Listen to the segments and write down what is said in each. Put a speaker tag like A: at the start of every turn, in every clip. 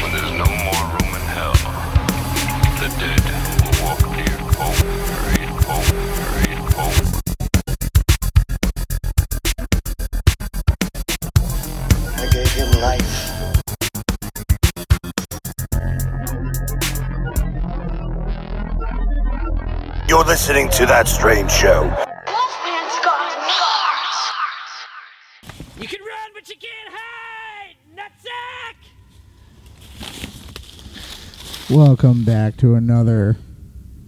A: When there's no more room in hell, the dead will walk near over it, over it, over.
B: I gave him life.
C: You're listening to That Strange Show.
D: Wolfman's got mears.
E: You can run, but you can't hide! Nutsack!
F: Welcome back to another.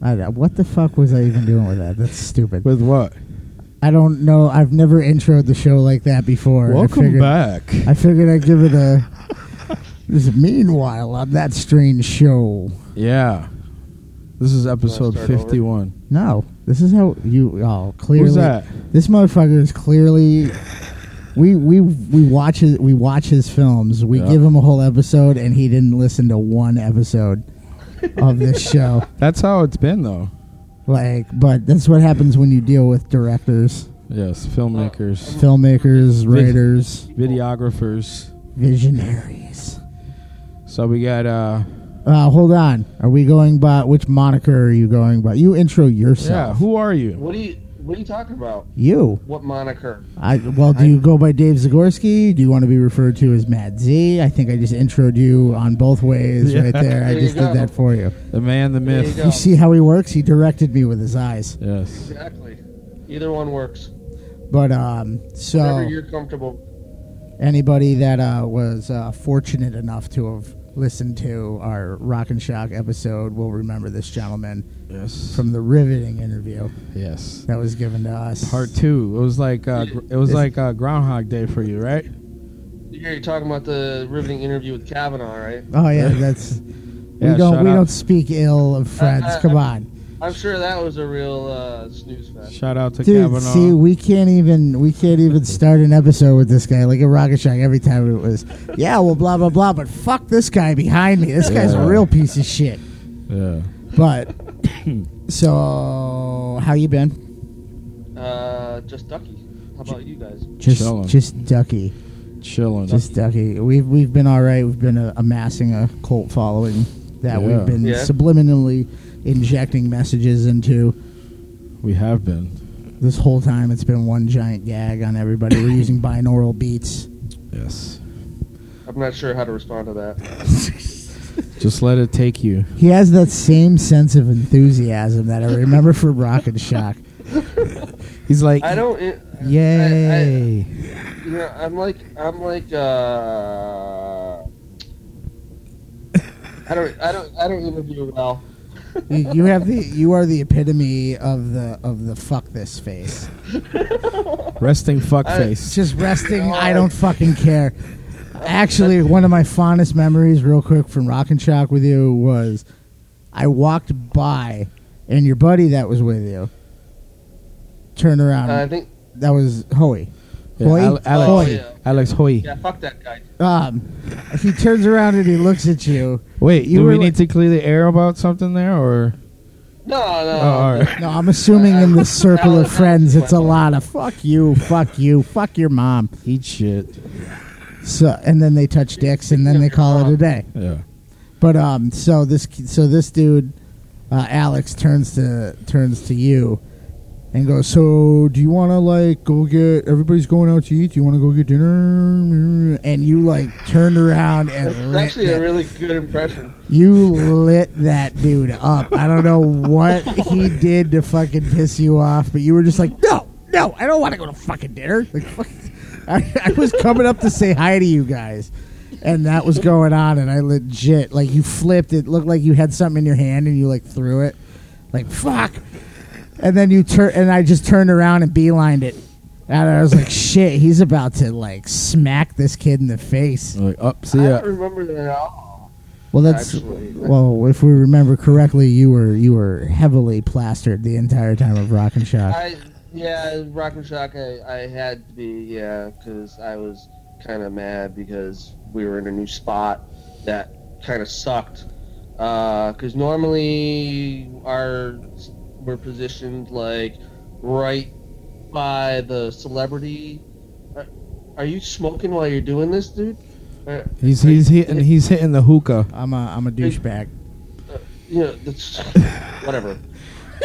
F: I, don't- what the fuck was I even doing with that? That's stupid.
G: With what?
F: I don't know. I've never introed the show like that before. I
G: Welcome
F: figured-
G: back.
F: I figured I'd give it a. This is meanwhile on that strange show.
G: Yeah. This is episode
B: start over?
G: 51.
F: No, this is how you. Oh, clearly
G: that?
F: this motherfucker is clearly. We we we watch his we watch his films. We
G: Yeah.
F: give him a whole episode, and he didn't listen to one episode of this show.
G: That's how it's been, though.
F: Like, but that's what happens when you deal with directors,
G: Yes, filmmakers,
F: filmmakers, writers,
G: videographers.
F: visionaries.
G: So we got, uh,
F: Uh, hold on. Are we going by which moniker are you going by? You intro
G: yeah,
F: yourself.
G: who are you?
B: What are you What are you talking about?
F: You.
B: What moniker?
F: I well, do you go by Dave Zagorski? Do you want to be referred to as Matt Z? I think I just introed you on both ways
G: Yeah.
F: right there. I
B: There you
F: just
B: go.
F: did that for you.
G: The man, the
B: There you
G: myth.
B: go.
F: You see how he works? He directed me with his eyes.
G: Yes.
B: Exactly. Either one works.
F: But um, so
B: Whatever you're comfortable.
F: anybody that uh, was uh, fortunate enough to have listened to our Rock and Shock episode will remember this gentleman
G: Yes.
F: from the riveting interview
G: yes.
F: that was given to us.
G: Part two. It was like uh, gr- it was
F: This-
G: like uh, Groundhog Day for you, right?
B: You're talking about the riveting interview with Kavanaugh, right?
F: Oh yeah, that's
G: Yeah,
F: we don't
G: shout
F: we
G: out-
F: don't speak ill of friends.
B: uh,
F: Come
B: uh,
F: on.
B: I'm sure that was a real uh, snooze fest.
G: Shout out to
F: Dude,
G: Kavanaugh.
F: see, we can't even we can't even start an episode with this guy. Like a Rocket Shack, every time it was, yeah, well, blah blah blah. But fuck this guy behind me. This guy's a
G: Yeah.
F: real piece of shit.
G: yeah.
F: But so, how you been?
B: Uh, just Ducky. How about you guys?
F: Just
G: Chillin'.
F: just ducky,
G: Chilling.
F: just ducky. We've we've been all right. We've been uh, amassing a cult following that
G: Yeah.
F: we've been
B: Yeah.
F: subliminally injecting messages into.
G: we have been.
F: This whole time, it's been one giant gag on everybody. We're using binaural beats.
G: Yes.
B: I'm not sure how to respond to that.
G: Just let it take you.
F: He has that same sense of enthusiasm that I remember from Rock and Shock.
G: He's like,
B: I don't. I- I-
F: Yay!
B: you know, I'm like, I'm like, uh, I don't, I don't, I don't interview well.
F: you, you have the you are the epitome of the of the fuck this face.
G: resting fuck
B: I-
G: face.
F: Just resting. I don't fucking care. Actually, one of my fondest memories, real quick, from Rock and Shock with you was I walked by and your buddy that was with you turned around.
B: I think,
F: that was Hoey.
G: Yeah,
F: Hoy?
G: Al- Um, Alex,
B: Oh, yeah.
G: Alex Hoy.
B: yeah, fuck that guy.
F: Um, he turns around and he looks at you.
G: Wait,
F: You
G: do
F: were
G: we
F: like-
G: need to clear the air about something there, or?
B: No, no.
G: Oh, all right.
F: No, I'm assuming in the circle of friends, it's a lot of fuck you, fuck you, fuck your mom.
G: Eat shit.
F: So, and then they touch dicks, and then they call it a day.
G: Yeah.
F: But um, so this so this dude, uh, Alex turns to turns to you, and goes, "So do you want to like go get everybody's going out to eat? Do you want to go get dinner?" And you like turned around and
B: That's
F: lit
B: actually a
F: that-
B: really good impression.
F: you lit that dude up. I don't know what he did to fucking piss you off, but you were just like, no, no, I don't want to go to fucking dinner. Like, fuck. I, I was coming up to say hi to you guys, and that was going on, and I legit, like, you flipped. It looked like you had something in your hand, and you, like, threw it. Like, fuck. And then you turn, and I just turned around and beelined it. And I was like, shit, he's about to, like, smack this kid in the face.
G: Like, up, see
B: I
G: ya.
B: don't remember that at all.
F: Well, that's
B: Actually.
F: well. If we remember correctly, you were you were heavily plastered the entire time of Rock and Shock.
B: I, yeah, Rock and Shock. I, I had to be, yeah, because I was kind of mad because we were in a new spot that kind of sucked because normally our we're positioned like right by the celebrity. Are, are you smoking while you're doing this, dude? Uh,
G: He's he's hitting he's hitting the hookah.
F: I'm a I'm a douchebag.
B: you know, that's, whatever.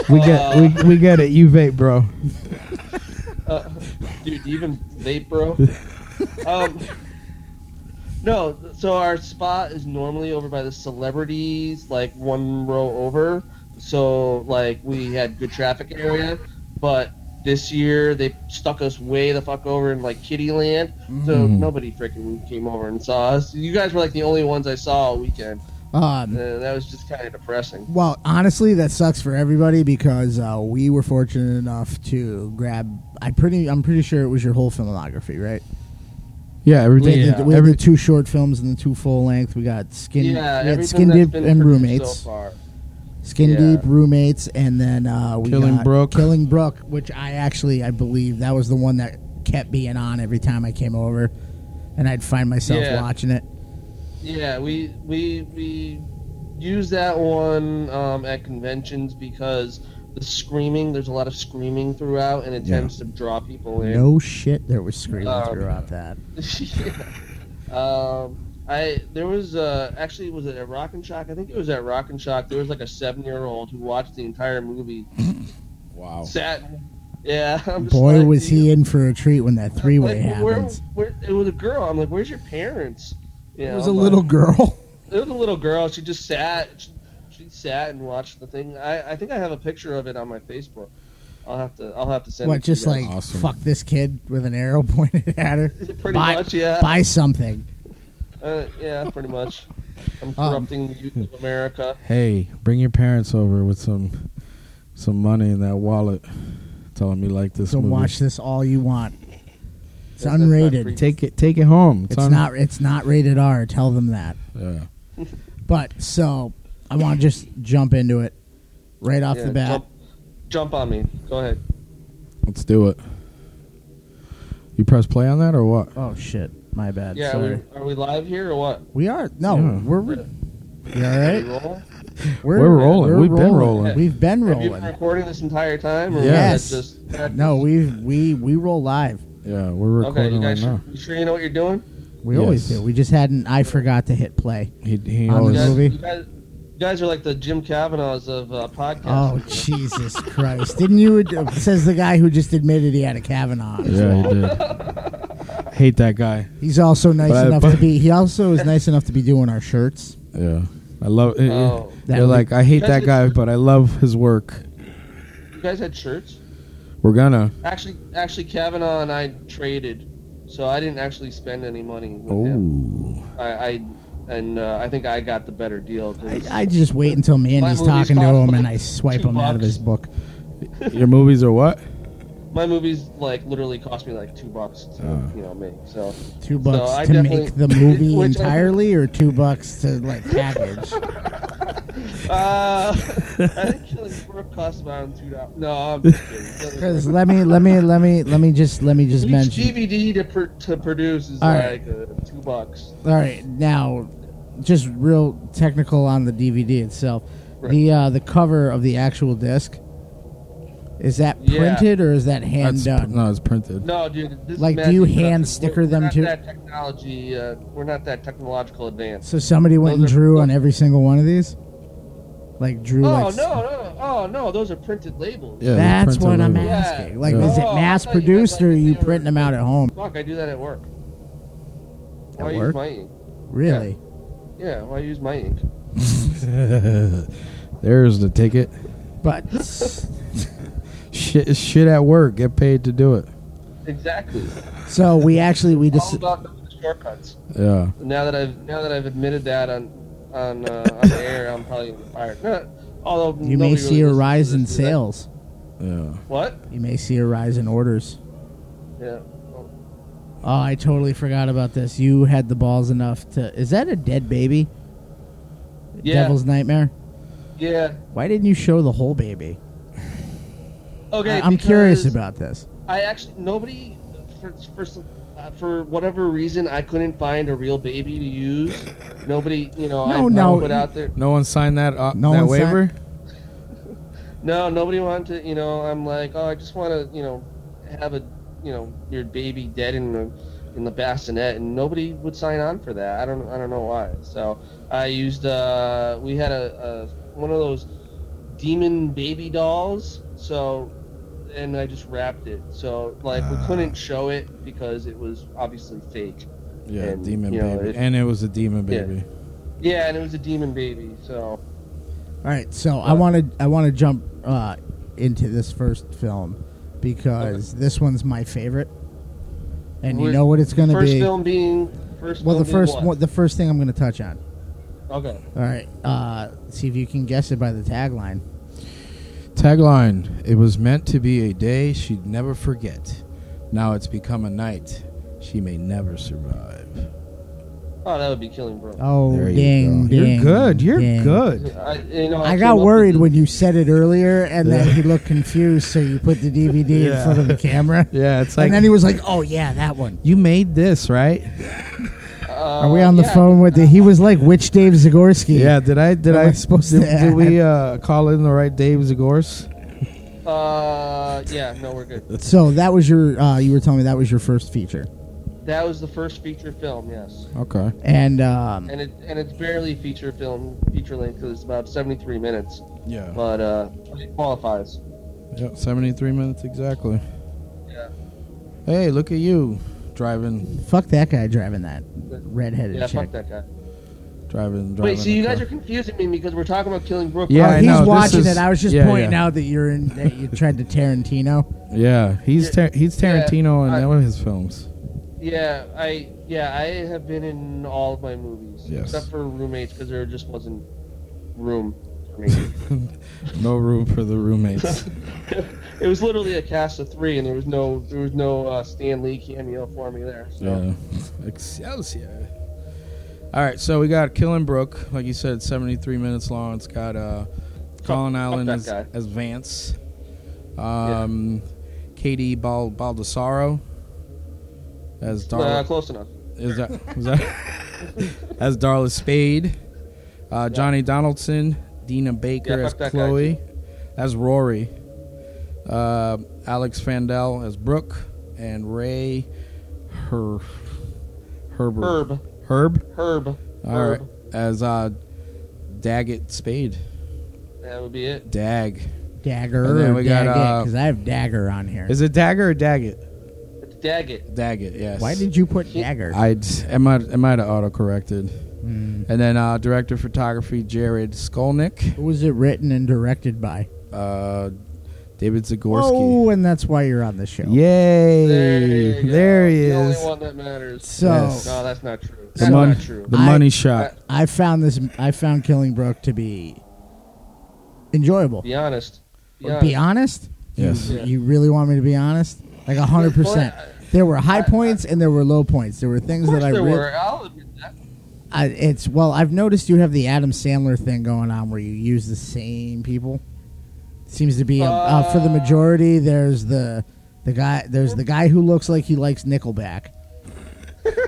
G: We get we, we get it. You vape, bro.
B: Uh, dude, do you even vape, bro? um, no, so our spot is normally over by the celebrities, like one row over. So, like, we had good traffic area, but this year they stuck us way the fuck over in, like, kitty land. So
F: Mm-hmm.
B: nobody freaking came over and saw us. You guys were, like, the only ones I saw all weekend.
F: Um,
B: Uh, that was just kind of depressing.
F: well, honestly, that sucks for everybody because uh, we were fortunate enough to grab. I pretty I'm pretty sure it was your whole filmography, right?
G: Yeah, everything.
B: Yeah.
F: We had
G: Every,
F: the two short films and the two full length. We got skin,
B: Yeah,
F: we had
B: everything
F: skin
B: that's
F: deep
B: been
F: and
B: produced
F: roommates.
B: so far.
F: Skin
B: Yeah.
F: Deep, Roommates, and then uh, we
G: Killing
F: got
G: Brook.
F: Killing Brook, which I actually I believe that was the one that kept being on every time I came over, and I'd find myself
B: Yeah.
F: watching it.
B: Yeah, we we we use that one um, at conventions because the screaming. There's a lot of screaming throughout, and it
F: Yeah.
B: tends to draw people in.
F: No shit, there was screaming
B: Um,
F: throughout that.
B: Yeah. Um, I there was uh, actually was it at Rock and Shock? I think it was at Rock and Shock. There was like a seven year old who watched the entire movie. wow. Sat. Yeah. I'm just
F: Oh. Boy,
B: like,
F: was he in for a treat when that three way
B: Like, where,
F: happens.
B: where, it was a girl. I'm like, where's your parents? You
F: It was
B: know,
F: a
B: but-
F: little girl.
B: It was a little girl. She just sat. She, she sat and watched the thing. I, I think I have a picture of it on my Facebook. I'll have to. I'll have to send.
F: What,
B: it to you
F: just
B: guys.
F: like
G: Awesome.
F: fuck this kid with an arrow pointed at her?
B: pretty
F: buy,
B: much, yeah,
F: buy something.
B: uh, yeah, pretty much. I'm
F: Um,
B: corrupting the youth of America.
G: hey, bring your parents over with some some money in that wallet. Tell them you like this
F: So
G: movie.
F: watch this all you want. It's
B: That- that's not
F: unrated.
B: free.
G: Take it take it home.
F: It's
G: on-
F: not. It's not rated R. Tell them that.
G: Yeah.
F: But so I want to just jump into it right off
B: Yeah,
F: the bat.
B: Jump, jump on me. Go ahead.
G: Let's do it. You press play on that or what?
F: Oh shit, my bad.
B: Yeah,
F: Sorry.
B: are we, are we live here or what?
F: we are no,
G: Yeah.
F: we're re- you all right.
B: We roll?
F: We're,
G: We're rolling. We've been rolling.
F: We've been
B: Have you been
F: rolling.
B: recording this entire time? Or
F: Yes.
B: Was that just, that
F: No,
B: just-
F: we we we roll live.
G: Yeah, we're
B: Okay, you
G: recording
B: guys.
G: right now.
B: sure, you sure you know what you're doing?
F: We always
G: Yes.
F: do. We just hadn't. I forgot to hit play.
G: He, he
F: On the
B: You
G: always
B: guys,
F: movie.
B: You guys, you guys are like the Jim Cavanaghs of uh,
F: Oh
B: podcasts.
F: Jesus Christ! Didn't you? Says the guy who just admitted he had a Kavanaugh.
G: Yeah, he did. Hate that guy.
F: He's also nice
G: But I-
F: enough
G: but-
F: to be. He also is nice enough to be doing our shirts.
G: Yeah. I love it.
B: Oh.
F: That
G: They're
F: would-
G: like, I hate that guy, but I love his work.
B: You guys had shirts.
G: We're gonna.
B: Actually, actually, Kavanaugh and I traded, so I didn't actually spend any money with him.
G: Oh.
B: I, I and uh, I think I got the better deal. 'cause-
F: I, I just wait until Mandy's
B: My movies
F: talking to
B: cost
F: him and
B: like
F: I swipe
B: two
F: him out of
B: bucks.
F: his book.
G: Your movies are what?
B: my movies like literally cost me like two bucks to
F: Uh.
B: you know make. So
F: Two
B: I
F: bucks to
B: definitely-
F: make the movie
B: Which I-
F: entirely, or two bucks to like package.
B: uh, I think Killing Brook cost around two dollars. No, I'm just kidding.
F: Because let me, let me, let me, let me just, let me just
B: Each
F: mention.
B: DVD to, pr- to produce is
F: All right.
B: like uh, two bucks.
F: All right, now, just real technical on the DVD itself. The uh, the cover of the actual disc is that
B: Yeah.
F: printed or is that hand
G: That's-
F: done?
G: No, it's printed.
B: No, dude. This
F: Like,
B: is
F: do you
B: magic. We're not-
F: hand sticker
B: we're
F: them
B: not
F: too?
B: That technology, uh, we're not that technological advanced.
F: So somebody went and
B: Those are-
F: drew on every single one of these. Like drew.
B: Oh no,
F: like,
B: no, oh no, those are printed labels.
G: Yeah, they
F: That's
G: print
F: what
G: it
F: I'm
G: over.
B: Yeah.
F: asking. Like,
G: Yeah.
F: is it
B: Oh, I
F: mass
B: thought you meant
F: produced
B: like
F: or are
B: if
F: you
B: they were-
F: printing them out at home?
B: Fuck, I do that at work.
F: At
B: why
F: work?
B: use my ink?
F: Really?
B: Yeah, why use my ink?
G: There's the ticket.
F: But
G: Shit, it's shit at work. Get paid to do it.
B: Exactly.
F: so we actually we
B: All
F: just
B: about the shortcuts.
G: Yeah.
B: Now that I've now that I've admitted that on on uh, on the air, I'm probably gonna be fired. No, although
F: you
B: nobody
F: may
B: really
F: see a
B: listens to
F: rise in
B: this, do they?
F: sales.
G: Yeah.
B: What?
F: You may see a rise in orders.
B: Yeah.
F: Oh, I totally forgot about this. You had the balls enough to. Is that a dead baby?
B: Yeah.
F: Devil's nightmare.
B: Yeah.
F: Why didn't you show the whole baby?
B: Okay.
F: I- I'm curious
B: because-
F: about this.
B: I actually nobody for, for some- uh, for whatever reason, I couldn't find a real baby to use. Nobody, you know,
F: No,
B: I
F: no.
B: put out there.
G: No one signed that uh,
F: No
G: that
F: one signed-
G: waiver.
B: No, nobody wanted to, you know, I'm like, oh, I just want to, you know, have a, you know, your baby dead in the in the bassinet and nobody would sign on for that. I don't I don't know why. So, I used uh we had a, a one of those demon baby dolls. So, and I just wrapped it. So, like we
F: Ah.
B: couldn't show it because it was obviously fake.
G: Yeah,
B: And,
G: demon
B: you know,
G: baby,
B: it-
G: and it was a demon
B: Yeah.
G: baby.
B: Yeah, and it was a demon baby. So,
F: All right, so I want to I want to jump uh, into this first film because this one's my favorite, and you
B: We're-
F: know what it's going to
B: first
F: be.
B: film being first
F: well,
B: film
F: the first
B: being
F: one,
B: what?
F: the first thing I'm going to touch on.
B: Okay.
F: All right, uh, see if you can guess it by the tagline.
G: Tagline: It was meant to be a day she'd never forget. Now it's become a night she may never survive.
B: Oh, that would be killing bro.
F: Oh,
G: There you
F: ding,
G: go.
F: ding!
G: You're good. You're
F: ding.
G: good.
B: I, you know,
F: I
B: came
F: got
B: up with
F: worried
B: the-
F: when you said it earlier, and then
G: Yeah.
F: he looked confused. So you put the DVD in
G: Yeah.
F: front of the camera,
G: Yeah, it's like
F: and then he was like, "Oh yeah, that one."
G: you made this right.
F: Are we on the
B: uh, yeah.
F: phone with the? He was like, "Which Dave Zagorski?"
G: Oh, Yeah, did I did
F: Am
G: I,
F: I supposed
G: did,
F: to
G: did
F: add?
G: we uh, call in the right Dave Zagors?
B: Uh, yeah, no, we're good.
F: So that was your. Uh, you were telling me that was your first feature,
B: That was the first feature film, yes,
G: Okay.
F: and um,
B: and it and it's barely feature film, feature length, because it's about seventy three minutes,
G: Yeah.
B: but uh, it qualifies.
G: Yep, 73 minutes exactly.
B: Yeah.
G: Hey, look at you driving
F: fuck that guy driving that redheaded
B: Yeah,
F: chick.
B: fuck that guy.
G: driving driving.
B: Wait, so
G: the
B: you guys
G: car.
B: are confusing me because we're talking about killing Brooke.
G: Yeah,
F: Oh,
G: I
F: he's
G: know, this
F: watching
G: is-
F: it. I was just
G: yeah,
F: pointing
G: yeah.
F: out that you're in. That you tried to Tarantino.
G: Yeah, he's tar- he's
B: Yeah,
G: Tarantino
B: I-
G: in one of his films.
B: Yeah, I yeah I have been in all of my movies
G: Yes.
B: except for roommates because there just wasn't room for me.
G: No room for the roommates.
B: it was literally a cast of three, and there was no there was no uh, Stan Lee cameo for me there. So.
G: yeah. Excelsior. All right, so we got Killing Brook, like you said, 73 minutes long. It's got uh, Colin Allen
B: that
G: as,
B: guy.
G: as Vance, um, Katie Bal- Baldessaro as Darla.
B: Uh, close enough.
G: Is that, was that as Darla Spade, uh, Johnny Donaldson, Dina Baker
B: Yeah,
G: as
B: fuck that guy,
G: Chloe, as Rory, uh, Alex Fandel as Brooke, and Ray Her Herber
B: Herb.
G: Herb
B: Herb.
G: all
B: Herb.
G: right as uh, Daggett Spade
B: That would be it.
G: Dag
F: Dagger.
G: And then
F: or
G: we got, uh,
F: because I have dagger on here.
G: is it Dagger or Daggett
B: It's Daggett.
G: Daggett yes
F: Why did you put dagger?
G: I I might I might have auto corrected
F: Hmm.
G: and then uh, director of photography Jared Skolnick.
F: Who was it written and directed by?
G: uh, David Zagorski.
F: Oh, and that's why you're on the show.
G: Yay!
B: There, you go.
G: There he
B: the
G: is.
B: only one that matters.
F: So
G: Yes.
B: No, that's not true.
G: The,
B: That's
G: mon-
B: not true.
G: the
F: I-
G: money shot.
F: I found this. I found Killing Brook to be enjoyable.
B: Be honest. Be honest.
F: Be honest?
G: Yes.
F: You, you really want me to be honest? Like 100%. There were high points and there were low points. There were things
B: Of
F: that
B: course
F: I
B: there
F: really.
B: were. I'll admit that.
F: I, it's well, I've noticed you have the Adam Sandler thing going on where you use the same people. Seems to be um, uh, for the majority. There's the the guy. There's the guy who looks like he likes Nickelback.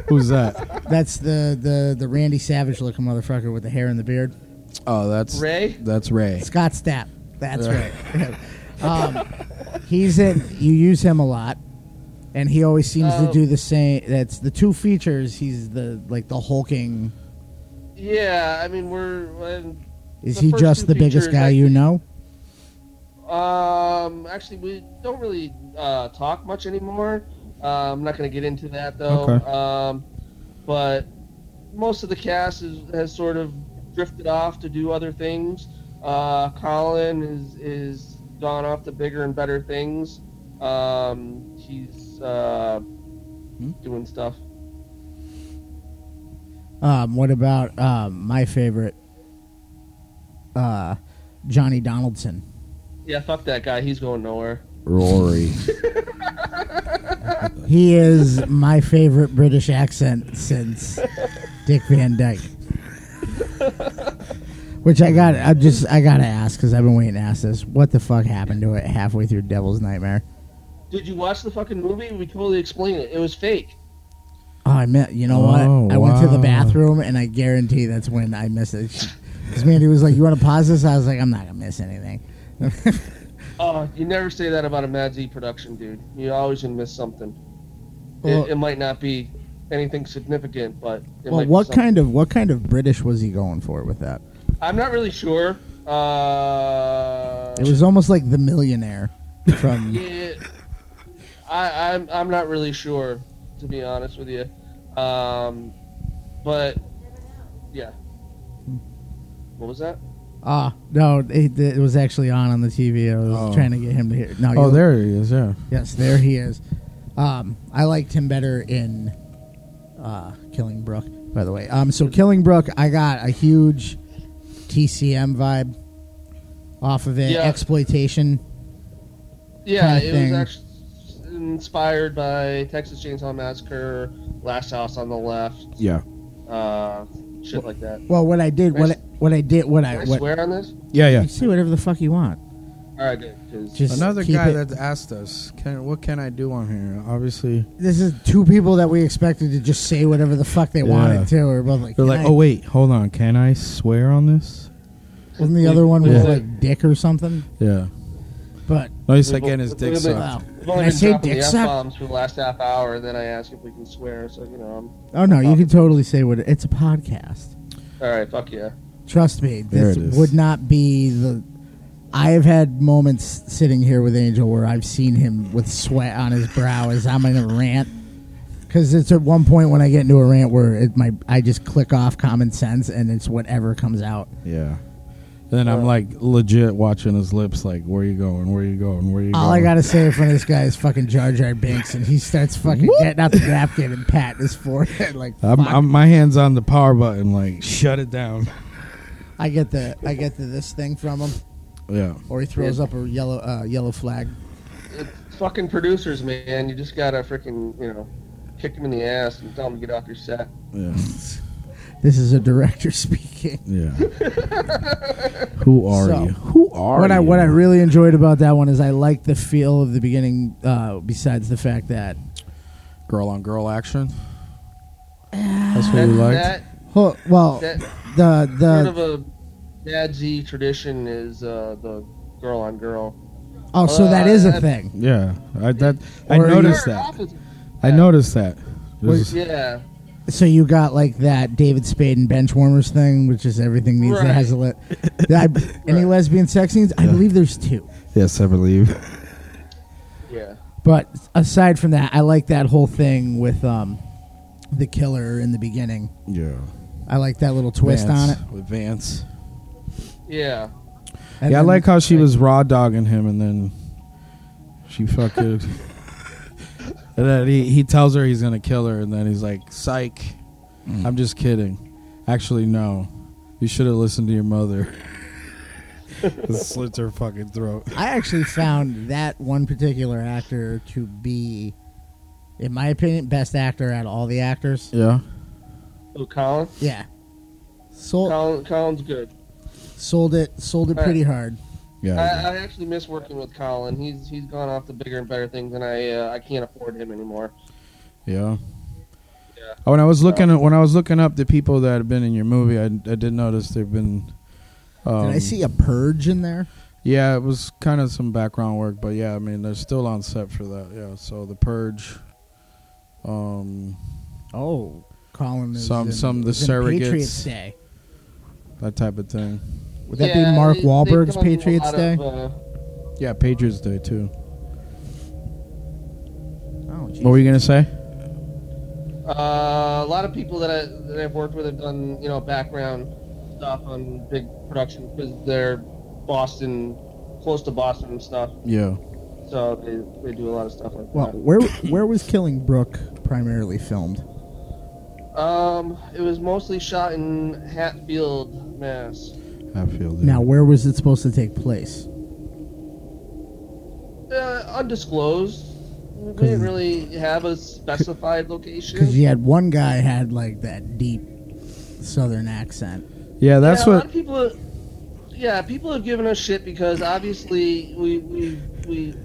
G: Who's that?
F: That's the the the Randy Savage looking motherfucker with the hair and the beard.
G: Oh, that's
B: Ray?
G: That's Ray.
F: Scott Stapp. That's
G: Yeah.
F: right. um, he's in. You use him a lot, and he always seems to
B: Oh.
F: do the same. That's the two features. He's the like the hulking.
B: Yeah, I mean, we're. when-
F: Is
B: The
F: he
B: first
F: just
B: two
F: the biggest
B: features,
F: guy
B: I
F: you know?
B: Um, actually, we don't really uh, talk much anymore. Uh, I'm not going to get into that, though.
G: Okay.
B: Um, but most of the cast is, has sort of drifted off to do other things. Uh, Colin is is gone off to bigger and better things. Um, he's uh, doing stuff.
F: Um, what about um, my favorite, uh, Johnny Donaldson?
B: Yeah, fuck that guy. He's going nowhere.
G: Rory.
F: He is my favorite British accent since Dick Van Dyke. Which I got, I just, I gotta ask because I've been waiting to ask this. What the fuck happened to it halfway through Devil's Nightmare?
B: Did you watch the fucking movie? We totally explained it. It was fake.
F: Oh, I met. You know
G: Oh,
F: what? I went to the
G: wow.
F: bathroom, and I guarantee that's when I missed it. Because Mandy was like, "You want to pause this?" I was like, "I'm not gonna miss anything."
B: Oh, you never say that about a Mad Z production, dude. You always gonna miss something.
F: Well-
B: it, it might not be anything significant, but it
F: well,
B: might
F: what
B: be something.
F: kind of what kind of British was he going for with that?
B: I'm not really sure. Uh,
F: It was almost like the millionaire from.
B: it- I, I'm I'm not really sure, to be honest with you. Um, but yeah.
F: Hmm.
B: What was that?
F: Ah, no, it, it was actually on on the TV. I was
G: Oh.
F: trying to get him to hear. No,
G: Oh,
F: you're-
G: there he is. Yeah.
F: Yes, there he is. Um, I liked him better in uh, Killing Brook, by the way. Um, so Killing Brook, I got a huge TCM vibe off of it.
B: Yeah.
F: Exploitation.
B: Yeah,
F: kind of
B: it was
F: thing.
B: actually inspired by Texas Chainsaw Massacre, Last House on the Left,
G: Yeah.
B: uh, shit like that.
F: Well, what I did, what I, what I did, what I,
B: Can I
F: what,
B: swear on this?
G: Yeah.
F: you can say whatever the fuck you want.
B: All right, good. 'cause-
F: Just
G: Another
F: keep
G: guy
F: it-
G: that asked us, can, "What can I do on here?" Obviously,
F: This is two people that we expected to just say whatever the fuck they
G: Yeah.
F: wanted to. We're both like,
G: they're
F: "Can
G: like,
F: I-"
G: "Oh wait, hold on, can I swear on this?"
F: wasn't the other one was
G: Yeah.
F: like dick or something?
G: Yeah.
F: But
G: No, he's like
B: We've-
G: getting his
B: we've
G: dick
B: been-
G: sucked.
F: wow,
B: We've
F: Can
B: only
F: I
B: been
F: say
B: dropping the
F: dick
B: F
F: suck?
B: bombs for the last half hour, and then I ask if we can swear. So you know,
F: Oh no, you can totally say what it's a podcast.
B: I'm, all right, fuck yeah.
F: Trust me,
G: There
F: this
G: it is.
F: would not be the. I have had moments sitting here with Angel where I've seen him with sweat on his brow as I'm in a rant. Because it's at one point when I get into a rant where it, my I just click off common sense and it's whatever comes out.
G: Yeah. And then I'm like legit watching his lips, like, "Where you going? Where you going? Where you going?"
F: All I gotta say in front of this guy is fucking Jar Jar Binks, and he starts fucking getting out the napkin and patting his forehead like.
G: I'm,
F: fuck.
G: I'm, my hands on the power button, like, shut it down.
F: I get the I get the this thing from him,
G: Yeah.
F: or he throws up a yellow uh, yellow flag.
B: It's fucking producers, man. You just gotta freaking you know, kick them in the ass and tell them to get off your set.
G: Yeah.
F: This is a director speaking.
G: Yeah. Who are
F: So,
G: you? Who are
F: what
G: you?
F: I what I really enjoyed about that one is I liked the feel of the beginning. Uh, besides the fact that
G: girl on girl action. That's what you liked.
B: That
F: Ho- well,
B: that
F: the
B: sort of
F: the
B: a bad Z tradition is uh, the girl on girl.
F: oh, so that is a
B: uh,
F: thing.
G: yeah, I that I
F: Or-
G: noticed
B: Started
G: that.
B: off as-
G: I noticed that. This is-
B: Yeah,
F: So you got like that David Spade and Benchwarmers thing, which is everything needs that has a lit. I, any lesbian sex scenes? I believe there's two.
G: yes, I believe.
B: yeah.
F: But aside from that, I like that whole thing with um, the killer in the beginning.
G: Yeah.
F: I like that little twist on it.
G: Vance, with Vance.
B: Yeah,
F: And
G: yeah, I
F: then-
G: like how she was raw dogging him, and then she fucking. and then he, he tells her he's gonna kill her, and then he's like, "Psych, I'm just kidding. Actually, no, you should have listened to your mother." slits her fucking throat.
F: I actually found that one particular actor to be, in my opinion, best actor out of all the actors.
G: Yeah,
B: oh, Colin,
F: Yeah, sold
B: Colin, Colin's good.
F: sold it sold it pretty hard.
G: yeah.
B: I, I actually miss working with Colin. He's he's gone off to bigger and better things, and I uh, I can't afford him anymore.
G: Yeah. Oh, when I was looking at, when I was looking up the people that have been in your movie, I, I did notice there've been. Um,
F: Did I see a purge in there?
G: Yeah, it was kind of some background work, but yeah, I mean they're still on set for that. Yeah, so the purge. Um,
F: Oh, Colin is
G: Some-
F: in-
G: some of the
F: was in Patriots
G: surrogates.
F: Day.
G: that type of thing.
F: Would that be Mark Wahlberg's Patriots Day?
B: uh,
G: Yeah, Patriots Day too.
F: oh, geez.
G: What were you gonna say?
B: Uh, a lot of people that, I, that I've worked with have done, you know, background stuff on big productions because they're Boston, close to Boston and stuff.
G: Yeah,
B: So they, they do a lot of stuff like
F: well, where where was Killing Brook primarily filmed?
B: that. Um, it was mostly shot in Hatfield, Mass.
G: Hatfield.
F: Now, where was it supposed to take place?
B: Uh, undisclosed. We didn't really have a specified location.
F: Because you had one guy had like that deep southern accent.
G: Yeah, that's
B: yeah, A lot
F: uh,
G: what.
B: of people, yeah, people have given us shit because obviously we we we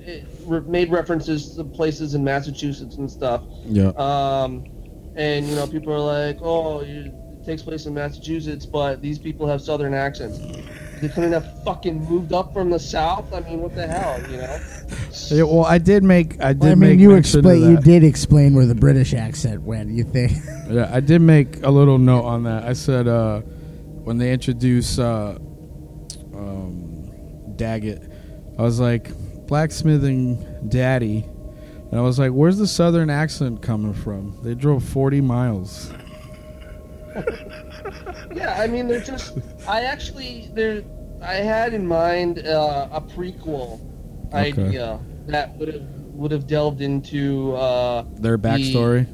B: it, re- made references to places in Massachusetts and stuff.
G: Yeah,
B: Um, and you know people are like, oh, you, it takes place in Massachusetts, but these people have Southern accents. They couldn't have fucking moved up from the South. I mean, what the hell, you know?
G: Yeah, well, I did make. I did
F: Well, I mean,
G: make.
F: you
G: mention of
F: explain. You
G: that.
F: did explain where the British accent went. You think?
G: Yeah, I did make a little note on that. I said uh, when they introduce uh, um, Daggett, I was like blacksmithing daddy, and I was like, "Where's the southern accent coming from?" They drove forty miles.
B: Yeah, I mean, they're just. I actually there. I had in mind uh, a prequel
G: Okay.
B: idea that would have would have delved into. Uh,
G: Their
B: the-
G: backstory.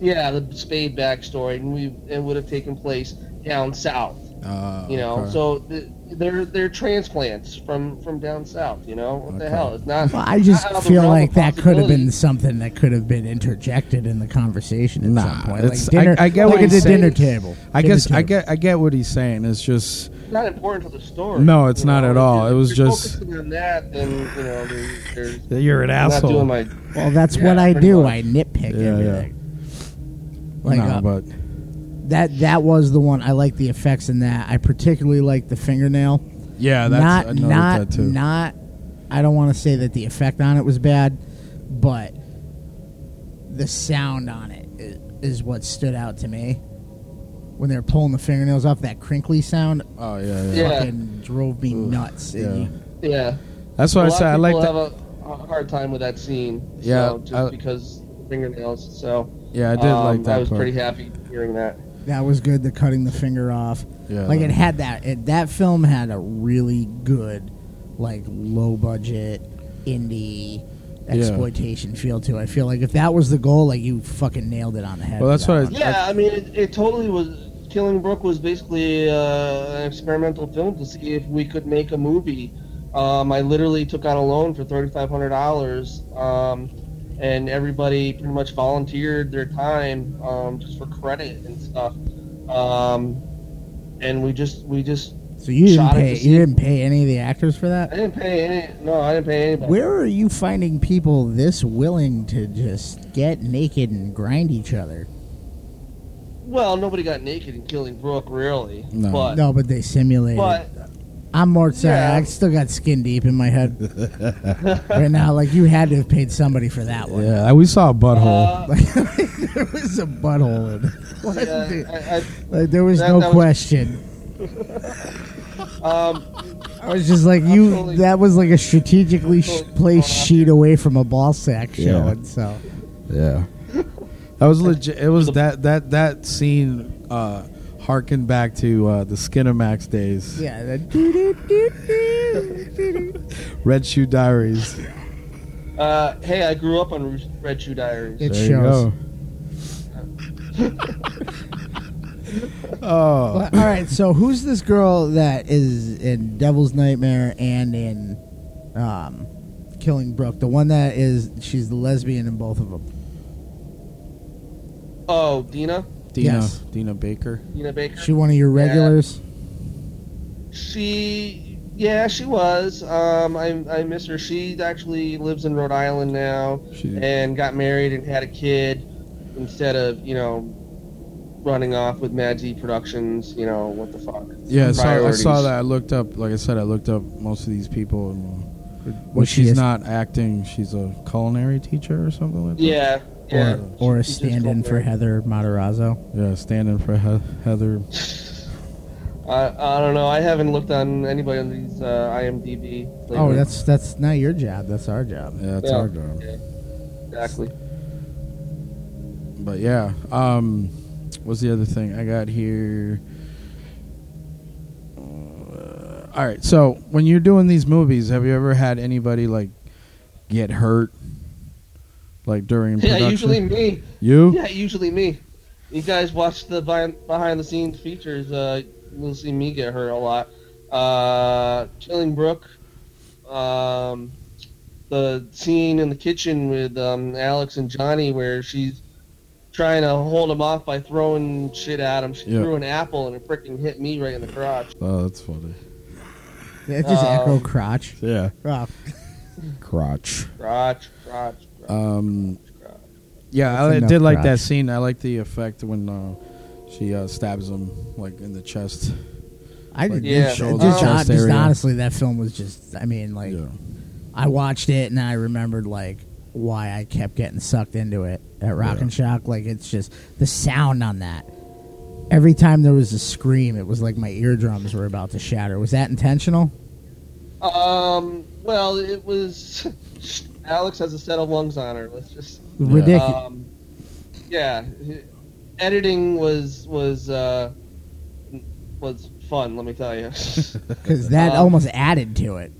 B: yeah, the Spade backstory, and we it would have taken place down south.
G: Uh,
B: You know,
G: okay.
B: so th- they're they're transplants from from down south. You know, what the
G: Okay.
B: hell? It's not.
F: Well, I
B: not
F: just
B: out of the
F: feel
B: realm
F: like
B: of
F: that could have been
B: possibility.
F: something that could have been interjected in the conversation at
G: Nah,
F: some point.
G: it's-
F: Like dinner,
G: I- I get
F: like
G: what
F: at
G: he's
F: the
G: saying.
F: dinner table.
G: I
F: Dinner
G: guess I
F: table.
G: get I get what he's saying. It's just
B: It's not important to the story.
G: No, it's
B: you
G: not at all.
B: If
G: It was
B: you're
G: just-
B: focusing on that. Then you know, they're, they're
G: you're an
B: not doing my.
F: Well, that's
B: Yeah,
F: what I
B: pretty
F: do.
B: much.
F: I nitpick
G: Yeah,
F: everything. Like
G: Nah,
F: uh,
G: but
F: that. That was the one I like the effects in that. I particularly like the fingernail.
G: yeah, that's I
F: not
G: noted
F: not
G: that too.
F: not. I don't want to say that the effect on it was bad, but the sound on it is, is what stood out to me. When they were pulling the fingernails off, that crinkly sound
G: oh yeah, yeah.
B: Yeah.
F: fucking drove me nuts.
G: yeah.
F: And you-
B: Yeah.
G: That's why I
B: a lot
G: said
B: of
G: I like
B: people
G: that.
B: have a, a hard time with that scene.
G: Yeah,
B: so, just
G: I-
B: because fingernails. So
G: Yeah, I did
B: um,
G: like that
B: I was
G: part.
B: pretty happy hearing that.
F: That was good. The cutting the finger off.
G: Yeah,
F: like
G: that-
F: it had that. It, that film had a really good, like low budget indie exploitation feel to. it. I feel like if that was the goal, like you fucking nailed it on the head.
G: Well,
F: with
G: that's
F: that
G: what I-
F: one.
B: Yeah, I mean, it, it totally was. Killing Brook was basically uh, an experimental film to see if we could make a movie. Um, I literally took out a loan for thirty five hundred dollars, um, and everybody pretty much volunteered their time um, just for credit and stuff. Um, and we just we just
F: So you didn't
B: Shot it
F: pay.
B: to
F: You
B: see-
F: didn't pay any of the actors for
B: I
F: that.
B: didn't pay any. No, I didn't pay anybody.
F: Where are you finding people this willing to just get naked and grind each other?
B: Well, nobody got naked in Killing Brook, really.
G: No.
B: But,
F: No, but they simulate. it.
B: but
F: I'm more sorry.
B: Yeah.
F: I still got skin deep in my head right now. Like you had to have paid somebody for that one.
G: Yeah, we saw a butthole.
B: uh,
F: Like, there was a butthole in it. What the-
B: yeah,
F: like, there was
B: that-
F: no
B: that was-
F: question.
B: I, I, um,
F: I was just like, you.
B: Absolutely.
F: That was like a strategically sh-
B: Absolutely.
F: placed sheet away from a ball sack
G: Yeah.
F: showing. So
G: Yeah. That was legit. It was that that that scene uh harkened back to uh the Skinamax days.
F: yeah, the doo doo doo doo doo doo.
G: Red Shoe Diaries.
B: Uh, hey, I grew up on Ru- Red Shoe Diaries.
F: it
G: There
F: shows.
G: you go. oh.
F: Well, all right, so who's this girl that is in Devil's Nightmare and in um, Killing Brooke? The one that is she's the lesbian in both of them.
B: Oh, Dina,
G: Dina
F: Yes.
G: Dina Baker.
B: Dina Baker.
F: She one of your
B: Yeah.
F: regulars.
B: She, yeah, she was. Um, I, I miss her. She actually lives in Rhode Island now
G: She-
B: and got married and had a kid instead of you know running off with Madsy Productions. You know what the fuck?
G: Yeah, I saw, I
B: Priorities.
G: saw that. I looked up, like I said, I looked up most of these people. And, uh,
F: Was
G: well,
F: she
G: she's
F: a-
G: not acting. She's a culinary teacher or something like that.
B: Yeah, yeah.
F: Or, or a
B: She just
F: stand-in
B: got
F: for
B: married.
F: Heather Matarazzo.
G: Yeah, standing for he- Heather.
B: I, I don't know. I haven't looked on anybody on these uh, IMDb. Lately.
F: Oh, that's that's not your job. That's our job.
G: Yeah, that's
B: Yeah.
G: our job.
B: Yeah, exactly.
G: But yeah, um, what's the other thing I got here? Uh, all right, so when you're doing these movies, have you ever had anybody like get hurt, like during
B: Yeah,
G: production?
B: usually me.
G: you.
B: Yeah, usually me. You guys watch the behind, behind the scenes features. Uh, you'll see me get hurt a lot. Uh, Chilling Brook, um, the scene in the kitchen with um, Alex and Johnny where she's trying to hold him off by throwing shit at him. She
G: Yeah.
B: threw an apple and it freaking hit me right in the crotch.
G: Oh, that's funny.
F: It just
B: Um,
F: echo crotch. Oh,
G: Yeah, crotch.
B: Crotch, crotch, crotch.
G: Um, Yeah,
F: That's
G: I
F: enough
G: did like
F: crotch.
G: that scene. I like the effect when uh, she uh, stabs him like in the chest.
F: I did.
G: Like,
B: Yeah.
F: Just,
B: shoulder,
F: just,
G: chest
F: just
G: area.
F: honestly, that film was just. I mean, like,
G: Yeah.
F: I watched it and I remembered like why I kept getting sucked into it at Rock and Shock. Like, it's just the sound on that. Every time there was a scream, it was like my eardrums were about to shatter. Was that intentional?
B: Um, well, it was. Alex has a set of lungs on her. Let's just.
F: Ridiculous.
B: Um, yeah, editing was was uh, was fun. Let me tell you.
F: because that
B: Um,
F: almost added to it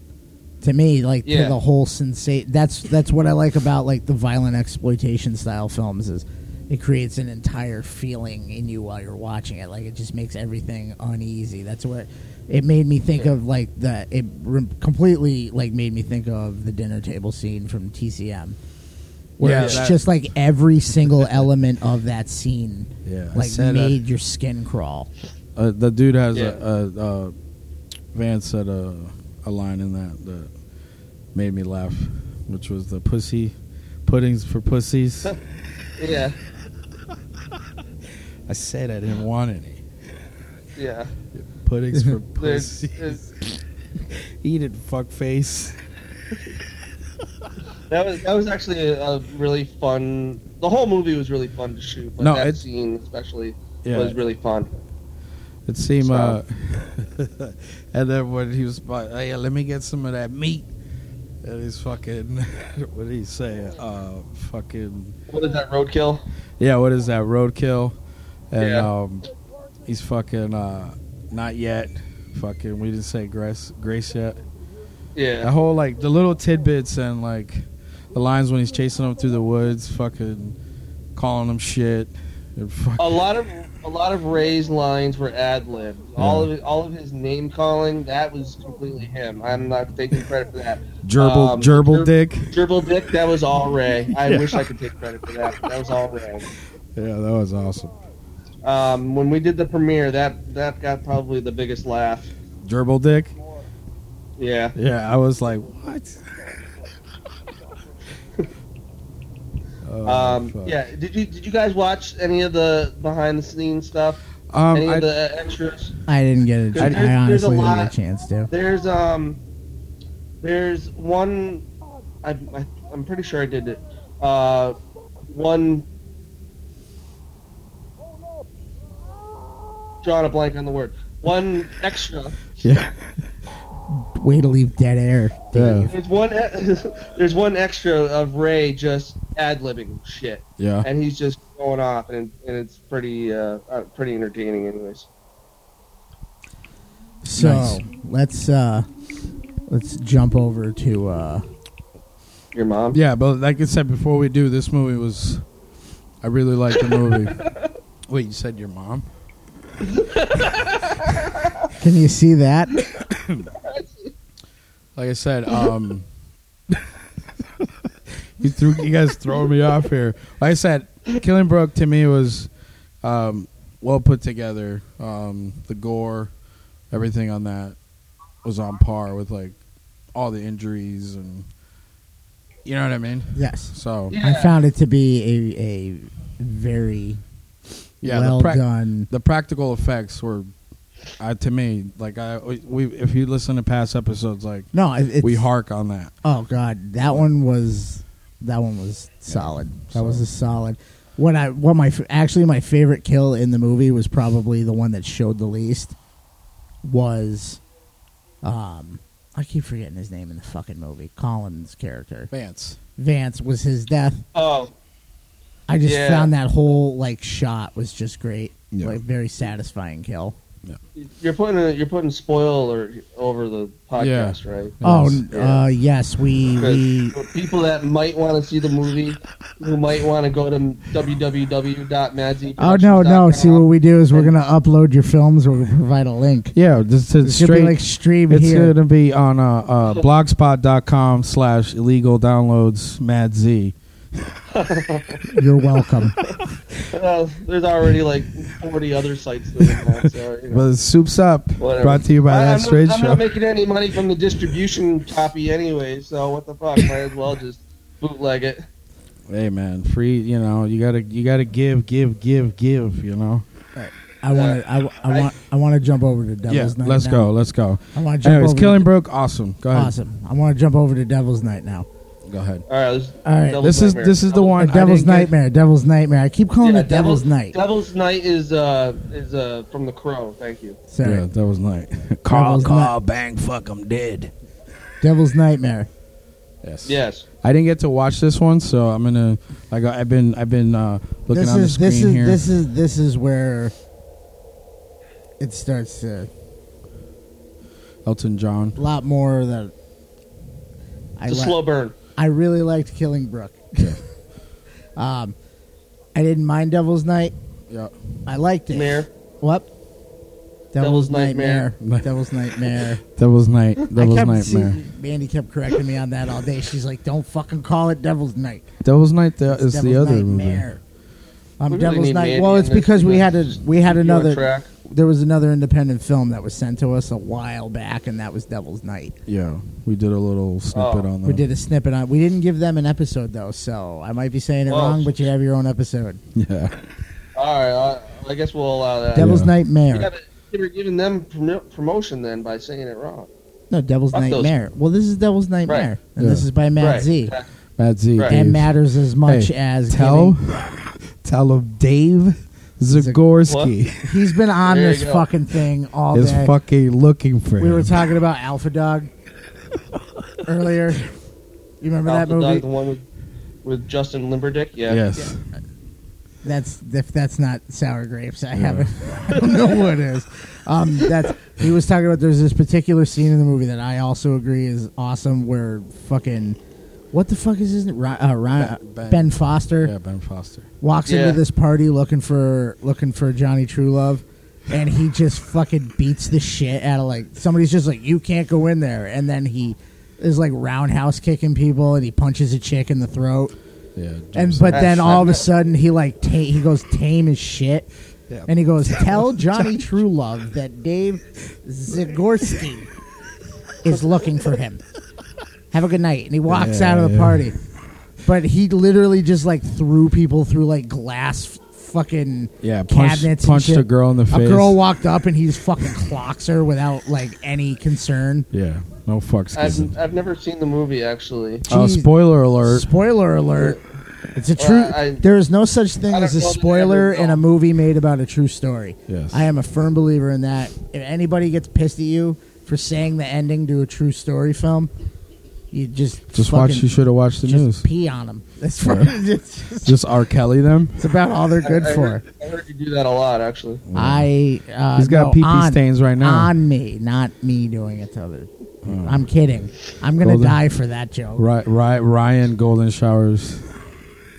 F: to me like to
B: Yeah.
F: the whole sensation that's that's what i like about like the violent exploitation style films is it creates an entire feeling in you while you're watching it like it just makes everything uneasy that's what it made me think of like the it re- completely like made me think of the dinner table scene from tcm where
G: Yeah,
F: it's
G: that-
F: just like every single element of that scene
G: Yeah, I
F: like
G: said, uh,
F: made your skin crawl
G: Uh, the dude has
B: Yeah.
G: a, a, a Van said a, a line in that that made me laugh, which was the pussy puddings for pussies.
B: yeah,
G: I said I didn't want any
B: yeah.
G: puddings for
B: There's,
G: pussies.
B: there's,
G: Eat it, fuck face.
B: that was that was actually a, a really fun. The whole movie was really fun to shoot, but
G: No,
B: that
G: it-
B: scene especially
G: Yeah.
B: was really fun.
G: It seemed,
B: So-
G: uh, and then when he was, like, hey, let me get some of that meat. And he's fucking, what did he say? Uh, fucking,
B: What is that roadkill?
G: yeah, what is that? Roadkill. And
B: Yeah.
G: um, he's fucking, uh, not yet. Fucking, we didn't say grace, grace yet. The
B: Yeah,
G: whole, like, the little tidbits and, like, the lines when he's chasing him through the woods, fucking calling him shit. And fucking,
B: a lot of a lot of Ray's lines were ad lib. All of all of his name calling that was completely him. I'm not taking credit for that.
G: gerbil,
B: um,
G: gerbil
B: ger-
G: dick.
B: Dribble dick, that was all Ray. I wish I could take credit for that. But that was all Ray.
G: Yeah, that was awesome.
B: Um, when we did the premiere, that that got probably the biggest laugh.
G: Gerbil dick.
B: Yeah,
G: Yeah, I was like, what? Oh,
B: um,
G: fuck.
B: yeah. Did you did you guys watch any of the behind the scenes stuff?
G: Um,
B: any
G: I,
B: of the extras?
F: i didn't get a,
B: There-
F: I
B: there's-
F: honestly
B: there's a
F: didn't
B: lot-
F: get a chance to
B: There's um, there's one. I, I I'm pretty sure I did it. Uh, one. Drawing a blank on the word. One extra
G: yeah,
F: way to leave dead air.
G: yeah,
B: There's one. e-, there's one extra of Ray just ad libbing shit,
G: yeah.
B: and he's just going off, and, and it's pretty uh, uh, pretty entertaining, anyways.
F: So
G: Nice.
F: let's uh let's jump over to uh
B: Your mom.
G: Yeah, but like I said before, we do this movie was. I really liked the movie. Wait, you said your mom?
F: can you see that?
G: Like I said, um, you threw you guys throwing me off here. Like I said, Killing Brook to me was um, well put together. Um, the gore, everything on that was on par with like all the injuries and you know what I mean.
F: Yes.
G: So
B: Yeah.
F: I found it to be a a very
G: yeah,
F: well
G: the, prac-
F: done.
G: the practical effects were uh, to me like I we if you listen to past episodes like
F: No, it- it's
G: we hark on that.
F: Oh god, that one was that one was solid. That was a solid. What I what my f- actually my favorite kill in the movie was probably the one that showed the least was um I keep forgetting his name in the fucking movie. Colin's character.
G: Vance.
F: Vance was his death.
B: Oh,
F: I just
B: Yeah.
F: found that whole like shot was just great.
G: Yeah.
F: Like very satisfying kill.
B: you're putting a, you're putting spoiler over the podcast, right?
F: Oh
G: Yes.
F: uh, yes, we
B: 'Cause
F: we
B: for people that might want to see the movie, who might want to go to www.madzy.
F: Oh no no! See what we do is we're gonna upload your films. We're gonna provide a link.
G: Yeah, this is
F: It's gonna be like stream
G: It's
F: here.
G: gonna be on uh, uh, blogspot.com slash illegal downloads mad z.
F: You're welcome.
B: Well, there's already like 40 other sites doing that. So, you know.
G: But soup's up,
B: Whatever.
G: brought to you by
B: I-
G: that
B: I'm
G: straight
B: not, I'm
G: show.
B: not making any money from the distribution copy anyway, so what the fuck? Might as well just bootleg it.
G: Hey man, free. You know, you gotta you gotta give, give, give, give. You know.
F: I want to. I, w- I want. I want to jump over to Devil's Night.
G: let's
F: now.
G: go. Let's go.
F: I want to jump
G: Anyways,
F: over.
G: Killing
F: to,
G: Broke, awesome. Go ahead.
F: Awesome. I want to jump over to Devil's Night now.
G: Go ahead.
B: All right, this,
F: All right,
B: Devil's
G: this is-
B: Nightmare.
G: this is the
B: Devil's-
G: one-
F: Or
G: I
F: Devil's
G: didn't get-
F: Nightmare. Devil's Nightmare. I keep calling
B: Yeah,
F: it Devil's, Night.
B: Devil's Night is uh is uh from The Crow. Thank you.
F: Sorry,
G: Yeah, that was nice. Carl,
F: Devil's
G: Carl, bang, fuck, I'm dead.
F: Devil's Nightmare.
G: Yes.
B: Yes.
G: I didn't get to watch this one, so I'm gonna like I've been I've been uh, looking
F: This
G: on
F: is
G: the
F: this
G: screen
F: is
G: here.
F: this is this is where it starts to
G: Elton John.
F: a lot more that I
B: It's a
F: like.
B: slow burn.
F: I really liked Killing Brook. um, I didn't mind Devil's Night.
G: Yeah.
F: I liked it.
B: Mare.
F: What?
B: Devil's Nightmare.
G: Nightmare.
F: Devil's Nightmare.
G: That was night. That was
F: Hmm? I kept
G: nightmare.
F: seeing- Mandy kept correcting me on that all day. She's like, "Don't fucking call it Devil's Night.
G: That was night. That
F: It's
G: is the
F: Devil's
G: other
F: Nightmare." Um,
B: We really
F: Devil's
B: need
F: Night.
B: Mandy
F: Well,
B: in
F: it's
B: this
F: because we
B: to
F: had a we had
B: keep you on
F: another.
B: track.
F: There was another independent film that was sent to us a while back, and that was Devil's Night.
G: movie. Yeah, we did a little snippet
B: Oh.
G: on that.
F: We did a snippet on. We didn't give them an episode though, so I might be saying it
B: Well-
F: wrong. But you have your own episode.
G: Yeah.
B: All right. I, I guess we'll allow that.
F: Devil's
G: Yeah.
F: Nightmare.
B: You haven't- you were giving them prom- promotion then by saying it wrong.
F: No, Devil's
B: Fuck those.
F: Nightmare. Well, this is Devil's Nightmare, and
G: Yeah.
F: this is by Matt
B: right.
F: Z.
B: That-
G: Matt Z.
B: Right.
G: Dave.
F: And matters as much
G: Hey,
F: as
G: tell tell of Dave Zagorski
F: giving. He's been on
B: There you
F: this
B: go.
F: fucking thing all
G: is
F: day.
G: fucking looking for
F: we
G: him.
F: were talking about Alpha Dog earlier. You remember
B: Alpha
F: that movie?
B: Dog, the one with, with Justin Limberdick. Yeah.
G: yes.
F: That's if that's not sour grapes, I haven't. I don't know what is. Um, that's he was talking about. There's this particular scene in the movie that I also agree is awesome, where fucking what the fuck is his name? Ri- Uh, Ri-
G: Ben-
F: ben,
G: Ben.
F: Foster
G: Yeah, Ben Foster.
F: walks
B: Yeah.
F: into this party looking for looking for Johnny True Love, and he just fucking beats the shit out of like somebody's just like you can't go in there, and then he is like roundhouse kicking people, and he punches a chick in the throat,
G: Yeah.
F: and
G: James
F: but
B: That's
F: then all of a
B: not-
F: sudden he like ta- he goes tame as shit. And he goes, "Tell Johnny True Love that Dave Zagorski is looking for him. Have a good night." And he walks
G: Yeah,
F: out of the
G: yeah.
F: party. But he literally just like threw people through like glass f- fucking
G: Yeah, punched-
F: cabinets. and
G: punched a
F: shit.
G: girl in the
F: A
G: face.
F: girl walked up and he just fucking clocks her without like any concern.
G: Yeah. No fucks given.
B: I've, I've never seen the movie actually.
G: Uh,
F: Jeez.
G: spoiler alert.
F: Spoiler alert. It's a true.
B: I-
F: there is no such thing
B: I don't
F: as a
B: know that I ever
F: spoiler
B: will.
F: in a movie made about a true story.
G: Yes.
F: I am a firm believer in that. If anybody gets pissed at you for saying the ending to a true story film, you just
G: Just
F: fucking,
G: watch. You should have watched the
F: just
G: news.
F: pee on them. That's fucking, it's, just-
G: Just R. Kelly them.
F: it's about all they're good
B: I, I
F: for.
B: Heard, I heard you do that a lot actually.
F: I uh,
G: He's got
F: no,
G: pee-pee
F: on-
G: stains right now. Oh.
F: on me, not me doing it to others. I'm kidding. I'm gonna
G: Well, then-
F: die for that joke.
G: Right, right. Ryan Golden Showers.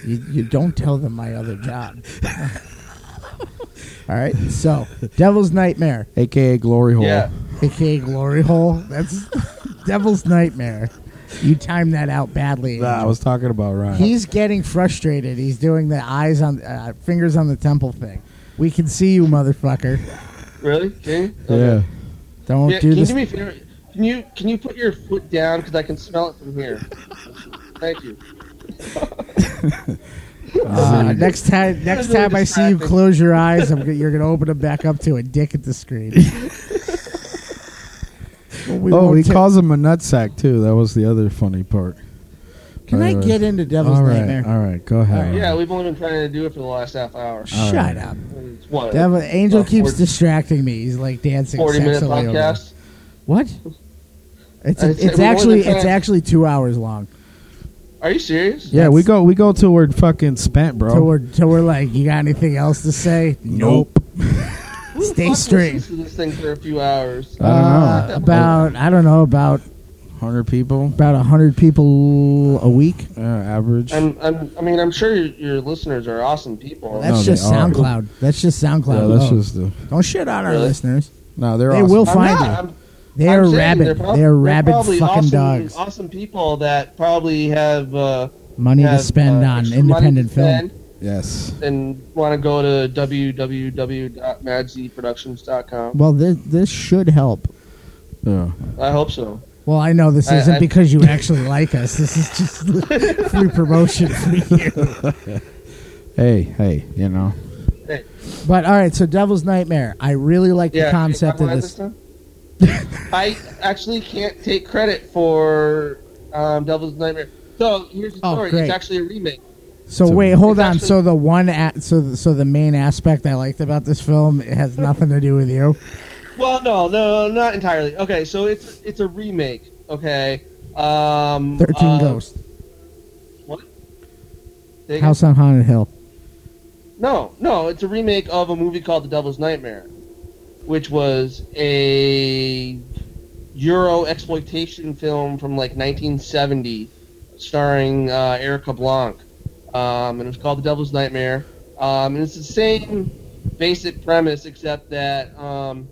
F: You, you don't tell them my other job. All right. So, Devil's Nightmare,
G: aka Glory Hole.
B: Yeah.
F: aka Glory Hole. That's Devil's Nightmare. You timed that out badly.
G: Nah, I
F: Angel.
G: was talking about Ryan.
F: He's getting frustrated. He's doing the eyes on uh, fingers on the temple thing. We can see you, motherfucker.
B: Really? Can you?
G: yeah.
B: Okay.
F: Don't
B: Yeah,
F: do
B: can you
F: this.
B: do me a favor? Can you can you put your foot down because I can smell it from here? Thank you.
G: Ah,
F: Uh, next time, next
B: really
F: time I see you
B: distracting.
F: close your eyes, I'm, go- you're gonna open them back up to a dick at the screen. Well, we
G: oh,
F: won't
G: he
F: ta-
G: calls him a nutsack too. That was the other funny part.
F: Can I
G: Alright.
F: get into Devil's
G: all right,
F: Nightmare?
G: all right. Go
F: Oh.
G: ahead.
B: Yeah, we've only been trying to do it for the last half hour.
F: Shut
G: Alright.
F: up.
B: It's What?
F: Devil, Angel
B: Uh,
F: keeps
B: 40
F: distracting me. He's like dancing.
B: Forty minute
F: sexily over there.
B: podcast.
F: What? It's,
B: I said
F: it's
B: we've only
F: actually
B: been
F: it's
B: trying-
F: actually two hours long.
B: Are you serious?
G: Yeah, we go we go till we're fucking spent, bro.
F: Till we're till we're like, you got anything else to say?
G: nope.
F: Stay
B: Fuck,
F: straight.
B: listen to this thing for a few hours.
G: I don't
F: Uh,
G: know.
F: about I don't know about
G: Hundred people
F: about hundred people a week.
G: uh, average.
B: I'm, I'm, I mean, I'm sure your, your listeners are awesome people.
F: That's
G: No, they
F: just
G: are.
F: SoundCloud. That's just SoundCloud.
G: yeah, that's
F: alone.
G: just the.
F: don't shit on our
B: Really?
F: listeners.
G: No, they're
F: They
G: awesome.
F: will
B: I'm
F: find
B: not.
F: you.
B: I'm-
F: They
B: I'm
F: are
B: saying
F: rabid.
B: They're, prob-
F: they are rabid
B: probably
F: fucking
B: awesome,
F: dogs.
B: Awesome people that probably have uh,
F: Money to
B: have,
F: spend
B: uh,
F: on
B: extra money
F: independent
B: to
F: film.
B: spend
G: Yes.
B: and want to go to www.madzproductions.com.
F: Well, this this should help.
G: Yeah.
B: I hope so.
F: Well, I know this
B: I-
F: isn't
B: I-
F: because you actually like us. This is just free promotion for you.
H: Hey, hey, you know.
F: But all right, so Devil's Nightmare. I really like
B: Yeah,
F: the concept
B: am
F: of
B: I
F: this.
B: time? I actually can't take credit for um, Devil's Nightmare. So here's the
F: Oh,
B: story.
F: great.
B: It's actually a remake.
F: So,
H: So-
F: wait, hold
B: It's
F: on.
B: actually-
F: so the one, a- so the, so the main aspect I liked about this film it has nothing to do with you.
B: Well, no, no, not entirely. Okay, so it's it's a remake. Okay, um,
F: Thirteen
B: uh,
F: Ghosts,
B: they-
F: House on Haunted Hill.
B: No, no, it's a remake of a movie called The Devil's Nightmare, which was a Euro exploitation film from like 1970, starring uh, Erica Blanc, um, and it was called The Devil's Nightmare. Um, and it's the same basic premise, except that um,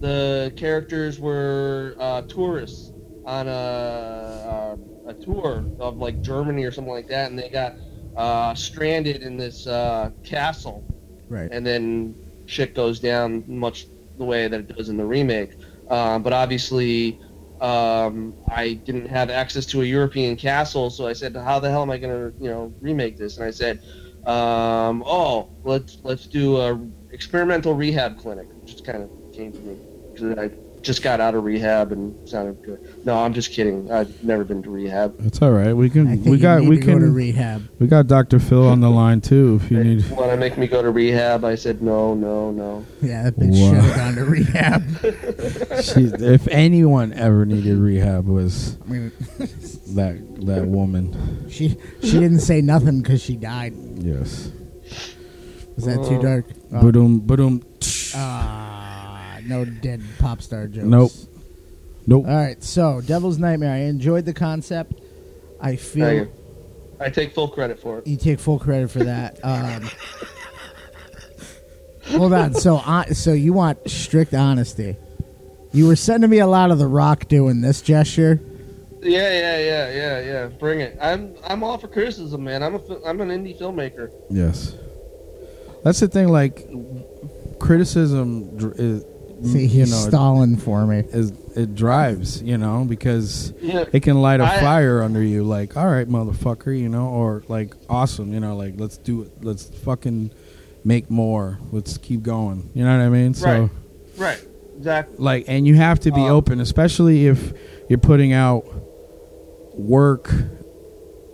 B: the characters were uh, tourists on a, um, a a tour of like Germany or something like that, and they got uh, stranded in this uh, castle,
F: Right.
B: and then shit goes down much the way that it does in the remake. Uh, but obviously, um, I didn't have access to a European castle, so I said, "How the hell am I going to, you know, remake this?" And I said, um, "Oh, let's let's do a experimental rehab clinic," which just kind of came to me because I just got out of rehab and sounded good. No, I'm just kidding. I've never been to rehab.
G: It's all right. We
F: I
G: can.
F: think
G: We
F: you
G: got.
F: need
G: We
F: to go to
G: can.
F: rehab.
G: We got Doctor Phil on the line too. If you need.
B: Want to make me go to rehab? I said, "No, no, no."
F: Yeah, that bitch
G: Wow.
F: should have gone to rehab.
G: She, if anyone ever needed rehab, was
F: I mean,
G: that that woman?
F: she she didn't say nothing because she died.
G: Yes.
F: Is that
B: Uh-huh.
F: too dark? Oh.
G: Boom. Boom.
F: Ah, no dead pop star jokes.
G: Nope. Nope.
F: All right, so Devil's Nightmare. I enjoyed the concept. I feel
B: Thank you. I take full credit for it.
F: you take full credit for that. Um, hold on. So, uh, so you want strict honesty? You were sending me a lot of The Rock doing this gesture.
B: Yeah, yeah, yeah, yeah, yeah. Bring it. I'm I'm all for criticism, man. I'm a fi- I'm an indie filmmaker.
G: Yes. That's the thing. Like criticism dr- is.
F: See,
G: Mm, you
F: he's
G: know,
F: stalling for me.
G: is it drives, you know, because
B: Yeah.
G: it can light a
B: I-
G: fire under you, like, all right, motherfucker, you know, or like, awesome, you know, like, let's do it, let's fucking make more, let's keep going, you know what I mean? So,
B: Right. Right. Exactly.
G: like, and you have to be
B: Um,
G: open, especially if you're putting out work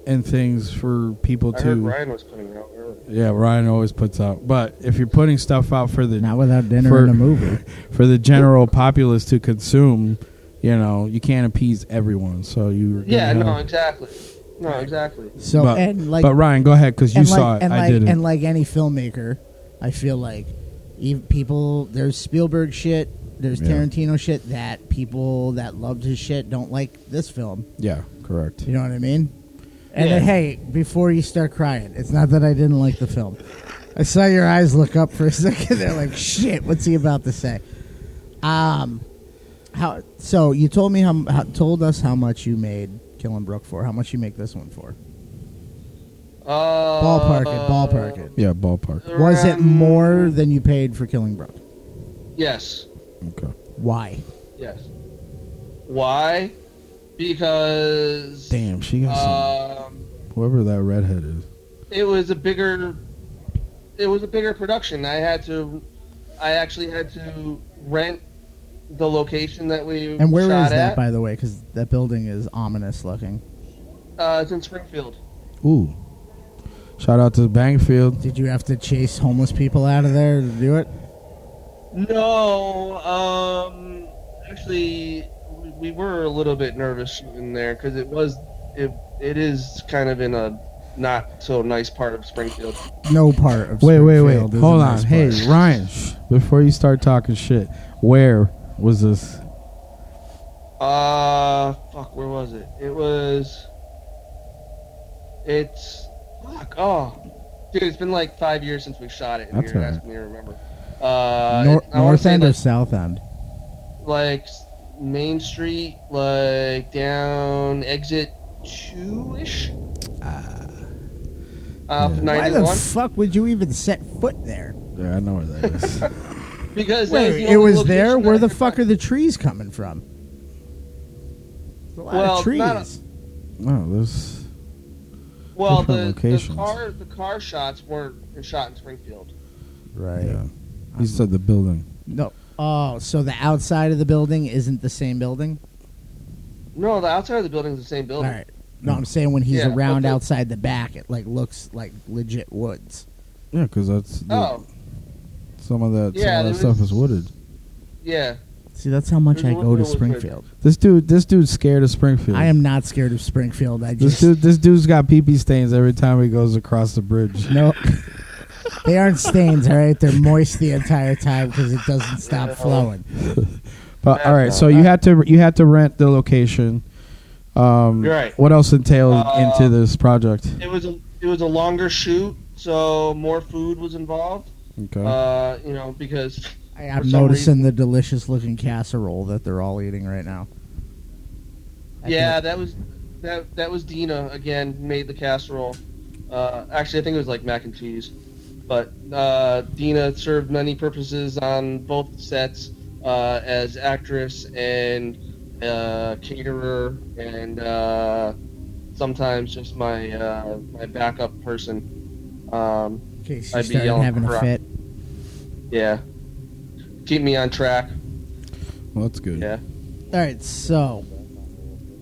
G: and things for people
B: I
G: to,
B: heard Ryan was putting it out earlier.
G: yeah, Ryan always puts out, but if you're putting stuff out for the
F: Not without dinner
G: For-
F: and a movie.
G: for the general populace to consume. You know, you can't appease everyone, so you.
B: Yeah. No. Exactly. No. Exactly.
F: So,
G: but,
F: and like,
G: but Ryan, go ahead because you
F: and
G: saw
F: like,
G: it.
F: and
G: I
F: like,
G: didn't.
F: and like any filmmaker, I feel like even people there's Spielberg shit, there's
G: Yeah.
F: Tarantino shit that people that loved his shit don't like this film.
G: yeah, correct.
F: You know what I mean? And
B: Yeah.
F: then, hey, before you start crying, it's not that I didn't like the film. I saw your eyes look up for a second. They're like, "Shit, what's he about to say?" Um, how? So you told me how, how told us how much you made Killing Brook for? How much you make this one for?
B: Uh,
F: Ballpark it, ballpark it.
G: Yeah, ballpark.
F: Was it
B: around-
F: more than you paid for Killing Brook?
B: Yes.
G: Okay.
F: Why?
B: Yes. Why? Because.
G: Damn, she got
B: Um,
G: some. Whoever that redhead is.
B: it was a bigger it was a bigger production i had to i actually had to rent the location that we
F: And where is
B: shot
F: that,
B: at.
F: by the way? Because that building is ominous looking.
B: uh, it's in springfield
G: Ooh. Shout out to Bangfield.
F: Did you have to chase homeless people out of there to do it?
B: no um actually we- we were a little bit nervous in there because it was it it is kind of in a not so nice part of springfield
F: No part of.
G: Wait, wait, wait.
F: Springfield is a
G: Hold
F: nice
G: on. Hey,
F: part.
G: Ryan, shh, before you start talking shit, where was this?
B: Uh, fuck, where was it? It was. It's. Fuck, oh. Dude, it's been like five years since we shot it. and
G: That's
B: You're
G: all right.
B: asking me to remember. Uh,
F: Nor-
B: it- I wanna
F: north
B: say,
F: end or
B: like,
F: south end?
B: like Main Street, like down exit two ish. Uh,
G: yeah.
F: Why the
B: 91.
F: fuck would you even set foot there?
G: Yeah, I know where that is.
B: because that
F: Wait,
B: the
F: it
B: only
F: was there.
B: location
F: Where
B: I
F: the
B: could
F: fuck
B: find.
F: are the trees coming from? A lot
B: Well,
F: of trees.
B: not a-
G: Wow, this.
B: Well,
G: Different
B: the, the
G: locations.
B: car the car shots weren't shot in Springfield.
F: right.
G: Yeah. He said the building.
F: No. Oh, so the outside of the building isn't the same building?
B: No, the outside of the building is the same
F: All
B: building.
F: right. No, I'm saying when he's
B: Yeah,
F: around
B: okay.
F: outside the back, it like looks like legit woods.
G: Yeah, because that's the,
B: Oh,
G: some of that. some
B: Yeah,
G: of
B: there
G: that stuff
B: was-
G: is wooded.
B: yeah.
F: See, that's how much I
B: There's
F: go
B: one
F: to
B: that looks like-
F: Springfield.
G: This dude, this dude's scared of Springfield.
F: I am not scared of Springfield. I
G: This
F: just
G: dude, this dude's got pee pee stains every time he goes across the bridge.
F: no. they aren't stains, all right? They're moist the entire time because it doesn't stop
B: Yeah.
F: flowing.
G: But, all right, so you had to you had to rent the location. Um,
B: You're right.
G: What else entailed
B: Uh,
G: into this project?
B: It was a it was a longer shoot, so more food was involved.
G: Okay.
B: Uh, you know, because
F: I,
B: For
F: I'm
B: some
F: noticing the delicious looking casserole that they're all eating right now. I
B: yeah, that was that that was Dina again made the casserole. Uh, actually, I think it was like mac and cheese, but uh, Dina served many purposes on both sets uh, as actress and uh, caterer, and uh, sometimes just my uh, my backup person. Um,
F: In case you
B: I'd be
F: started
B: yelling
F: having a
B: crap.
F: fit.
B: yeah, keep me on track.
G: well, that's good.
B: Yeah.
F: All right, so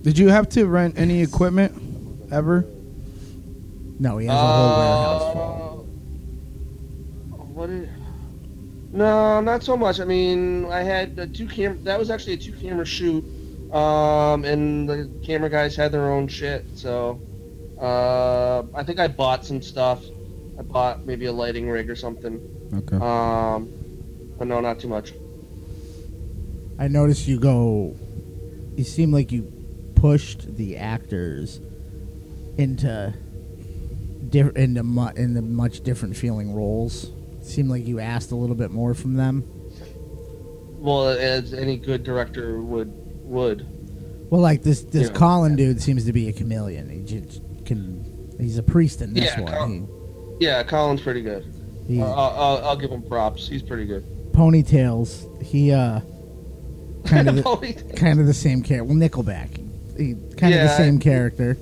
G: Did you have to rent any equipment ever?
F: no, he has a whole warehouse full.
B: Uh, What did? No, not so much. I mean, I had a two camera. That was actually a two camera shoot, um, and the camera guys had their own shit. So, uh, I think I bought some stuff. I bought maybe a lighting rig or something.
G: Okay.
B: Um, but no, not too much.
F: I noticed you go. You seem like you pushed the actors into diff- into mu- into much different feeling roles. Seemed like you asked a little bit more from them.
B: Well, as any good director would would.
F: Well, like this this
B: Yeah.
F: Colin dude seems to be a chameleon. He just can. He's a priest in this
B: Yeah, uh,
F: one.
B: Colin. Yeah, Colin's pretty good.
F: He, he
B: I'll, I'll, I'll give him props. He's pretty good.
F: ponytails. He uh, kind of the,
B: Holy-
F: kind of the same character. Well, Nickelback. He kind of the
B: Yeah,
F: same
B: I-
F: character.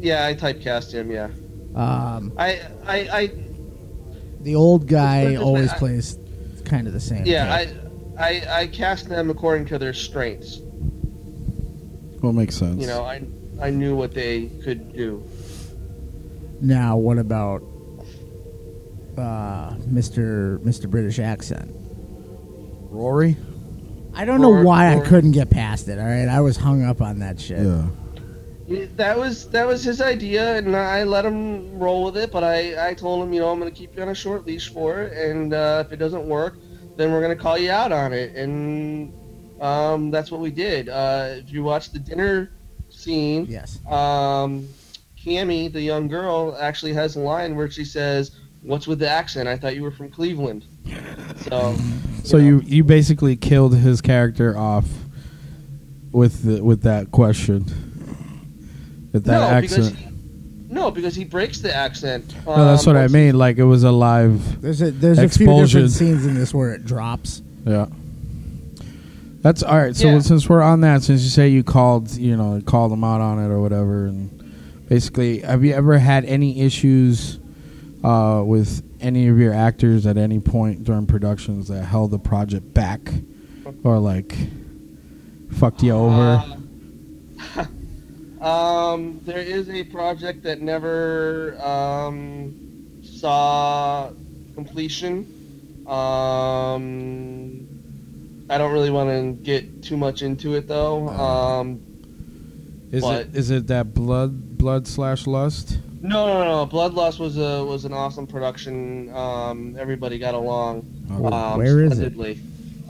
B: yeah, I typecast him. Yeah.
F: Um,
B: I, I, I
F: the old guy
B: Just-
F: always
B: I-
F: plays kind of the same.
B: yeah,
F: character.
B: I, I, I cast them according to their strengths.
G: Well, makes sense.
B: You know, I, I knew what they could do.
F: Now, what about uh, Mr. Mr. British accent?
G: Rory.
F: I don't know
B: Roar,
F: why
B: roar.
F: I couldn't get past it. All right, I was hung up on that shit.
G: Yeah.
B: That was that was his idea, and I let him roll with it. But I, I told him, you know, I'm going to keep you on a short leash for it, and uh, if it doesn't work, then we're going to call you out on it. And um, that's what we did. Uh, if you watch the dinner scene,
F: Yes.
B: um, Cammy, the young girl, actually has a line where she says, "What's with the accent? I thought you were from Cleveland." So,
G: So you you basically killed his character off with the, with that question. With that
B: no,
G: accent.
B: because he, no, because he breaks the accent.
G: no, that's
B: um,
G: what I
B: once-
G: mean. Like it was a live.
F: There's a there's a few
G: Expulsion.
F: different scenes in this where it drops.
G: Yeah. That's all right. So
B: Yeah.
G: since we're on that, since you say you called, you know, called them out on it or whatever, and basically, have you ever had any issues uh, with any of your actors at any point during productions that held the project back, or like fucked you over?
B: Um, Uh, um, there is a project that never um, saw completion. Um, I don't really want to get too much into it though. Um,
G: Is
B: But-
G: it is it that blood blood slash lust?
B: No, no, no. Bloodlust was a was an awesome production. Um, everybody got along.
G: Oh,
B: Um,
F: where is it?
B: splendidly.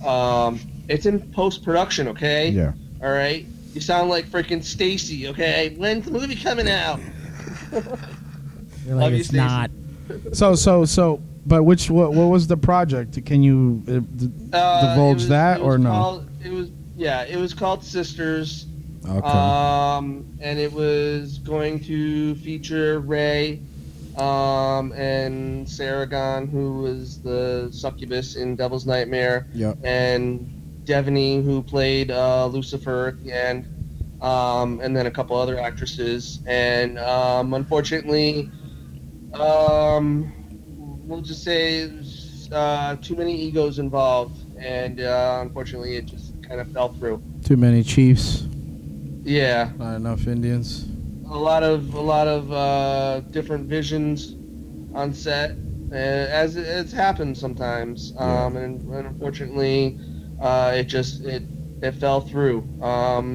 B: Um, it's in post production. Okay.
H: Yeah.
B: All right. You sound like freaking Stacy. Okay. When's the movie coming out? Uh,
F: You're like,
B: Love you,
F: it's
B: Stacey.
F: not.
G: So so so. But which what what was the project? Can you uh, d-
B: Uh, it
G: divulge
B: was-
G: that
B: it was
G: or no?
B: called- it was yeah. It was called Sisters.
G: okay.
B: Um, and it was going to feature Ray um, and Saragon, who was the succubus in Devil's Nightmare,
G: Yep.
B: and Devaney, who played uh, Lucifer at the end. um, and then a couple other actresses. And um, unfortunately, um, we'll just say uh, too many egos involved, and uh, unfortunately, it just kind of fell through.
G: Too many chiefs,
B: Yeah,
G: not enough Indians.
B: a lot of a lot of uh, different visions on set, uh, as it's happened sometimes, um, and, and unfortunately, uh, it just it it fell through. Um,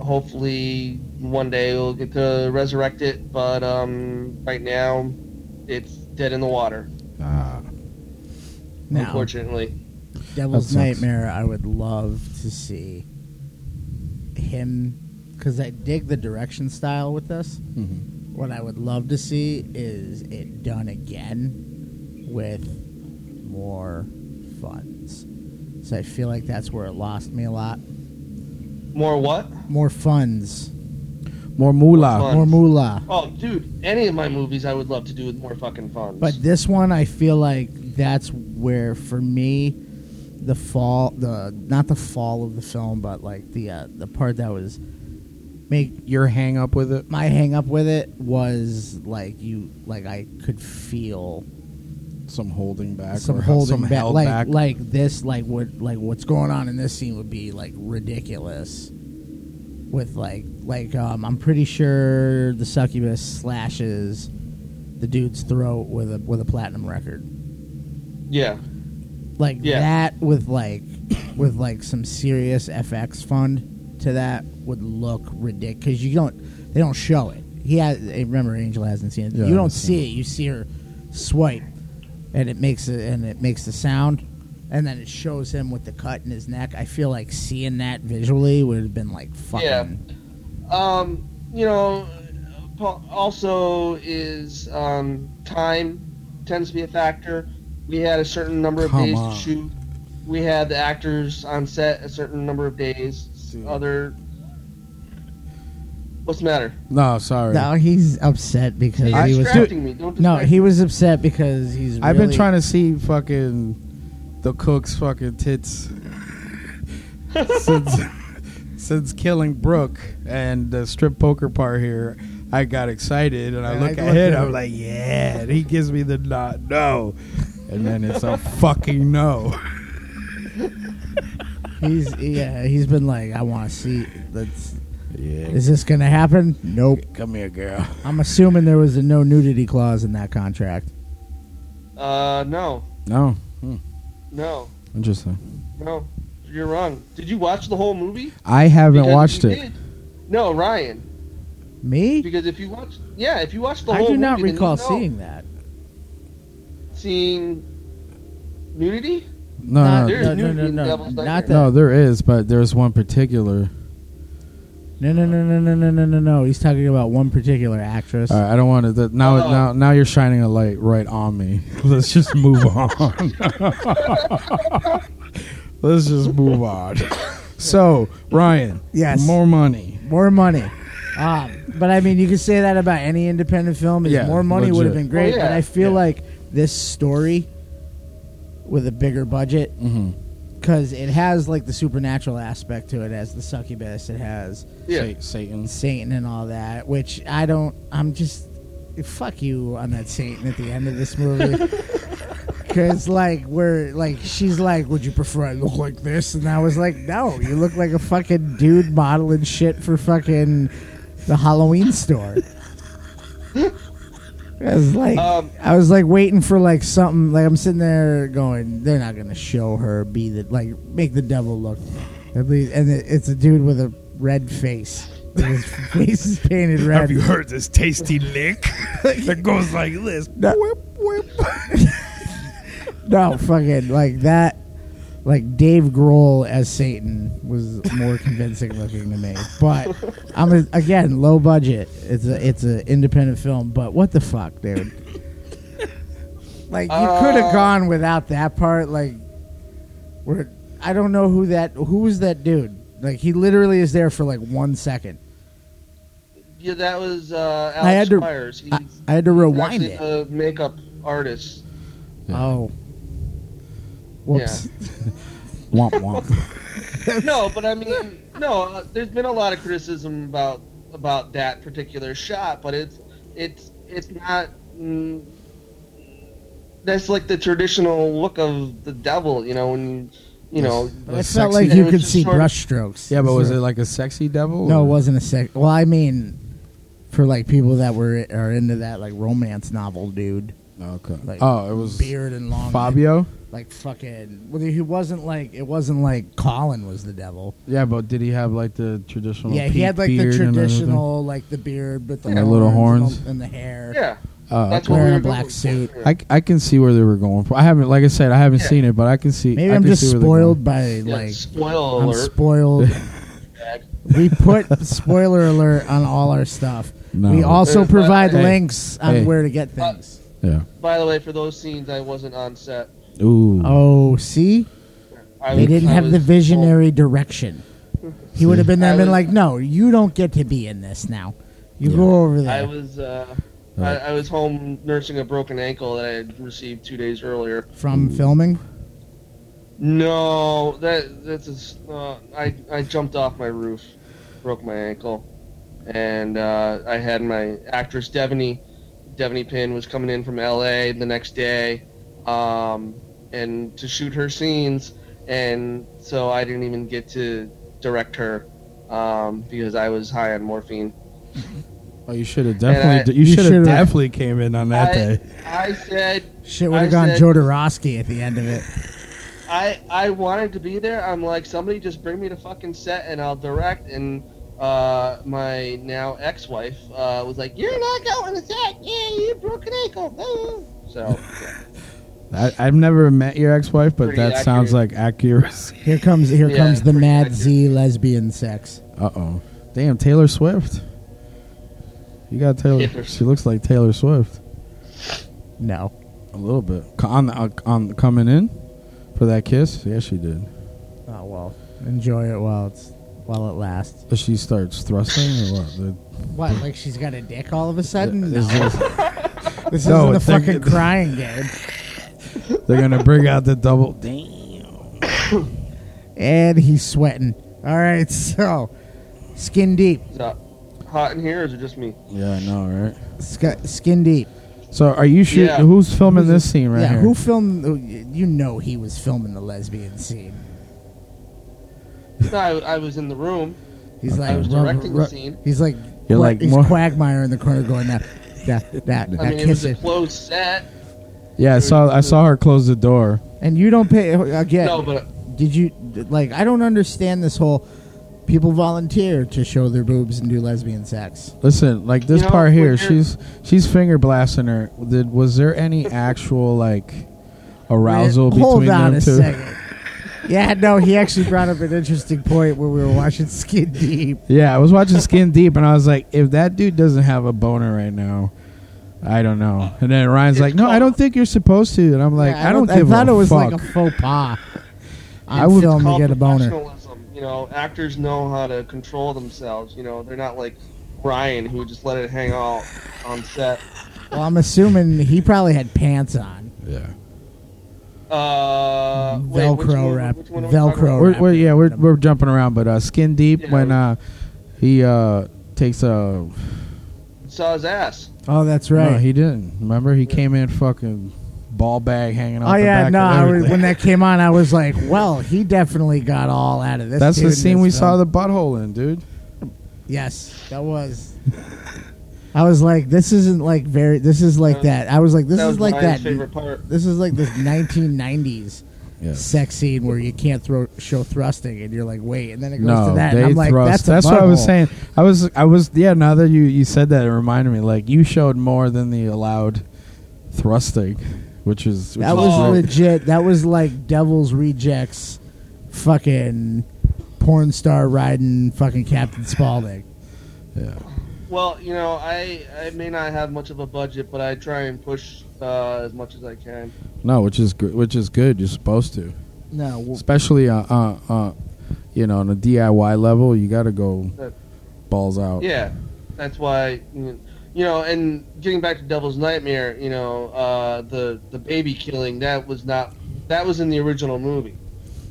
B: hopefully, one day we'll get to resurrect it, but um, right now, it's dead in the water.
H: Ah.
F: Now,
B: Unfortunately,
F: Devil's
G: That sucks.
F: Nightmare, I would love to see him because I dig the direction style with this.
G: Mm-hmm.
F: What I would love to see is it done again with more funds. So I feel like that's where it lost me a lot.
B: more what?
F: More funds,
G: More moolah.
B: Fun.
F: more moolah.
B: Oh, dude, any of my movies I would love to do with more fucking funds.
F: But this one, I feel like that's where, for me, the fall, the not the fall of the film, but like the uh, the part that was make
G: Your hang up with it.
F: my hang up with it was like you, like I could feel
G: Some holding back.
F: some
G: or
F: holding
G: some
F: back,
G: held
F: like like this, like what, like what's going on in this scene would be like ridiculous. With like, like um, I'm pretty sure the succubus slashes the dude's throat with a with a platinum record.
B: yeah,
F: like
B: Yeah.
F: that with like with like some serious FX fund to that would look ridiculous because you don't they don't show it. He has eh, remember Angel hasn't seen it.
G: Yeah, I
F: you
G: haven't
F: don't
G: seen
F: see it. You see her swipe, and it makes it and it makes the sound, and then it shows him with the cut in his neck. I feel like seeing that visually would have been like fucking.
B: Yeah. um, you know, pa- also is um, time tends to be a factor. We had a certain number of
G: Come
B: days
G: on.
B: to shoot. We had the actors on set a certain number of days.
G: Dude.
B: Other, what's the matter?
G: No, sorry.
F: No, he's upset because
B: You're
F: he was.
B: distracting me. Don't
F: No,
B: distract
F: he was upset because he's.
G: I've been
F: really-
G: trying to see fucking the cook's fucking tits since since killing Brooke and the strip poker part here. I got excited and I
F: And
G: look
F: I
G: at
F: look
G: him.
F: at
G: I'm
F: him.
G: like, yeah. And he gives me the not no, and then it's a fucking no.
F: He's yeah. He's been like, I want to see. Let's
G: Yeah,
F: Is this going to happen? Nope.
G: come here, girl.
F: I'm assuming there was a no nudity clause in that contract.
B: Uh, no,
G: No,
B: no,
G: interesting.
B: no. You're wrong. Did you watch the whole movie?
G: I haven't
B: Because if
G: watched
B: you
G: it.
B: did- no, Ryan.
F: Me?
B: Because if you watch, yeah, if you watch the
F: I
B: whole,
F: do not
B: movie, then you
F: recall
B: know.
F: seeing that.
B: seeing nudity.
G: No,
F: Not-
G: no,
B: There's
F: no, no,
B: nudity
F: no,
B: in
F: no,
B: Devil's
F: not
B: Nightmare.
F: that.
G: no, there is, but there's one particular.
F: No, no, no, no, no, no, no, no, no. He's talking about one particular actress.
G: All right, I don't want to. That, now,
B: Oh.
G: now, now you're shining a light right on me. Let's just move on. Let's just move on. So, Ryan,
F: Yes.
G: more money.
F: More money. Um, but I mean, you could say that about any independent film. Is
G: Yeah,
F: more money would have been
G: legit.
F: great.
B: Oh, yeah.
F: But I feel
G: Yeah.
F: like this story with a bigger budget,
G: Mm-hmm.
F: because it has like the supernatural aspect to it, as the succubus. It has
B: Yeah,
G: Sa- Satan.
F: Satan and all that, which I don't. I'm just fuck you on that Satan at the end of this movie. Cause like we're like she's like, would you prefer I look like this? And I was like, no, you look like a fucking dude modeling shit for fucking the Halloween store. I was like,
B: Um,
F: I was like waiting for like something. Like I'm sitting there going, they're not gonna show her be the like make the devil look at least, and it, it's a dude with a red face. His face is painted red.
I: Have you heard this tasty lick that goes like this?
F: No. no, fucking like that. Like Dave Grohl as Satan was more convincing looking to me, but I'm a, again low budget. It's a it's an independent film, but what the fuck, dude? Like you could have
B: Uh.
F: gone without that part. Like, where I don't know who that who was that dude. Like he literally is there for like one second.
B: yeah, that was uh, Alex
F: I had to-
B: Myers. He's
F: I, I had to rewind
B: actually
F: it.
B: a makeup artist.
F: Oh, whoops.
G: Womp womp.
B: no, but I mean, no, uh, there's been a lot of criticism about about that particular shot, but it's it's it's not. Mm, that's like the traditional look of the devil, you know. When you know,
G: The
F: It felt
G: sexy-
F: like you
B: It was
F: could
B: just
F: see
B: sort of-
F: brush strokes.
G: Yeah, but was
F: Sort
G: it
F: of-
G: like a sexy devil?
F: No, it
G: or-
F: wasn't a sex. Well, I mean, for like people that were are into that like romance novel dude,
G: Okay.
F: like
G: oh, it was
F: beard and long,
G: Fabio.
F: like fucking. Well, he wasn't like it wasn't like Colin was the devil.
G: Yeah, but did he have like the traditional?
F: yeah, he
G: peak
F: had like the
G: beard and everything?
F: traditional like the beard with the,
G: And the little
F: horns
G: horns.
F: and the, and the hair.
B: yeah,
G: Oh,
B: that's
G: okay.
B: what we
F: Uh, Wearing
B: were
F: a black
B: going
F: suit.
B: For.
G: I, I can see where they were going for. I haven't, like I said, I haven't
B: Yeah.
G: seen it, but I can see.
F: Maybe
G: I
F: I'm
G: can
F: just
G: see where they're
F: spoiled by
B: Yeah,
F: like
B: spoil
F: I'm
B: alert.
F: spoiled.
B: Jack.
F: we put spoiler alert on all our stuff.
G: No.
F: We also
B: There's not-
F: provide
G: Hey.
F: links on
G: Hey.
F: where to get things.
G: going.
B: By the way, for those scenes, I wasn't on set.
G: Yeah.
B: Uh,
G: Ooh.
F: oh, see,
B: I
F: they
B: was-
F: didn't
B: I
F: have
B: was
F: the visionary direction. He would have been there
B: I
F: and been
B: was-
F: like, "No, you don't get to be in this now. You
G: Yeah.
F: go over
B: I
F: there."
B: was uh,
G: Right.
B: I, I was home nursing a broken ankle that I had received two days earlier.
F: from filming.
B: No, that that's a s uh, I I jumped off my roof, broke my ankle, and uh, I had my actress Devaney Devaney Pin was coming in from L.A. the next day, um, and to shoot her scenes, and so I didn't even get to direct her um, because I was high on morphine.
G: Oh, you should have
B: And
G: definitely.
B: I-
G: you
F: You
G: should have
F: should've-
G: definitely came in on that
B: I-
G: day.
B: I said
F: Shit would have
B: I
F: gone
B: said-
F: Jodorowsky at the end of it.
B: I I wanted to be there. I'm like, somebody just bring me to fucking set and I'll direct. And uh, my now ex-wife uh, was like, you're not going to set. Yeah, you broke an ankle. Boo. So
G: I, I've never met your ex-wife, but
B: Pretty
G: that sounds like
B: accurate.
G: accuracy.
F: Here comes here
B: Yeah,
F: comes the
B: pretty
F: Mad
B: accurate.
F: Z lesbian sex.
G: Uh oh. Damn, Taylor Swift. You got Taylor.
B: Taylor
G: She looks like Taylor Swift
F: No,
G: a little bit. Co- On the, uh, on coming in for that kiss. Yeah, she did.
F: oh well, enjoy it while it's while it lasts.
G: But she starts thrusting or what? The-
F: What? Like she's got a dick all of a sudden?
G: is
F: No.
G: this-
F: This isn't the
G: No, it's like-
F: fucking crying game.
G: they're gonna bring out the double. Damn.
F: And he's sweating. All right, so skin deep,
B: is that hot in here? Or is it just me?
G: Yeah, I know, right?
F: Sk- skin deep.
G: So are you shooting?
B: Yeah.
G: Who's filming this scene right
F: yeah,
G: here?
F: who filmed? oh, You know he was filming the lesbian scene.
B: No, I, I was in the room.
F: He's like
B: I was
F: rub-
B: directing
F: rub-
B: the scene.
F: He's like, quack-
G: You're like
F: he's
G: more-
F: Quagmire in the corner going that that that, that
B: I mean, it was a
F: kissing.
B: closed set.
G: yeah, I saw I saw her close the door.
F: And you don't pay oh, again.
B: No, but
F: Did you like? I don't understand this whole. People volunteer to show their boobs and do lesbian sex.
G: Listen, like this
B: You know,
G: part
B: when
G: here,
B: you're-
G: she's she's finger blasting her. Did was there any actual like arousal
F: Hold
G: between
F: on
G: them
F: a
G: two?
F: second. Yeah, no, he actually brought up an interesting point where we were watching Skin Deep.
G: Yeah, I was watching Skin Deep, and I was like, if that dude doesn't have a boner right now, I don't know. And then Ryan's
B: It's
G: like, no, I
B: called-
G: don't think you're supposed to. And I'm like,
F: Yeah,
G: I, don't, give
F: I thought
G: a
F: it was
G: fuck.
F: like a faux pas.
G: I
F: I
G: would
F: would film to
B: called
F: get a boner.
B: professionalism. You know, actors know how to control themselves. You know, they're not like Ryan who just let it hang out on set.
F: Well, I'm assuming he probably had pants on.
G: yeah.
B: Uh, wait, which
F: Velcro
B: one-
F: wrap-
B: which one are we talking
F: Velcro
B: about?
G: We're, we're, yeah, we're, we're jumping around, but uh, Skin Deep
B: Yeah.
G: when uh, he uh, takes a
B: Saw his ass.
F: Oh, that's right.
G: No, he didn't. Remember, he came in fucking ball bag hanging off
F: oh
G: the
F: yeah,
G: back
F: no.
G: of
F: I was,
G: everything.
F: when that came on, I was like, well, he definitely got all out of this.
G: That's
F: dude
G: the
F: in
G: scene
F: this
G: we
F: film.
G: saw the butthole in, dude.
F: Yes, that was. I was like, this isn't like very. This is like
B: Uh,
F: that. I was like, this
B: that
F: is
B: was
F: like
B: Ryan's
F: that.
B: favorite part.
F: This is like this 1990s sex scene where you can't throw show thrusting, and you're like, wait, and then it goes
G: No,
F: to that.
G: they
F: and I'm like,
G: thrust.
F: that's, a
G: That's what I was
F: butthole.
G: saying. I was, I was, yeah. Now that you you said that, it reminded me. Like you showed more than the allowed thrusting, which is which
F: That
G: is
F: was
G: great.
F: legit. That was like Devil's Rejects, fucking porn star riding fucking Captain Spaulding.
G: Yeah.
B: Well, you know, I I may not have much of a budget, but I try and push uh, as much as I can.
G: No, which is good. Which is good. You're supposed to,
F: No, w-
G: especially uh, uh, uh you know, on a DIY level, you got to go
B: That-
G: balls out.
B: Yeah, that's why. You know, and getting back to Devil's Nightmare, you know, uh, the the baby killing that was not that was in the original movie.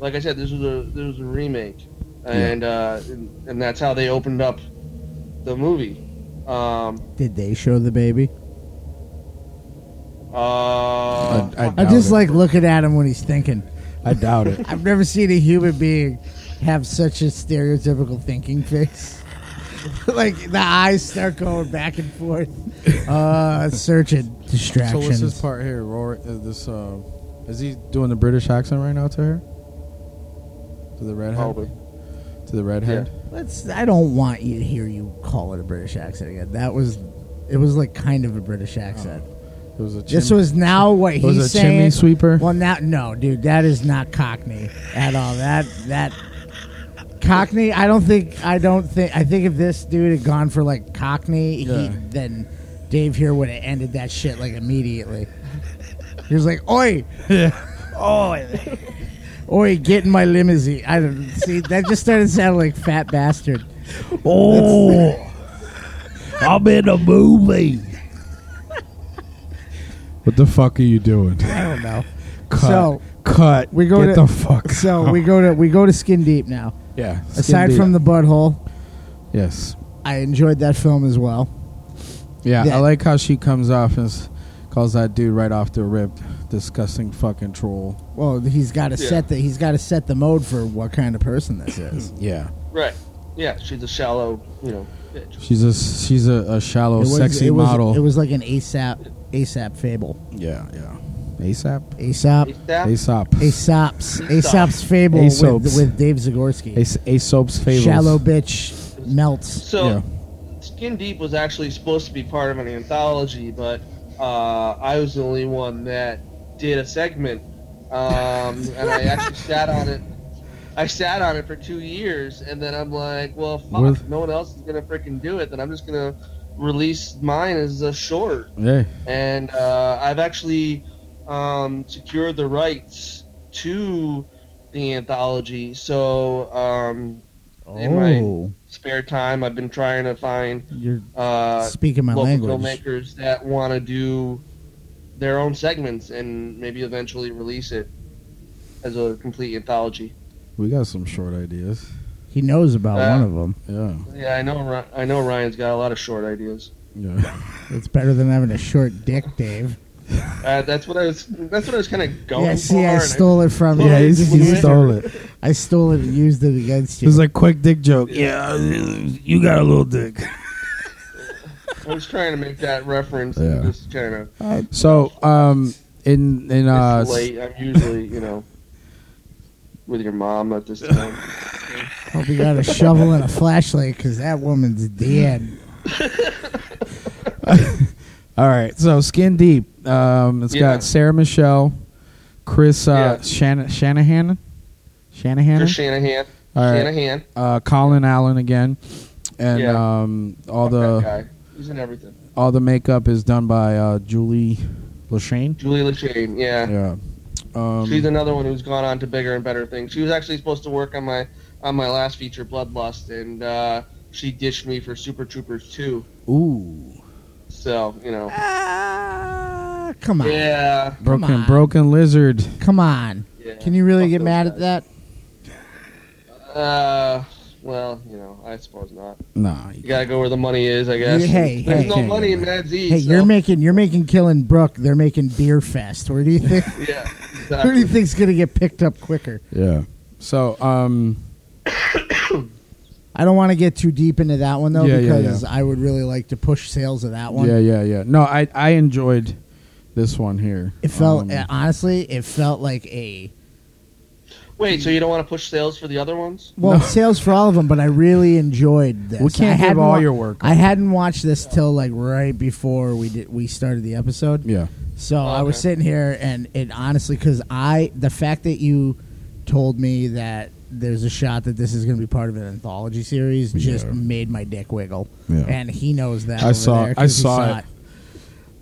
B: Like I said, this was a this was a remake. and uh, and, and that's how they opened up the movie. Um,
F: Did they show the baby?
B: uh,
G: I, I
F: I'm
G: doubt
F: just
G: it.
F: like looking at him when he's thinking.
G: I doubt it.
F: I've never seen a human being have such a stereotypical thinking face. like the eyes start going back and forth, uh, searching
G: So what's
F: distractions.
G: this part here, Rory? Is this uh, is he doing the British accent right now to her? To the redhead.
B: probably.
G: To the redhead.
F: Let's. I don't want you to hear you call it a British accent again. That was. It was like kind of a British accent.
G: It was a. Chim-
F: This was now what
G: it was
F: he's
G: a chimney
F: saying.
G: sweeper.
F: Well, now no, dude, that is not Cockney at all. That that Cockney. I don't think. I don't think. I think if this dude had gone for like Cockney,
G: Yeah.
F: he, then Dave here would have ended that shit like immediately. He was like, "Oi,
I: Oh,
F: oi, get in my limousine." I don't see that. Just started sounding like fat bastard.
I: oh. I'm in a movie.
G: what the fuck are you doing?
F: I don't know.
G: Cut.
F: So-
G: cut.
F: we go
G: Get
F: to-
G: the fuck.
F: So
G: out.
F: we go to we go to Skin Deep now.
G: Yeah. skin
F: Aside
G: deep.
F: from the butthole,
G: yes.
F: I enjoyed that film as well.
G: Yeah,
F: Yeah.
G: I like how she comes off and s- calls that dude right off the rip, disgusting fucking troll.
F: Well, he's got to
B: Yeah.
F: set the he's got to set the mode for what kind of person this is.
G: Yeah,
B: Right. Yeah, she's a shallow, you know, bitch.
G: she's a she's a, a shallow, sexy
F: it was,
G: model.
F: It was like an ASAP ASAP fable.
G: yeah, yeah. ASAP.
F: ASAP
B: ASAP?
G: ASAP.
F: ASAP's ASAP's fable with,
G: Aesop's.
F: with Dave Zagorski.
G: As- Aesop's fables.
F: Shallow bitch melts.
B: So,
G: Yeah.
B: Skin Deep was actually supposed to be part of an anthology, but uh, I was the only one that did a segment, um, and I actually sat on it. I sat on it for two years, and then I'm like, well, fuck,
G: With-
B: no one else is gonna freaking do it. Then I'm just gonna release mine as a short
G: Yeah.
B: and uh, I've actually um, secured the rights to the anthology. So um, in my
F: Oh,
B: spare time, I've been trying to find
F: you're
B: uh,
F: speaking my
B: local
F: language.
B: filmmakers that want to do their own segments and maybe eventually release it as a complete anthology.
G: We got some short ideas.
F: He knows about
B: Uh,
F: one of them.
G: Yeah.
B: Yeah, I know. Ry- I know Ryan's got a lot of short ideas.
G: Yeah.
F: It's better than having a short dick, Dave.
B: Uh, that's what I was. That's what I was kind of going
F: yeah, see,
B: for.
F: I
B: and
F: stole it from you.
B: Yeah, he's-
F: Just
B: he's
F: used it.
G: stole it.
F: I stole it and used it against you.
G: It's like quick dick joke.
I: Yeah, you got a little dick.
B: I was trying to make that reference.
G: Yeah.
B: And just kind of.
G: So, um, in in uh,
B: it's late. I'm usually, you know, with your mom at this time.
F: Hope you got a shovel and a flashlight because that woman's dead.
G: All right, so Skin Deep. Um, it's
B: Yeah.
G: got Sarah Michelle, Chris uh,
B: Yeah.
G: Shan- Shanahan, Shanahan,
B: Chris Shanahan.
G: All right.
B: Shanahan.
G: uh, Colin Allen again, and
B: Yeah.
G: um, all
B: Fuck that
G: the
B: guy. He's in everything.
G: all the makeup is done by uh, Julie Lashane.
B: Julie Lachane. Yeah.
G: Yeah, um,
B: She's another one who's gone on to bigger and better things. She was actually supposed to work on my on my last feature, Bloodlust, and uh, she ditched me for Super Troopers 2.
G: ooh,
B: So you know,
F: Ah, come on.
B: yeah,
G: broken
F: on.
G: broken lizard.
F: Come on.
B: yeah.
F: Can you really
B: Fuck
F: get
B: those
F: mad at
B: guys.
F: that?
B: Uh, well, you know, I suppose not.
G: Nah,
B: You gotta go where the money is, I guess.
F: Hey,
B: there's
F: hey.
B: no
G: Can't
B: money
G: go
B: in Mad Z.
F: Hey,
B: so-
F: you're making you're making Killing Brook. They're making Beer Fest. Where do you think
B: yeah.
F: who do
B: Exactly.
F: you think's gonna get picked up quicker?
G: yeah. So, um,
F: I don't want to get too deep into that one though
G: Yeah, yeah,
F: because I would really like to push sales of that one.
G: yeah, yeah, yeah. No, I I enjoyed this one here.
F: It felt
G: Um,
F: uh, honestly, it felt like a
B: Wait, so you don't want to push sales for the other ones?
F: well sales for all of them, but I really enjoyed this.
G: We can't
F: I
G: have
F: hadn't
G: all
F: wa-
G: your work.
F: I hadn't watched this till like right before we did we started the episode.
G: yeah.
F: So I was
B: okay.
F: sitting here, and it honestly, because I, the fact that you told me that there's a shot that this is going to be part of an anthology series just
G: Yeah.
F: made my dick wiggle.
G: Yeah.
F: And he knows that.
G: I
F: over
G: saw-
F: there
G: I
F: 'cause he
G: saw it.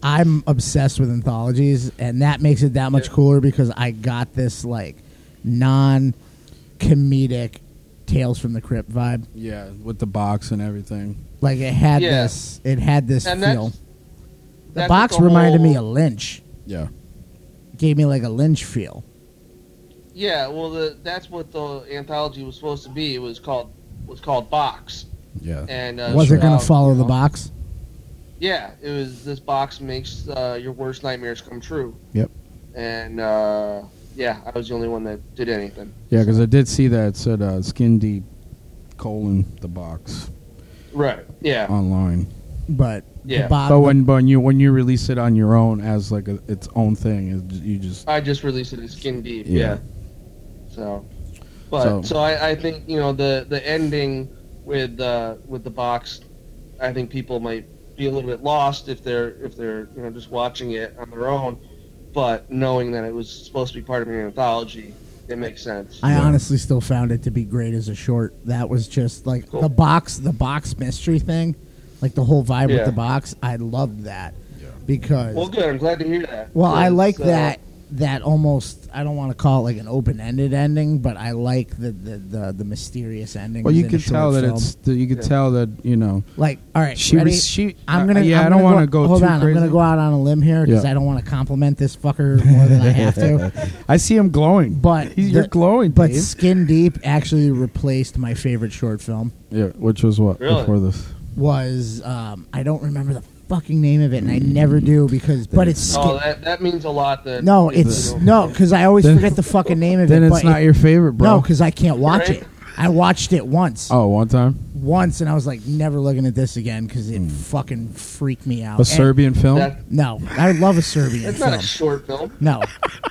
F: I'm obsessed with anthologies, and that makes it that much cooler because I got this like non comedic Tales from the Crypt vibe.
G: Yeah, with the box and everything.
F: Like it had
B: Yeah.
F: this, it had this
B: And that's-
F: feel. The
B: that's
F: box
B: the
F: reminded me
B: whole-
F: of Lynch.
G: Yeah.
F: Gave me like a Lynch feel.
B: Yeah, well, the, that's what the anthology was supposed to be. It was called was called Box,
H: Yeah.
B: and uh,
F: Was it going
B: about-
F: to follow the box?
B: Yeah, it was. This box makes uh, your worst nightmares come true.
H: Yep.
B: And uh, yeah, I was the only one that did anything.
G: Yeah, because I did see that it said uh, skin deep colon the box
B: Right. Yeah.
G: online.
F: Uh, But
B: Yeah.
F: the box.
G: But when but you when you release it on your own as like a, its own thing, it, you just
B: I just released it as Skin Deep.
G: Yeah.
B: Yeah. So, but
G: So-
B: so, I, I think you know the the ending with uh, with the box, I think people might be a little bit lost if they're if they're you know just watching it on their own, but knowing that it was supposed to be part of an anthology, it makes sense.
F: I honestly still found it to be great as a short. That was just like
B: Cool.
F: the box, the box mystery thing, like the whole vibe with
B: Yeah.
F: the box. I loved that because
B: well,
F: well,
B: good. I'm glad to hear that.
F: I
B: Good,
F: like
B: so-
F: that that almost I don't want to call it like an open ended ending, but I like the the the, the mysterious ending.
G: well you
F: within a
G: could tell
F: short
G: that
F: film.
G: it's that you could
B: Yeah.
G: tell that you know
F: like all right.
G: she
F: ready?
G: was she
F: I'm gonna.
G: uh, yeah
F: I'm
G: I don't
F: gonna
G: want to go,
F: Hold
G: too
F: on,
G: crazy.
F: I'm gonna go out on a limb here because
G: Yeah.
F: I don't want to compliment this fucker more than I have to.
G: I see him glowing,
F: But
G: He's, you're
F: the-
G: glowing,
F: But
G: Dave.
F: Skin Deep actually replaced my favorite short film.
G: yeah, which was what
B: Really?
G: before this.
F: was um, I don't remember the fucking name of it, and I never do because. But it's skin.
B: Oh, that, that means a lot. That
F: no,
B: people
F: it's
B: don't-
F: no because I always
G: Then-
F: forget the fucking name of
G: Then
F: it.
G: it's
F: but
G: not
F: it-
G: your favorite, bro.
F: no because I can't watch
B: Right?
F: it. I watched it once,
G: oh, one time
F: once, and I was like, never looking at this again because it fucking freaked me out.
G: Hmm. a
F: And-
G: Serbian film.
B: That,
F: No, I love a Serbian
B: that's not
F: film.
B: a short film.
F: no,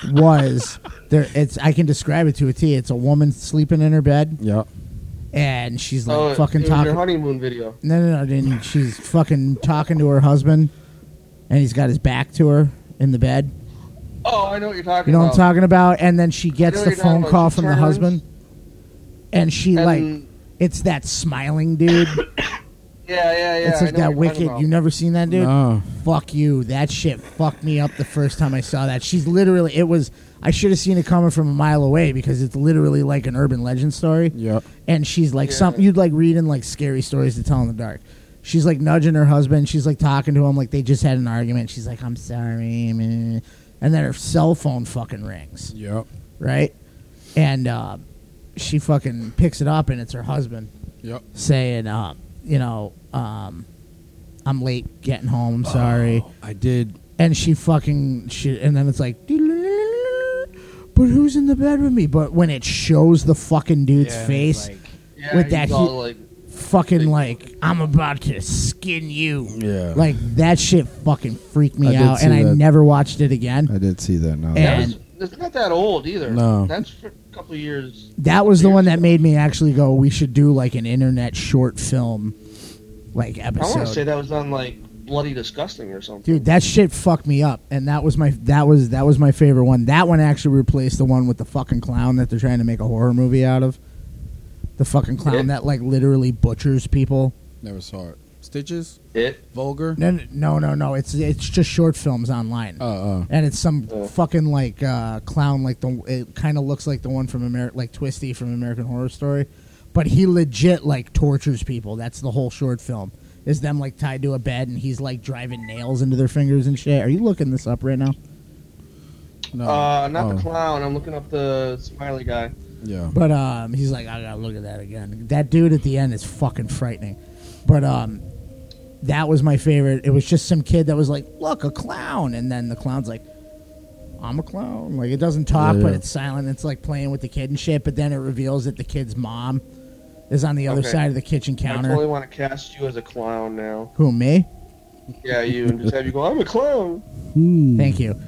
F: was there? It's I can describe it to a T. It's a woman sleeping in her bed,
G: yeah,
F: and she's like
B: Oh,
F: fucking
B: it was
F: talking.
B: your honeymoon video.
F: No, no, no. Then she's fucking talking to her husband, and he's got his back to her in the bed.
B: Oh, I know what you're
F: You
B: talking
F: know what
B: about.
F: I'm talking about? And then she
B: I
F: gets
B: know
F: the
B: you're talking
F: phone
B: about.
F: call
B: She
F: from the
B: turns
F: husband, and she like,
B: and-
F: it's that smiling dude.
B: Yeah, yeah, yeah.
F: it's
B: I
F: like
B: know
F: that
B: what you're talking
F: wicked.
B: about.
F: You never seen that dude?
G: No.
F: Fuck you. That shit fucked me up the first time I saw that. She's literally. It was. I should have seen it coming from a mile away because it's literally like an urban legend story.
G: yeah.
F: and she's like
B: Yeah.
F: something you'd like read in like scary stories to tell in the dark. She's like nudging her husband. She's like talking to him like they just had an argument. She's like, "I'm sorry," meh." and then her cell phone fucking rings,
G: Yeah.
F: right? And uh, she fucking picks it up, and it's her husband
G: Yep.
F: saying, uh, "You know, um, I'm late getting home. I'm sorry."
G: I did.
F: and she fucking she, and then it's like but who's in the bed with me but when it shows the fucking dude's face
B: Yeah,
F: with
B: he's
F: that
B: all
F: hu-
B: like,
F: fucking like i'm about to skin you
G: Yeah.
F: like that shit fucking freaked
G: I
F: me
G: did
F: out
G: see
F: and i
G: that.
F: never watched it again
H: I did see that now.
B: that
F: Yeah.
B: was, that's not that old either.
G: No.
B: that's for a couple of years.
F: that was the one that made me actually go we should do like an internet short film like
B: I want to say
F: episode
B: that was on like bloody disgusting or something.
F: dude that shit fucked me up and that was my that was that was my favorite one that one actually replaced the one with the fucking clown that they're trying to make a horror movie out of the fucking clown that like literally butchers people
G: Never saw it. Stitches.
B: It
G: Vulgar.
F: no no no no it's it's just short films online
G: Uh. uh
F: and it's some
B: Oh.
F: fucking like uh, clown like the it kind of looks like the one from Ameri- like Twisty from American Horror Story, but he legit like tortures people. That's the whole short film is them like tied to a bed and he's like driving nails into their fingers and shit. Are you looking this up right now?
G: No.
B: uh, not
G: Oh,
B: the clown. I'm looking up the smiley guy.
G: Yeah.
F: But um, he's like, I gotta look at that again. That dude at the end is fucking frightening. But um, that was my favorite. It was just some kid that was like, look, a clown, and then the clown's like. I'm a clown. Like it doesn't talk,
G: Yeah,
F: but
G: yeah.
F: it's silent. It's like playing with the kid and shit. But then it reveals that the kid's mom is on the other
B: Okay.
F: side of the kitchen
B: I
F: counter.
B: totally want to cast you as a clown now.
F: Who me?
B: Yeah, you and just have you go. I'm a clown.
F: Thank you.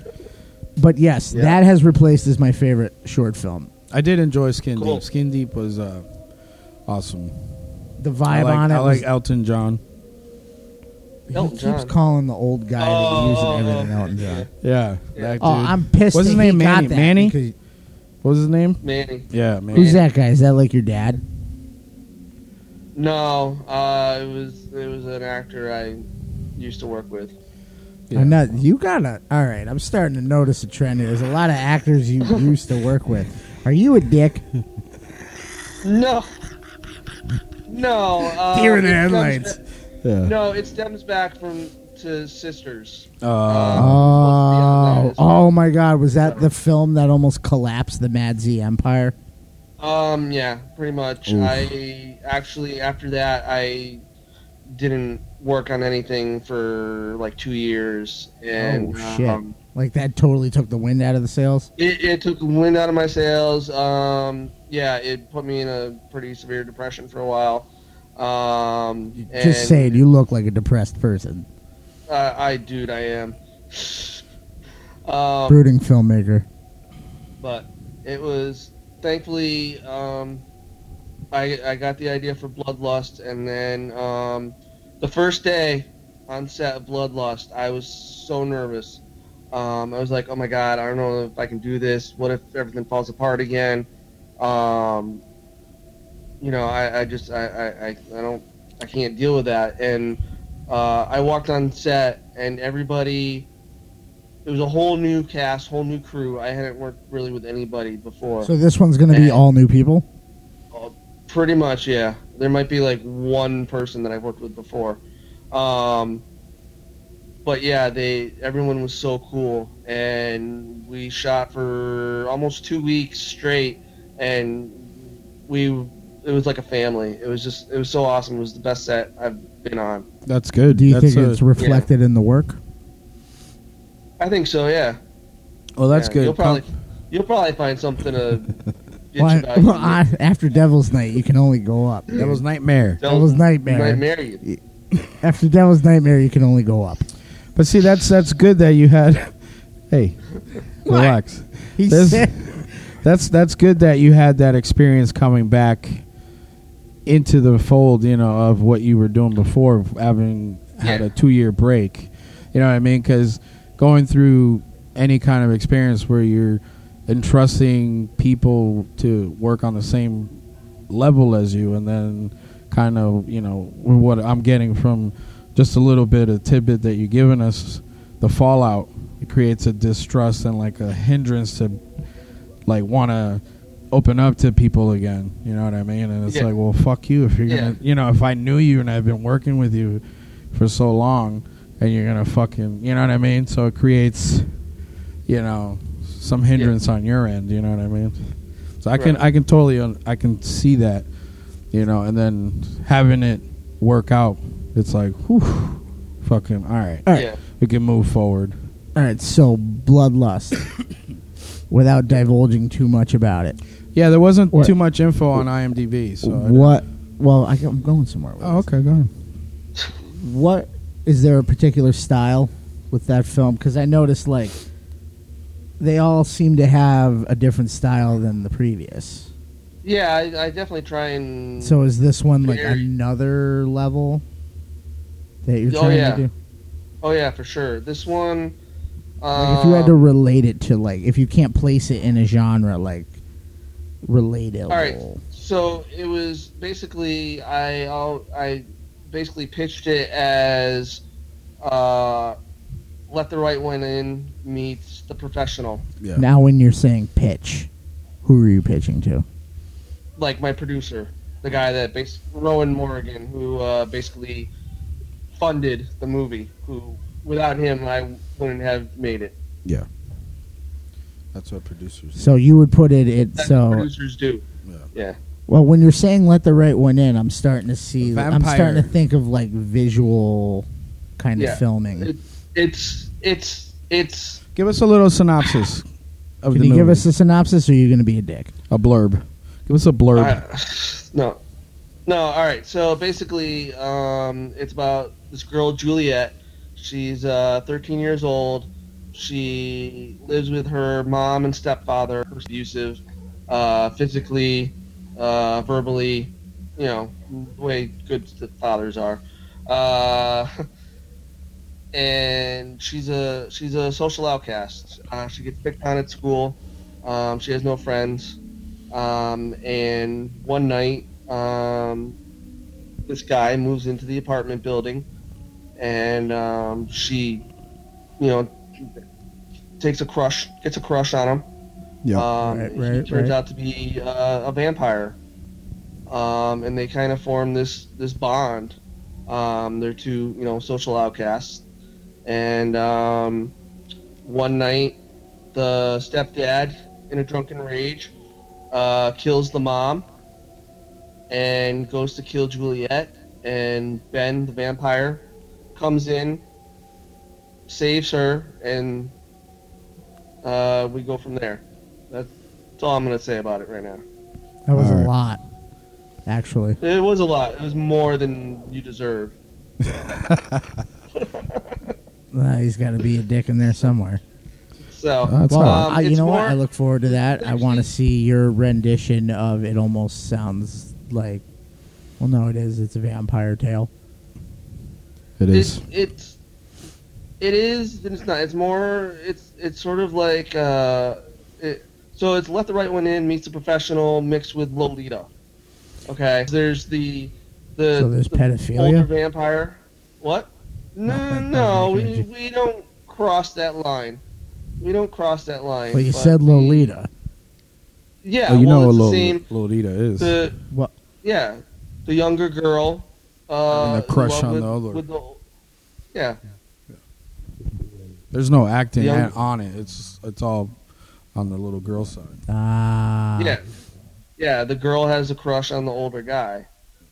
F: But yes,
B: Yeah.
F: that has replaced as my favorite short film.
G: I did enjoy Skin
B: Cool.
G: Deep. Skin Deep was uh, awesome.
F: The vibe
G: I like,
F: on it.
G: I
F: was-
G: like Elton John.
F: he
B: Elton
F: keeps
B: John.
F: calling the old guy that he used
B: Oh,
F: in everything.
B: okay.
F: Elton John.
G: Yeah. That
F: Oh,
G: dude.
F: I'm pissed.
G: What's his
F: that he
G: name?
F: got
G: Manny?
F: that
G: Manny?
F: because-
G: What was his name?
B: Manny.
G: Yeah, man.
F: Who's that guy? Is that like your dad?
B: No, uh, it was it was an actor I used to work with.
G: Yeah.
F: I'm not- you gotta. All right, I'm starting to notice a trend here. There's a lot of actors you used to work with. Are you a dick?
B: No. uh, No. Uh,
I: Here are the
B: it comes
I: headlights.
B: ba-
H: Yeah.
B: No, it stems back from to sisters.
G: Uh,
B: Uh,
G: Uh-huh.
F: Oh,
B: Oh.
F: oh my God! Was that the film that almost collapsed the Mad Z Empire?
B: Um, yeah, pretty much. I actually after that I didn't work on anything for like two years, and
F: Oh, shit.
B: um,
F: Like that totally took the wind out of the sails.
B: it, it took the wind out of my sails. Um, yeah, it put me in a pretty severe depression for a while. Um, and,
F: Just saying, you look like a depressed person,
B: Uh, I, dude, I am. Um,
F: brooding filmmaker.
B: but it was thankfully um, I, I got the idea for Bloodlust, and then um, the first day on set of Bloodlust, I was so nervous. Um, I was like, oh my god, I don't know if I can do this. What if everything falls apart again? Um, you know, I, I just I, I, I, I don't I can't deal with that. And uh, I walked on set, and everybody it was a whole new cast, whole new crew. I hadn't worked really with anybody before.
F: So this one's going to be
B: Yeah.
F: all new people.
B: Pretty much, yeah. There might be like one person that I've worked with before, um, but yeah, they everyone was so cool, and we shot for almost two weeks straight, and we it was like a family. It was just it was so awesome. It was the best set I've been on.
G: That's good.
F: Do you
G: that's
F: think
G: a-
F: it's reflected in the work?
B: I think so, yeah.
G: well, that's
B: Yeah,
G: good.
B: You'll probably
G: Com-
B: you'll probably find something to. bitch
F: Well,
B: about.
F: well, I- after Devil's Night, you can only go up.
G: that was nightmare.
B: Don't-
F: that was Nightmare.
B: Nightmare you.
F: After Devil's Nightmare, you can only go up.
G: But see, that's that's good that you had. Hey, relax.
F: He
G: This-
F: said,
G: That's that's good that you had that experience coming back into the fold, you know, of what you were doing before having had
B: Yeah.
G: a two year break. You know what I mean? Because going through any kind of experience where you're entrusting people to work on the same level as you, and then kind of you know what I'm getting from just a little bit of tidbit that you've given us, the fallout it creates a distrust and like a hindrance to like want to open up to people again. You know what I mean? And it's
B: Yeah.
G: like, well, fuck you if you're
B: Yeah.
G: gonna, you know, if I knew you and I've been working with you for so long, and you're gonna fucking, you know what I mean? So it creates, you know, some hindrance on your end. You know what I mean? So I can,
B: Right.
G: I can totally, un- I can see that, you know, and then having it work out, it's like, whew, fucking, all right,
F: All right.
B: Yeah.
G: we can move forward.
F: all right, so Bloodlust, without divulging too much about it.
G: Yeah, there wasn't
F: What?
G: too much info on IMDb. So I didn't-
F: what? Well, I, am going somewhere with
G: Oh,
F: this.
G: okay, go on.
F: What is there a particular style with that film? Because I noticed like they all seem to have a different style than the previous.
B: Yeah, I, I definitely try and.
F: So is this one like
B: Very-
F: another level that you're
B: Oh,
F: trying
B: yeah.
F: to do?
B: oh yeah, for sure. This one. Um,
F: Like if you had to relate it to like if you can't place it in a genre, like relatable.
B: All right. So it was basically I I'll- I basically pitched it as uh, let the right one in meets the professional,
F: Now, when you're saying pitch, who are you pitching to?
B: like my producer, the guy that bas- Rowan Morgan, who uh, basically funded the movie. Who without him I wouldn't have made it.
J: That's what producers.
F: So you would put it it
B: That's what
F: so
B: producers do.
F: Well, when you're saying "let the right one in," I'm starting to see. I'm
G: Vampire.
F: starting to think of like visual kind
B: Yeah.
F: of filming.
B: It- It's it's it's
G: Give us a little synopsis of
F: Can
G: the
F: you give
G: movie.
F: us a synopsis, or are you going to be a dick?
G: a blurb? Give us a blurb.
B: I- no, no. All right. So basically, um, it's about this girl Juliet. She's uh, 13 years old. She lives with her mom and stepfather, who's abusive, uh, physically, uh, verbally. You know, the way good fathers are. Uh, and she's a she's a social outcast. Uh, she gets picked on at school. Um, she has no friends. Um, and one night, um, this guy moves into the apartment building, and um, she, you know, takes a crush, gets a crush on him.
H: Yeah.
B: Um,
F: Right,
B: he
F: right,
B: turns
F: right.
B: out to be uh, a vampire, um, and they kind of form this this bond. Um, they're two, you know, social outcasts, And um, one night, the stepdad, in a drunken rage, uh, kills the mom and goes to kill Juliet. And Ben, the vampire, comes in, saves her, and uh, we go from there. That's all I'm going to say about it right now.
F: That was
H: All
F: a
H: right.
F: lot, actually.
B: It was a lot. It was more than you deserve.
F: Uh, he's got to be a dick in there somewhere.
B: So,
H: Oh, That's
F: Well,
B: um,
F: I, you
B: it's
F: know
B: more-
F: what? I look forward to that. I want to see your rendition of it. Almost sounds like, well, no, it is. It's a vampire tale.
H: It is.
B: It, it's it is. Then it's not. It's more. It's it's sort of like uh, it, so it's let the right one in meets the professional mixed with Lolita. Okay, there's the the
F: So there's
B: the older
F: pedophilia?
B: vampire. What?
F: No,
B: No,
F: that-
B: no,
F: that-
B: we, we don't cross that line. We don't cross that line.
F: But you said
B: the-
F: Lolita.
B: Yeah,
H: Oh, you
B: well,
H: know what
B: it's the
H: Lol-
B: same.
G: Lolita is.
B: The
F: What?
B: Yeah, the younger girl. Uh,
G: And the crush
B: in love
G: on
B: with-
G: the older.
B: with the- yeah,
G: There's no acting
B: Young-
G: at- on it. It's it's all on the little girl side.
F: Ah,
B: yeah, yeah. The girl has a crush on the older guy,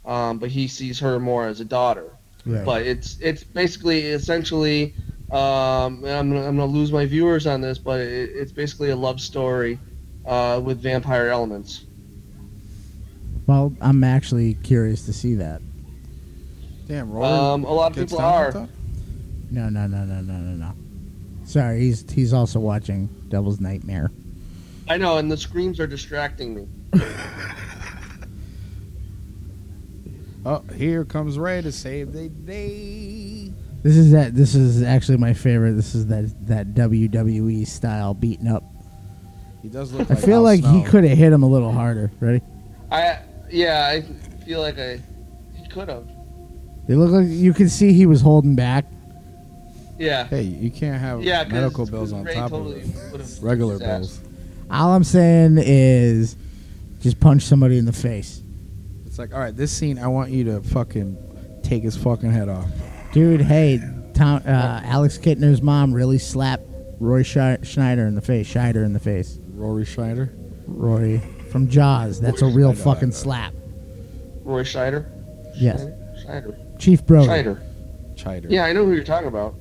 B: um, but he sees her more as a daughter.
F: right.
B: But it's it's basically essentially. Um, and I'm gonna, I'm gonna lose my viewers on this, but it, it's basically a love story uh, with vampire elements.
F: well, I'm actually curious to see that.
G: Damn, Rory.
B: Um, a lot of
G: gets
B: people
G: down with
B: are.
G: that?
F: No, no, no, no, no, no, no. Sorry, he's he's also watching Devil's Nightmare.
B: I know, and the screams are distracting me.
G: Oh, here comes Ray to save the day.
F: This is that. This is actually my favorite. This is that that WWE style beating up.
G: He does look.
F: I
G: Like
F: feel
G: Al
F: like he
G: Snow.
F: could have hit him a little harder. Ready?
B: I yeah, I feel like I could have.
F: They look like you could see he was holding back.
B: Yeah.
G: Hey, you can't have
B: Yeah, 'cause-
G: medical bills
B: 'cause
G: on
B: Ray
G: top
B: totally
G: of
B: would've
G: it. regular bills.
B: disaster.
F: All I'm saying is, just punch somebody in the face,
G: It's like, all right, this scene, I want you to fucking take his fucking head off.
F: dude. Hey, Tom, uh, Alex Kittner's mom really slapped Roy Sch- Schneider in the face. Schneider in the face.
G: Rory Schneider.
F: Roy from Jaws. That's a real fucking slap.
B: Roy Scheider.
F: Yes,
B: Scheider.
F: Chief Brody.
B: Scheider.
G: Chider.
B: Yeah, I know who you're talking about.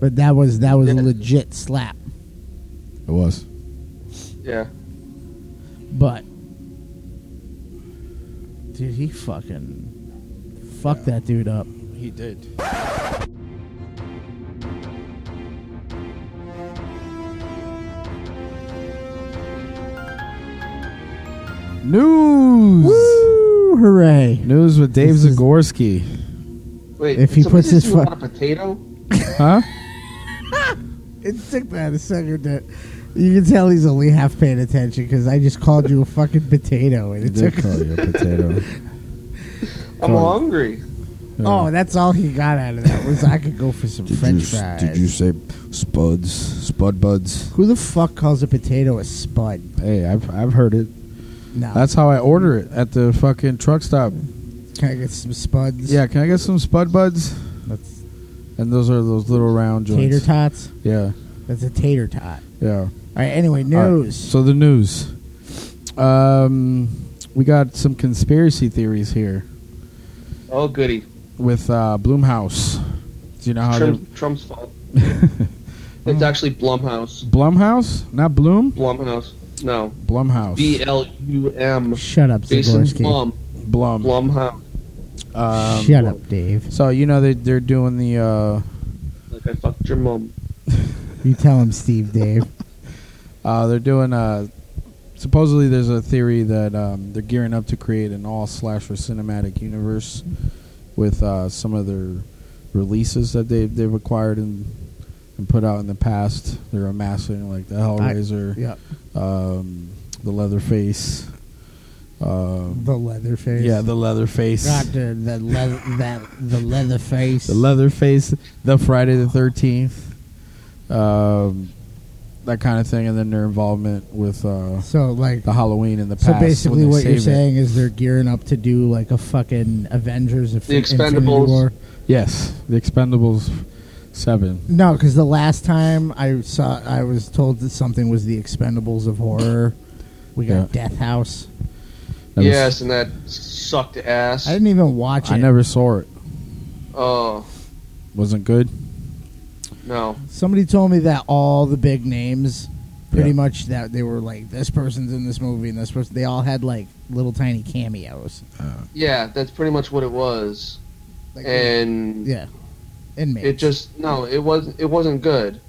F: But that was that was a
B: Yeah.
F: legit slap.
H: It was.
B: Yeah.
F: But dude, he fucking fucked that dude up.
G: He did. News.
F: Woo! Hooray!
G: News with Dave
F: This is-
G: Zagorski.
B: Wait.
F: If
B: did
F: he
B: somebody
F: puts
B: just
F: his
B: do
F: fu-
B: on a potato.
G: Huh?
F: It took that a second to. You can tell he's only half paying attention because I just called you a fucking potato, and
H: He
F: it
H: did
F: took.
H: call you a potato.
B: I'm
H: Sorry.
B: hungry.
F: Oh, that's all he got out of that was I could go for some French fries.
H: did you say spuds? Spud buds?
F: Who the fuck calls a potato a spud?
G: Hey, I've, I've heard it.
F: No,
H: Uh,
G: That's how I order it at the fucking truck stop.
F: can I get some spuds?
G: Yeah, can I get some Spud Buds?
F: that's
G: And those are those little round joints.
F: tater tots.
G: Yeah,
F: That's a tater tot.
G: yeah.
F: All right. Anyway,
G: All right,
F: news.
G: so the news. Um, we got some conspiracy theories here
B: Oh goody.
G: with uh, Bloomhouse. Do you know how they
B: Trump, Trump's fault.
F: Oh.
B: it's actually Blumhouse.
G: Blumhouse? Not Bloom.
B: Blumhouse. No.
F: Oh.
G: Blumhouse.
B: B L U M.
F: Shut up,
B: Jason
F: Zagorski.
B: Blum.
G: Blum.
B: Blumhouse.
G: Um,
F: Shut up, Dave.
G: So you know they they're doing the uh,
B: Like I fucked your mom.
F: You tell him, Steve, Dave.
G: uh, they're doing uh, supposedly there's a theory that um, they're gearing up to create an all slasher cinematic universe with uh, some of their releases that they they've acquired and and put out in the past. They're amassing like the Hellraiser.
F: yep.
G: um, the Leatherface. Uh,
F: The leather face.
G: yeah, the Leatherface.
F: Not the, the leather that the leather face.
G: The Leatherface, the Friday the Thirteenth, um, that kind of thing, and then their involvement with uh,
F: so like
G: the Halloween in the
F: so
G: past. when
F: basically
G: they
F: what you're
G: save it.
F: saying is they're gearing up to do like a fucking Avengers of
B: The Expendables.
F: War.
G: Yes, the Expendables. Seven.
F: No, because the last time I saw, I was told that something was the Expendables of horror. We got
G: Yeah.
F: Death House.
G: That was-
B: yes, and that sucked ass.
F: I didn't even watch it.
G: I never saw it.
B: oh
G: Wasn't good.
B: no,
F: Somebody told me that all the big names, pretty
G: Yeah.
F: much that they were like this person's in this movie and this person. They all had like little tiny cameos.
B: yeah, that's pretty much what it was,
F: Like,
B: and
F: yeah, in me.
B: it just no, it wasn't. It wasn't good.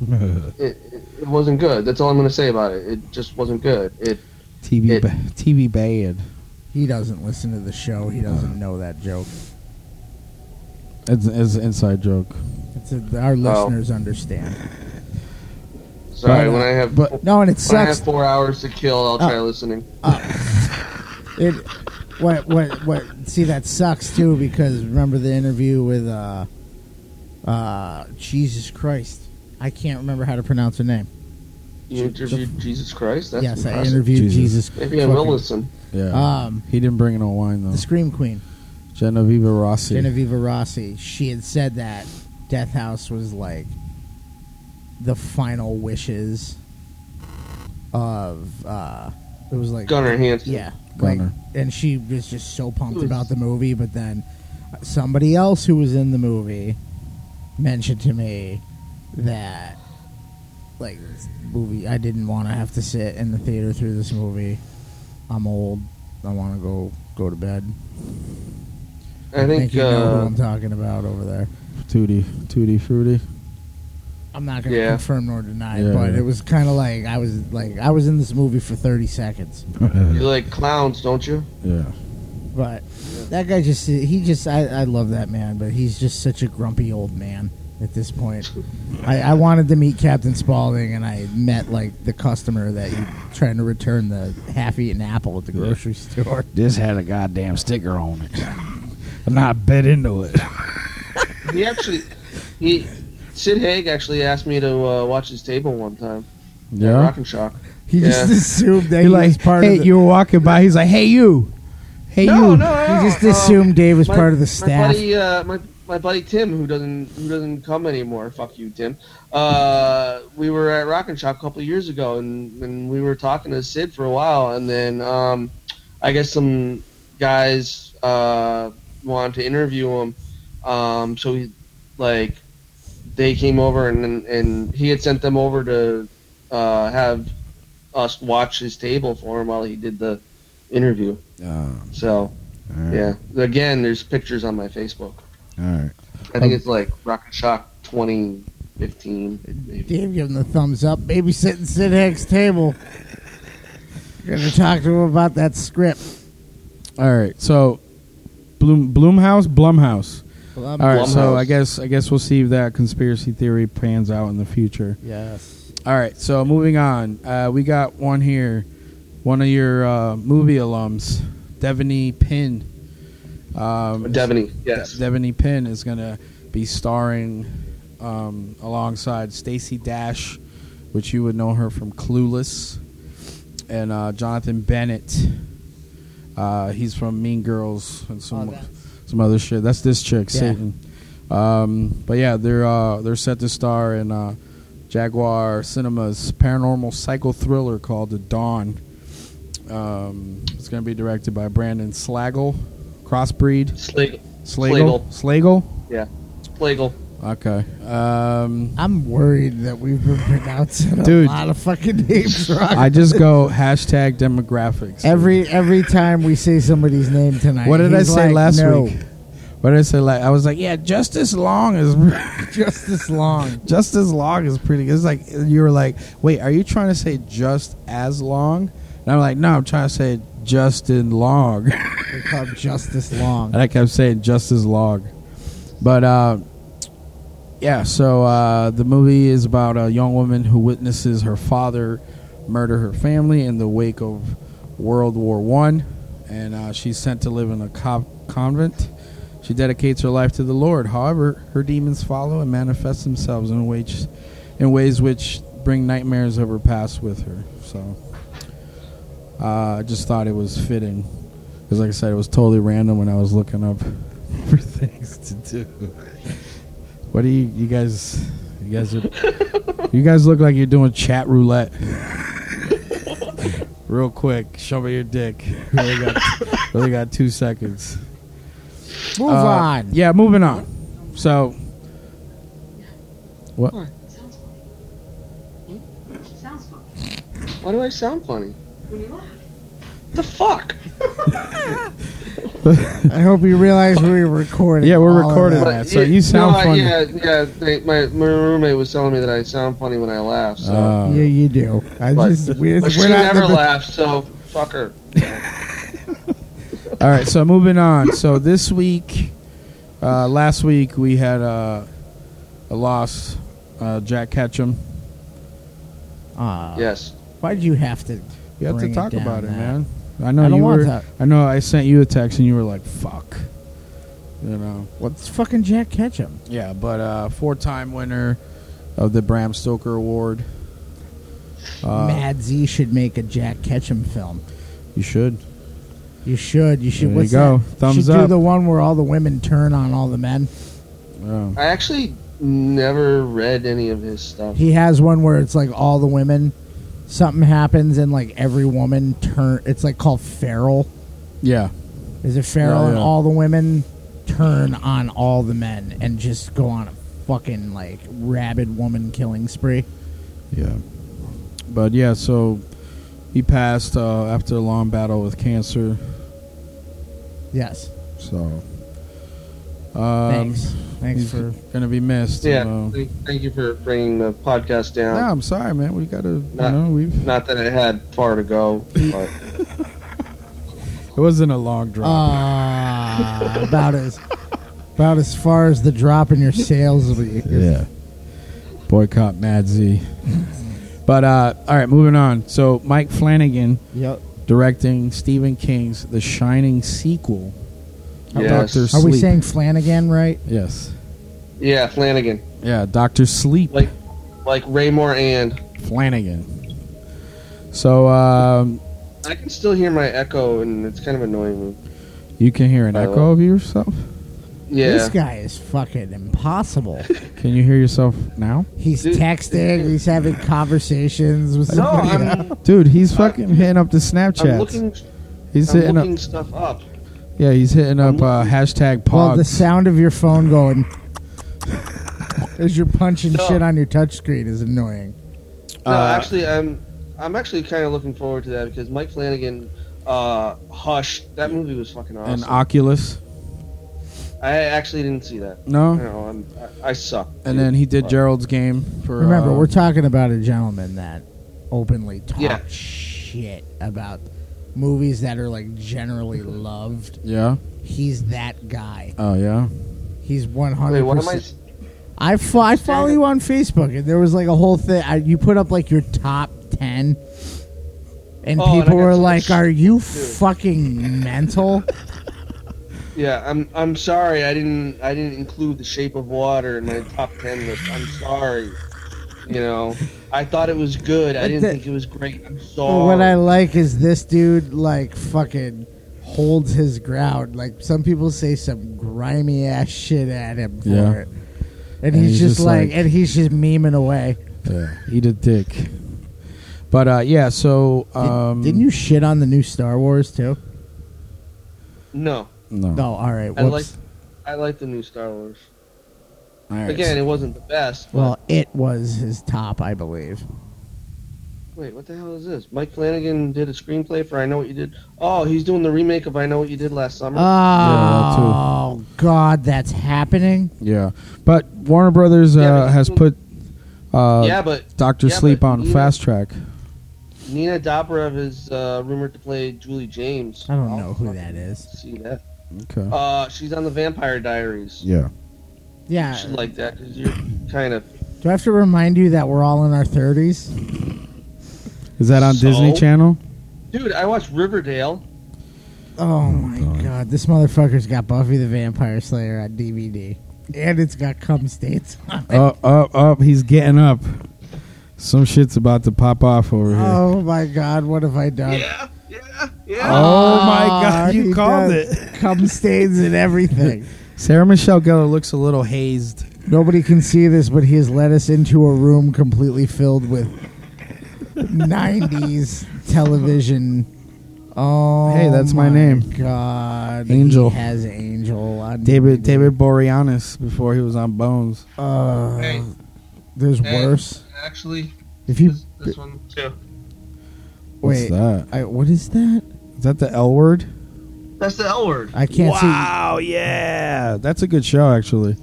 B: It, it, it wasn't good. That's all I'm gonna say about it. It just wasn't good. It
G: TV.
B: It-
G: ba- TV bad.
F: he doesn't listen to the show. He
G: Uh-huh.
F: doesn't know that joke.
G: It's, it's an inside joke.
F: It's a, our listeners understand.
B: sorry
G: But, uh,
B: when I have
G: but-
F: No, and it
B: when I have
F: sucks. Oh.
B: four hours to kill, I'll try listening.
F: It, what what what? See, that sucks too because remember the interview with uh, uh, Jesus Christ. I can't remember how to pronounce her name.
B: You interviewed Jesus Christ. That's
F: yes, I
B: impressive.
F: interviewed Jesus.
G: Jesus.
B: Maybe I will
F: fucking-
B: listen.
G: Yeah.
F: Um,
G: he didn't bring no wine though.
F: the Scream Queen,
G: Genevieve Rossi.
F: Genevieve Rossi. She had said that Death House was like the final wishes of uh, it was like
B: Gunnar Hansen.
F: Yeah, like,
G: Gunner.
F: and she was just so pumped about the movie. But then somebody else who was in the movie mentioned to me that like this movie, I didn't want to have to sit in the theater through this movie. I'm old. I want to go go to bed.
B: I think
F: you know who
B: uh,
F: I'm talking about over there.
G: Tutti. Tutti Frutti.
F: I'm not going to
B: Yeah.
F: confirm nor deny,
G: Yeah,
F: but
G: yeah.
F: it was kind of like I was like I was in this movie for 30 seconds.
B: you like clowns, don't you?
G: Yeah.
F: But that guy just, he just, I, I love that man, but he's just such a grumpy old man at this point. I, I wanted to meet Captain Spaulding, and I met, like, the customer that he trying to return the half eaten apple at the grocery store.
I: This had a goddamn sticker on it. I'm not bet into it.
B: He actually, he Sid Haig actually asked me to uh, watch his table one time.
G: Yeah.
B: Rock and Shock.
F: He just
B: Yeah.
F: assumed that he was part
G: hey,
F: of the.
G: you were walking by. He's like, hey, you. Hey,
B: No,
G: you.
B: no, no.
F: he just
B: no,
F: assumed Dave was
B: my-
F: part of the staff.
B: My buddy, uh, my, my buddy Tim, who doesn't who doesn't come anymore. Fuck you, Tim. Uh, we were at Rock and Shop a couple of years ago, and, and we were talking to Sid for a while, and then um, I guess some guys uh, wanted to interview him, um, so he like they came over and and- and he had sent them over to uh, have us watch his table for him while he did the interview.
H: Um,
B: So.
H: all right.
B: Yeah.
G: Mm-hmm.
B: Again, there's pictures on my Facebook.
H: All right.
B: I
G: Um,
B: think it's like Rock and Shock 2015. Maybe.
F: Dave give him the thumbs up. Babysitting Sid Haig's table. Gonna talk to him about that script.
G: All right. So, Bloom Bloomhouse, Blumhouse.
F: Um,
G: All right. So
B: Blumhouse.
G: I guess I guess we'll see if that conspiracy theory pans out in the future.
F: Yes.
G: All right. So moving on, uh, we got one here. One of your uh, movie alums, Devaney Pin. Um,
B: Devaney, yes.
G: De- Devaney Pin is going to be starring um, alongside Stacy Dash, which you would know her from Clueless, and uh, Jonathan Bennett. Uh, he's from Mean Girls and some
F: Oh, that's-
G: some other shit. That's this chick,
F: Yeah.
G: Satan. Um, but yeah, they're uh, they're set to star in uh, Jaguar Cinema's paranormal psycho thriller called The Dawn. Um, it's going to be directed by Brandon Slagle, crossbreed
B: Slagle.
G: Slagle. Slagle.
B: Yeah. Slagle.
G: Okay. Um,
F: I'm worried that we've been pronouncing
G: Dude.
F: a lot of fucking names wrong.
G: I just go hashtag demographics.
F: every every time we say somebody's name tonight.
G: what did I
F: he's
G: say
F: like,
G: last
F: "No,
G: week? What did I say? Like I was like, yeah, just as long as
F: Just as long.
G: just as long is pretty good. It's like you were like, wait, are you trying to say just as long? And I'm like, no, I'm trying to say just in long.
F: They call him just as long.
G: and I kept saying just as long. But uh, yeah, so uh, the movie is about a young woman who witnesses her father murder her family in the wake of World War One, and uh, she's sent to live in a co- convent. She dedicates her life to the Lord. However, her demons follow and manifest themselves in which, in ways which bring nightmares of her past with her. So, uh, I just thought it was fitting because, like I said, it was totally random when I was looking up for things to do. What do you, you guys? You guys are. you guys look like you're doing chat roulette. Real quick, show me your dick. We only got, we only got two seconds.
F: Move
G: Uh,
F: on.
G: Yeah, moving on. So, what?
D: Sounds funny. Sounds funny.
B: Why do I sound funny?
D: When you laugh.
B: The fuck?
G: um,
F: I hope you realize we were recording.
G: Yeah, we're
F: all of
G: recording
F: that.
G: that. so you sound
B: no, I-
G: funny.
B: Yeah, yeah. They, my my roommate was telling me that I sound funny when I laugh. So.
G: Uh,
F: Yeah, you do. I
B: But-
F: just we,
B: but she
F: we're not
B: never
F: the,
B: laughs, so fuck her.
G: All right, so moving on. So this week, uh, last week we had uh, a loss. Uh, Jack Ketchum. Uh,
F: Aw,
B: Yes.
F: Why'd you have to?
G: You have
F: bring
G: to talk
F: down
G: about it,
F: that?
G: man. I know
F: I don't
G: you
F: want
G: were.
F: that.
G: I know I sent you a text and you were like, "Fuck," you know.
F: What's fucking Jack Ketchum?
G: Yeah, but uh, four-time winner of the Bram Stoker Award. Uh,
F: Mad Z should make a Jack Ketchum film.
G: You should.
F: You should. You should.
G: There you
F: what's
G: go.
F: that?
G: Thumbs
F: should do
G: up.
F: the one where all the women turn on all the men.
G: Oh.
B: I actually never read any of his stuff.
F: He has one where it's like all the women. Something happens and like every woman turn. It's like called Feral.
G: Yeah.
F: Is it Feral
G: Yeah,
F: and
G: yeah.
F: all the women turn on all the men and just go on a fucking like rabid woman killing spree?
G: Yeah. But yeah, so he passed uh, after a long battle with cancer.
F: Yes.
G: So. Um,
F: Thanks. Thanks
G: he's
F: for.
G: gonna be missed.
B: Yeah.
G: Uh,
B: Thank, thank you for bringing the podcast down.
G: no, I'm sorry, man. We gotta.
B: Nah.
G: You know, we've.
B: Not that it had far to go. But
G: It wasn't a long
F: Um,
G: drop.
F: Ah, about as about as far as the drop in your sales will be.
G: Yeah. Boycott Mad Z. but uh, all right, moving on. So Mike Flanagan
F: Yep.
G: directing Stephen King's The Shining sequel.
B: Yes.
G: Doctor
F: Are
G: Sleep.
F: we saying Flanagan right?
G: Yes.
B: yeah, Flanagan,
G: Yeah, Doctor Sleep
B: like like Raymore and
G: Flanagan. So um,
B: I can still hear my echo, and it's kind of annoying me.
G: you can hear an
B: I
G: echo of yourself.
F: This
B: Yeah.
F: guy is fucking impossible.
G: Can you hear yourself now,
F: He's
B: Dude.
F: texting. He's having conversations with
B: No,
F: somebody. else.
B: I'm,
G: dude? He's fucking hitting up the Snapchats.
B: I'm looking.
G: he's uh,
B: I'm
G: hitting
B: looking
G: up.
B: stuff up.
G: Yeah, he's hitting up uh, hashtag
F: well, the
G: Pogs.
F: sound of your phone going as you're punching
B: No.
F: shit on your touchscreen is annoying.
B: No,
G: Uh,
B: actually, I'm I'm actually kind of looking forward to that because Mike Flanagan, uh, Hush, that movie was fucking
G: and
B: awesome.
G: Oculus.
B: I actually didn't see that.
G: No.
B: You know, I'm, I, I suck.
G: And
B: dude.
G: then he did
B: Fuck.
G: Gerald's game for.
F: Remember,
G: uh,
F: we're talking about a gentleman that openly talks
B: Yeah.
F: shit about movies that are like generally loved.
G: yeah.
F: He's that guy.
G: Oh yeah.
F: He's one
B: Wait,
F: hundred
B: what am I?
F: percent. I fo- I follow you on Facebook, and there was like a whole thing. I, you put up like your top ten, and
B: Oh, and I
F: people
B: got
F: were
B: so
F: like,
B: much-
F: "Are you fucking mental?"
B: Yeah, I'm. I'm sorry. I didn't. I didn't include The Shape of Water in my top ten list. I'm sorry. You know, I thought it was good. I
F: But
B: didn't
F: the-
B: think it was great. I'm sorry.
F: what I like is this dude like fucking holds his ground. Like some people say some grimy ass shit at him for
G: Yeah.
F: it. And, he's, just, like, and he's just memeing away.
G: Yeah. Eat a dick. But uh, yeah, so um,
F: Didn't you shit on the new Star Wars too?
B: no,
G: No.
F: No, all right.
B: I like.
F: Whoops.
B: I like the new Star Wars.
G: All right.
B: Again, it wasn't the best. But
F: well, it was his top, I believe.
B: wait, what the hell is this? Mike Flanagan did a screenplay for I Know What You Did. Oh, he's doing the remake of I Know What You Did Last Summer.
F: Ah.
G: Yeah,
F: Oh God, that's happening.
G: Yeah, but Warner Brothers uh,
B: Yeah, but-
G: has put uh,
B: yeah, but
G: Doctor
B: yeah,
G: Sleep
B: but mm.
G: on
B: you-
G: fast track.
B: Nina Dobrev is uh, rumored to play Julie James.
F: I don't
B: I'll
F: know who
B: fucking
F: that is.
B: See that?
G: Okay.
B: Uh, she's on the Vampire Diaries.
H: Yeah.
F: Yeah.
B: Shit like that because you're kind of
F: Do I have to remind you that we're all in our thirties?
G: Is that on
B: so-
G: Disney Channel?
B: dude. I watched Riverdale.
F: Oh my god. this motherfucker's got Buffy the Vampire Slayer on DVD. And it's got cum stains on it.
G: Up, up, up! Oh, He's getting up. Some shit's about to pop off over here. Oh,
F: Oh my god, what have I done?
B: yeah, yeah.
G: Oh my
F: Ah,
G: God! You
F: he
G: called
F: does
G: it.
F: Cum stains and everything.
G: Sarah Michelle Gellar looks a little hazed.
F: Nobody can see this, but he has led us into a room completely filled with 90s television. Oh,
G: Hey, that's my name.
F: God,
G: Angel.
F: He has Angel. on-
G: David David Boreanaz before he was on Bones.
F: Uh,
B: Hey.
F: There's
B: Hey.
F: worse.
B: Actually,
F: If you
B: this, this one too.
H: What's
F: wait,
H: that?
F: I, what is that?
G: Is that the L word?
B: That's the L word,
F: I can't see.
G: wow, yeah, that's a good show actually.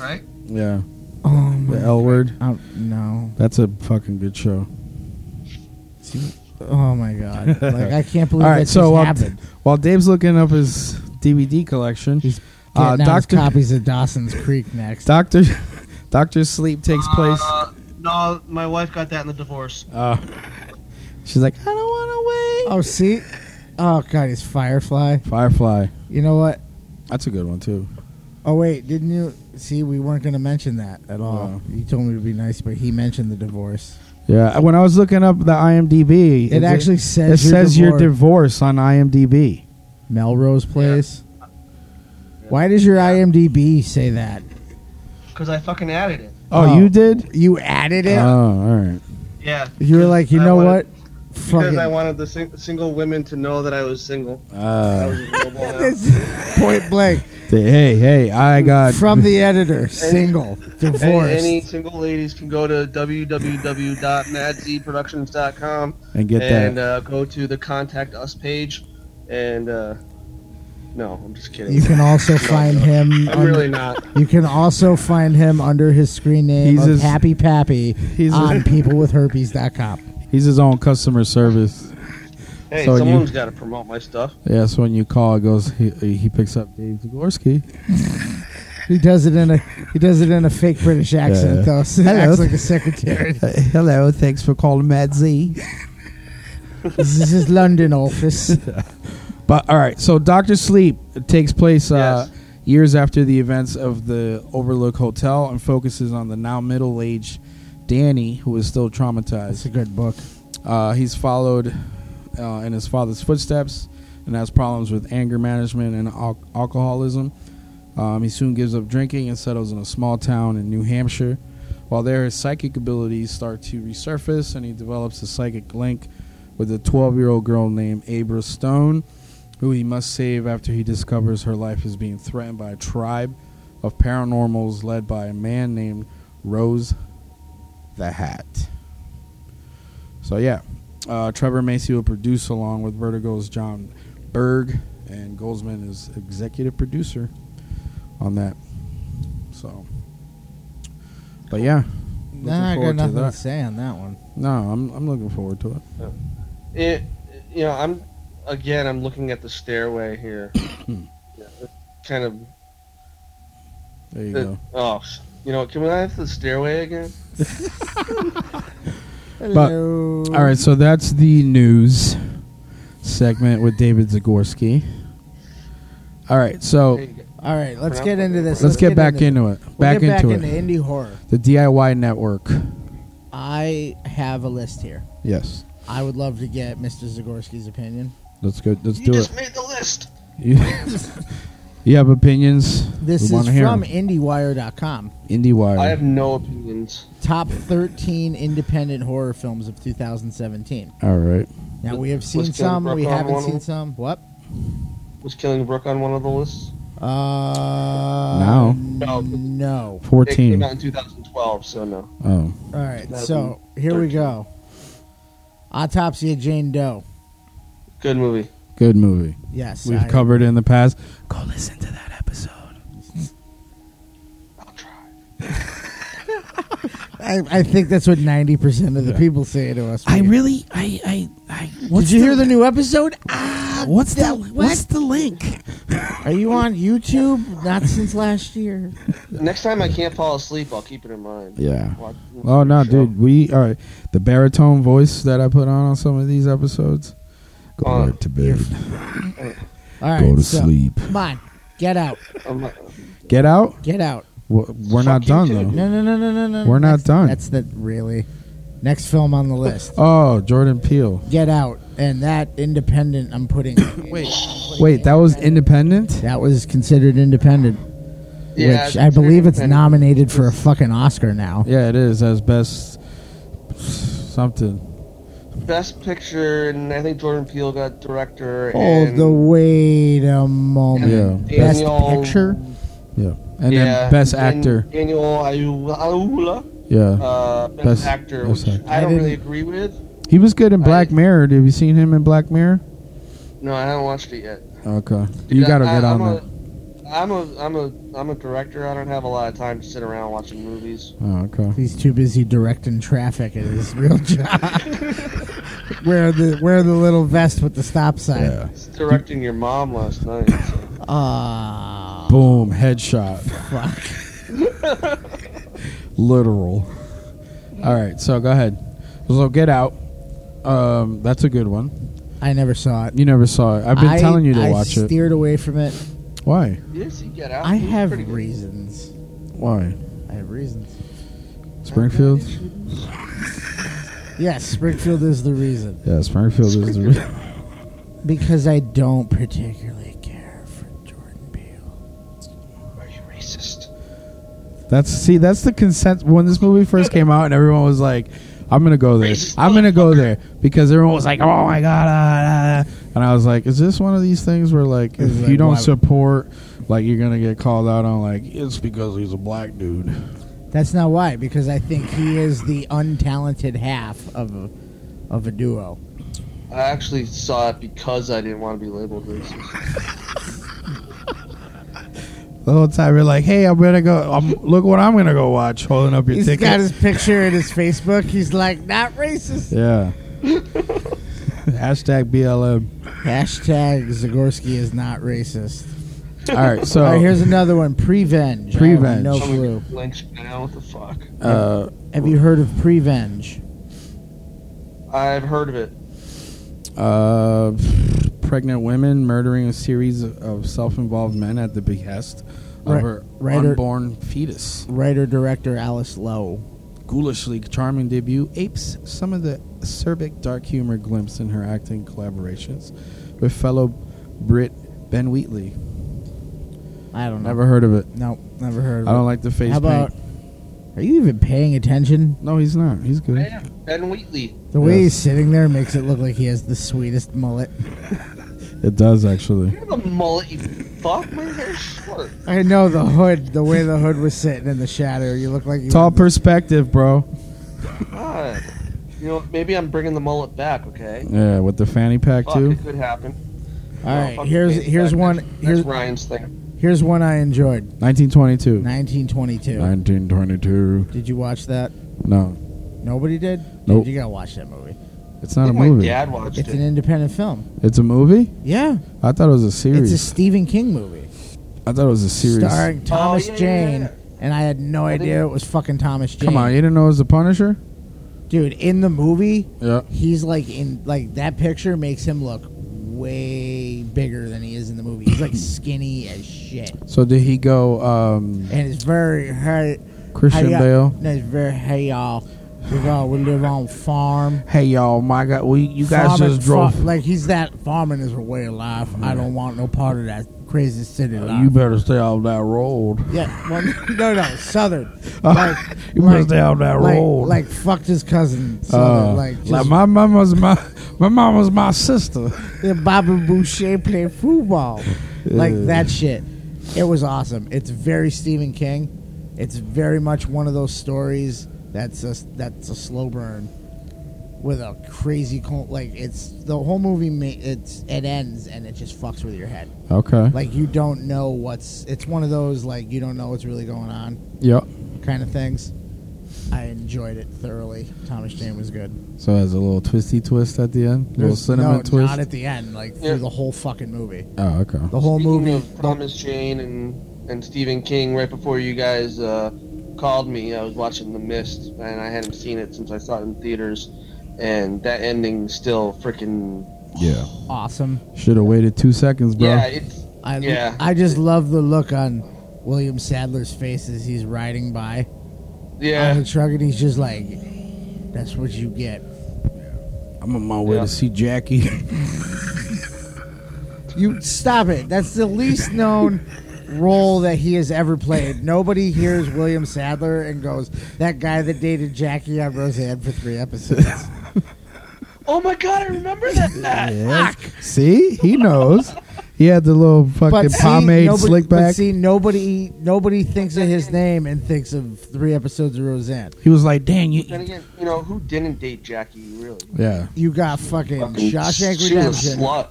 B: right?
G: Yeah,
F: Oh my!
G: the L word.
F: oh, no.
G: That's a fucking good show.
F: Oh my God! Like I can't believe
G: All right,
F: that
G: so uh,
F: just
G: while,
F: happened.
G: while Dave's looking up his DVD collection,
F: He's Getting
G: uh,
F: out his
G: Doctor
F: copies of Dawson's Creek next.
G: Doctor Doctor Sleep takes place.
B: Uh, no, my wife got that in the divorce.
G: Uh, she's like, I don't want to wait.
F: Oh, see? Oh, God, he's Firefly.
G: Firefly.
F: You know what?
G: That's a good one too.
F: Oh, wait, didn't you? See, we weren't going to mention that at all. You told me to be nice, but he mentioned the divorce.
G: Yeah, Uh, when I was looking up the IMDb,
F: It, actually
G: it,
F: says, your
G: says your
F: divorce.
G: divorce on IMDb.
F: Melrose Place. Why does your IMDb say that?
B: Because I fucking added it.
G: Oh,
F: Oh.
G: you did?
F: You added it?
G: Oh, all right.
B: Yeah.
F: you were like, you
B: I
F: know what?
B: wanted- Because
F: Fuck
B: I
F: it.
B: wanted the sing- single women to know that I was single. I
G: Uh,
B: was available now.
F: It's point blank.
G: the- hey, hey, I got
F: From the editor, single,
B: Any,
F: divorced.
B: any single ladies can go to www.madzproductions.com
G: and get
B: and
G: that.
B: uh, go to the contact us page. And uh, no, I'm just kidding.
F: you can also find him.
B: I'm
F: on-
B: really not.
F: You can also find him under his screen name
G: He's
F: of
G: his-
F: Happy Pappy
G: he's
F: on
G: his-
F: peoplewithherpes.com.
G: He's his own customer service.
B: Hey,
G: So you-
B: someone's got to promote my stuff.
G: Yeah, so when you call, it goes. He, he picks up Dave Zagorski.
F: He does it in a he does it in a fake British accent
G: Yeah.
F: though. So he
G: Hello.
F: acts like a secretary.
G: hello, thanks for calling Mad Z.
F: this is his London office.
G: But all right, so Doctor Sleep takes place uh,
B: Yes.
G: years after the events of the Overlook Hotel and focuses on the now middle-aged Danny, who is still
F: It's
G: traumatized.
F: a good book.
G: Uh, he's followed uh, in his father's footsteps and has problems with anger management and al- alcoholism. Um, he soon gives up drinking and settles in a small town in New Hampshire. While there, his psychic abilities start to resurface, and he develops a psychic link with a 12 year old girl named Abra Stone, who he must save after he discovers her life is being threatened by a tribe of paranormals led by a man named Rose the Hat. So yeah, uh, Trevor Macy will produce along with Vertigo's John Berg, and Goldsman is executive producer on that. So, but yeah, looking
F: Nah, I got
G: forward to
F: nothing to,
G: that.
F: say on that one.
G: No, I'm I'm looking forward to it.
B: It, you know, I'm again. I'm looking at the stairway here.
G: Hmm.
B: Yeah, it's kind of.
G: There you
B: it-
G: go.
B: oh, sh- you know, can we not have the stairway again?
F: Hello.
G: All right, so that's the news segment with David Zagorski. All right, so
B: There you go.
F: All right, let's get into this.
G: let's get back
F: into,
G: into it.
F: we'll
G: Back
F: get back
G: into
F: into
G: it.
F: indie horror.
G: The DIY network.
F: I have a list here.
G: Yes,
F: I would love to get Mr. Zagorski's opinion.
G: let's go. Let's
B: You
G: do
B: just
G: it.
B: made the list.
G: You, you have opinions?
F: This
G: we
F: is
G: wanna hear
F: from
G: 'em.
F: IndieWire.com.
G: IndieWire.
B: I have no opinions.
F: Top 13 independent horror films of 2017.
G: All right.
F: Now we have seen
B: Let's go to
F: some, we
B: Brooklyn
F: haven't
B: one.
F: seen some. What?
B: Was Killing Brook on one of the lists?
F: Uh,
G: Now.
F: No. No.
B: It came
G: 14.
B: out in 2012, so no.
G: Oh.
F: All right. So here we go. Autopsy of Jane Doe.
B: Good movie.
G: Good movie.
F: Yes.
G: We've
F: I-
G: covered it in the past. Go listen to that episode.
B: I'll try.
F: I, I think that's what 90% of the people say to us.
G: I really I I, I what's
F: Did you
G: the,
F: hear the new episode? Ah,
G: What's that?
F: what?
G: What's the link?
F: Are you on YouTube? Not since last year.
B: Next time I can't fall asleep, I'll keep it in mind.
G: Yeah.
B: Watch-
G: Oh no,
B: show.
G: dude. We all right. The baritone voice that I put on on some of these episodes.
H: Go
B: Uh,
H: right to bed.
F: All right.
H: Go to
F: so,
H: sleep.
F: Come on. Get out.
B: I'm like,
G: Get out.
F: Get out.
G: We're, we're
B: Fuck
G: not
B: you,
G: done
B: too,
G: though.
B: dude.
F: No, no, no, no, no, no.
G: Oh. We're not
F: That's-
G: done.
F: That's the really next film on the list.
G: Oh, Jordan Peele.
F: Get Out, and that independent. I'm putting.
G: Wait, that was independent.
F: that was considered independent.
B: Yeah,
F: which I believe it's
B: and-
F: nominated for a fucking Oscar now.
G: Yeah, it is as best something.
B: Best Picture, and I think Jordan Peele got director.
F: Oh,
B: and
F: the wait a moment.
G: Yeah.
F: Best
B: Daniel-
F: picture.
G: Yeah, and
B: yeah,
G: then best
B: Dan-
G: actor.
B: Daniel Ayu- Ayula,
G: Yeah,
B: uh, best,
G: Best-
B: actor,
G: best
B: which
G: actor.
B: I
F: I
B: don't
F: didn't-
B: really agree with.
G: he was good in Black
B: I-
G: Mirror. Have you seen him in Black Mirror?
B: No, I haven't watched it yet.
G: Okay, you got to
B: I-
G: get on
B: I'm a-
G: that.
B: I'm a I'm a I'm a director. I don't have a lot of time to sit around watching movies.
G: Oh, okay.
F: He's too busy directing traffic at his real job. wear the wear the little vest with the stop sign.
B: It's directing your mom last night. So.
F: Ah,
G: Boom, headshot.
F: fuck.
G: Literal. All right, so go ahead. So Get Out. Um, that's a good one.
F: I never saw it.
G: You never saw it. I've been
F: I-
G: telling you to
F: I
G: watch it.
F: Steered away from it.
G: Why?
B: Yes, you get out.
F: I
B: It's
F: have
B: pretty good.
F: reasons.
G: Why?
F: I have reasons.
G: Springfield.
F: Yes, Springfield is the reason
G: Yeah, Springfield is the.
F: because I don't particularly care for Jordan Peele.
B: Are you racist?
G: That's see, that's the consent when this movie first came out, and everyone was like, "I'm gonna go there. I'm gonna go there," because everyone was like, "Oh my god!" ah, ah, ah." And I was like, "Is this one of these things where like if
F: It's
G: you
F: like,
G: don't
F: why-
G: support, like you're gonna get called out on like it's because he's a black dude."
F: That's not why, because I think he is the untalented half of a, of a duo.
B: I actually saw it because I didn't want to be labeled racist.
G: The whole time you're like, "Hey, I better go. Um, look what I'm gonna go watch." Holding up your
F: He's
G: ticket.
F: got his picture in his Facebook. He's like, not racist.
G: yeah. Hashtag BLM.
F: Hashtag Zagorski is not racist.
G: All right, so
F: All right, here's another one. Prevenge. I have
G: Oh. Prevenge.
F: No
B: Tell me
F: clue.
B: Lynch now, what the fuck?
G: uh,
F: Have you heard of Prevenge?
B: I've heard of it.
G: Uh, pregnant women murdering a series of self-involved men at the behest of
F: Right-
G: her
F: writer-
G: unborn fetus.
F: Writer director Alice Lowe.
G: Ghoulishly charming debut apes some of the acerbic dark humor glimpsed in her acting collaborations with fellow Brit Ben Wheatley.
F: I don't know.
G: Never heard of it.
F: Nope. Never heard of
G: I
F: it.
G: don't like the face
F: How about?
G: paint.
F: Are you even paying attention?
G: No, he's not. He's good.
B: Ben Wheatley.
F: The way
G: Yes.
F: he's sitting there makes it look like he has the sweetest mullet.
G: It does actually.
B: You have a mullet, you fuck. My hair's short.
F: I know the hood. The way the hood was sitting in the shadow, you look like you
G: Tall perspective, bro.
B: God. You know, maybe I'm bringing the mullet back. Okay.
G: Yeah, with the fanny pack
B: Fuck,
G: too.
B: it could happen.
F: All
B: No,
F: right,
B: fuck
F: here's
B: it,
F: here's
B: back.
F: one
B: That's
F: here's
B: Ryan's thing.
F: here's one I enjoyed.
G: 1922.
F: 1922.
G: 1922.
F: Did you watch that?
G: No,
F: Nobody did.
G: Nope.
F: Dude, you gotta watch that movie.
G: it's
B: I
G: not a
B: think Oh my
G: movie.
B: dad watched
F: It's
B: it.
F: an independent film.
G: It's a movie.
F: Yeah,
G: I thought it was a series.
F: it's a Stephen King movie
G: I thought it was a series.
F: starring Thomas
B: Oh, yeah, yeah,
F: Jane,
B: yeah.
F: and I had no idea it was fucking Thomas Jane.
G: Come on, you didn't know it was the Punisher?
F: dude! In the movie,
G: Yeah.
F: he's like in like that picture makes him look way bigger than he is in the movie. He's like skinny as shit,
G: So did he go um,
F: and it's very hey,
G: Christian
F: hey, uh, y'all-
G: Bale?
F: No, it's very hey y'all. We go. We live on farm.
G: Hey y'all, my God, we you
F: Farming- far- like he's that farming is a way of life. I don't want no part of that crazy city
G: Uh,
F: life.
G: better stay off that road.
F: yeah, well, no, no, southern.
G: Like, Uh, you better
F: like-
G: stay off that
F: like,
G: road.
F: like fucked his cousin. Southern,
G: Uh,
F: like,
G: like,
F: just,
G: my mama's my my mama's my sister.
F: yeah, Bobby Boucher played football, like
G: Yeah.
F: that shit. It was awesome. It's very Stephen King. It's very much one of those stories that's a that's a slow burn with a crazy col- like it's the whole movie. Ma- it's it ends and it just fucks with your head.
G: Okay.
F: Like you don't know what's. It's one of those like you don't know what's really going on
G: yep.
F: kind of things. I enjoyed it thoroughly. Thomas Jane was good.
G: So it has a little twisty twist at the end, little
F: There's-
G: cinnamon
F: no,
G: twist.
F: not at the end. Like
B: Yeah.
F: through the whole fucking movie.
G: oh, okay.
F: The whole
B: Speaking
F: movie.
B: of Thomas Jane and, and Stephen King, right before you guys uh, called me, I was watching The Mist, and I hadn't seen it since I saw it in theaters, and that ending still freaking
G: Yeah.
F: awesome.
G: Should have waited two seconds, bro.
B: yeah, it's
F: I
B: Yeah.
F: I just love the look on William Sadler's face as he's riding by on
B: yeah.
F: the truck, and he's just like, "That's what you get."
G: I'm on my way
B: Yeah.
G: to see Jackie.
F: You stop it. That's the least known role that he has ever played. Nobody hears William Sadler and goes, "That guy that dated Jackie on Roseanne for three episodes."
B: Oh my god, I remember that.
H: See, he knows. He had the little fucking
F: see,
H: pomade
F: nobody-
H: slick
F: but
H: back.
F: see, nobody, nobody thinks of his name and thinks of three episodes of Roseanne.
G: He was like, "Dang you!"
B: Then again, you know who didn't date Jackie? Really?
G: Yeah,
F: You got fucking Shawshank
B: she was a
F: Redemption.
B: slut.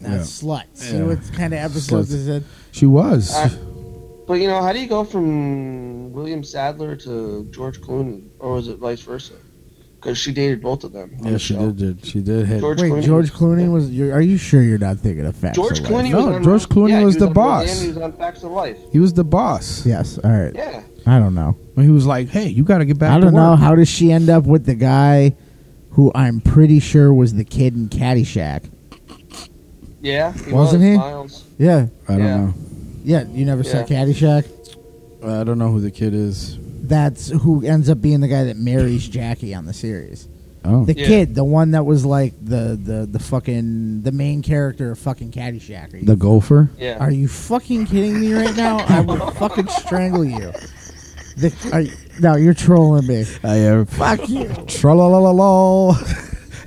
F: Now,
G: Yeah.
F: slut. See
G: Yeah.
F: what kind of episodes
G: Slut.
F: is it?
H: she was.
B: Uh, But you know, how do you go from William Sadler to George Clooney, or was it vice versa? Because she dated both of them. on
G: yeah,
B: the
G: she
B: show.
G: did, did. She did hit.
B: George
F: Wait,
B: Clooney.
F: George Clooney was. You're, are you sure you're not thinking of Facts
B: George
F: of
B: Clooney.
F: Life?
B: was
H: No,
B: on-
H: George Clooney
B: yeah, he
H: was the
B: on
H: boss.
B: Roseanne, He was on Facts of Life.
H: He was the boss.
F: Yes. All right.
B: Yeah,
F: I don't know.
G: When he was like, "Hey, you got to get back."
F: I
G: to
F: don't
G: work.
F: know. How does she end up with the guy who I'm pretty sure was the kid in Caddyshack?
B: yeah. He
F: Wasn't
B: was,
F: he?
B: Miles.
F: Yeah.
G: I don't
B: Yeah.
F: Yeah. You never saw
B: Yeah.
F: Caddyshack?
G: know. I don't know who the kid is.
F: That's who ends up being the guy that marries Jackie on the series.
G: Oh,
F: The
B: Yeah.
F: kid, the one that was like the, the, the fucking the main character of fucking Caddyshack. Are you,
G: the golfer.
B: Yeah.
F: are you fucking kidding me right now? I would fucking strangle you. The, are you- no, you're trolling me.
G: I uh, am.
F: Fuck you.
G: Trollololol.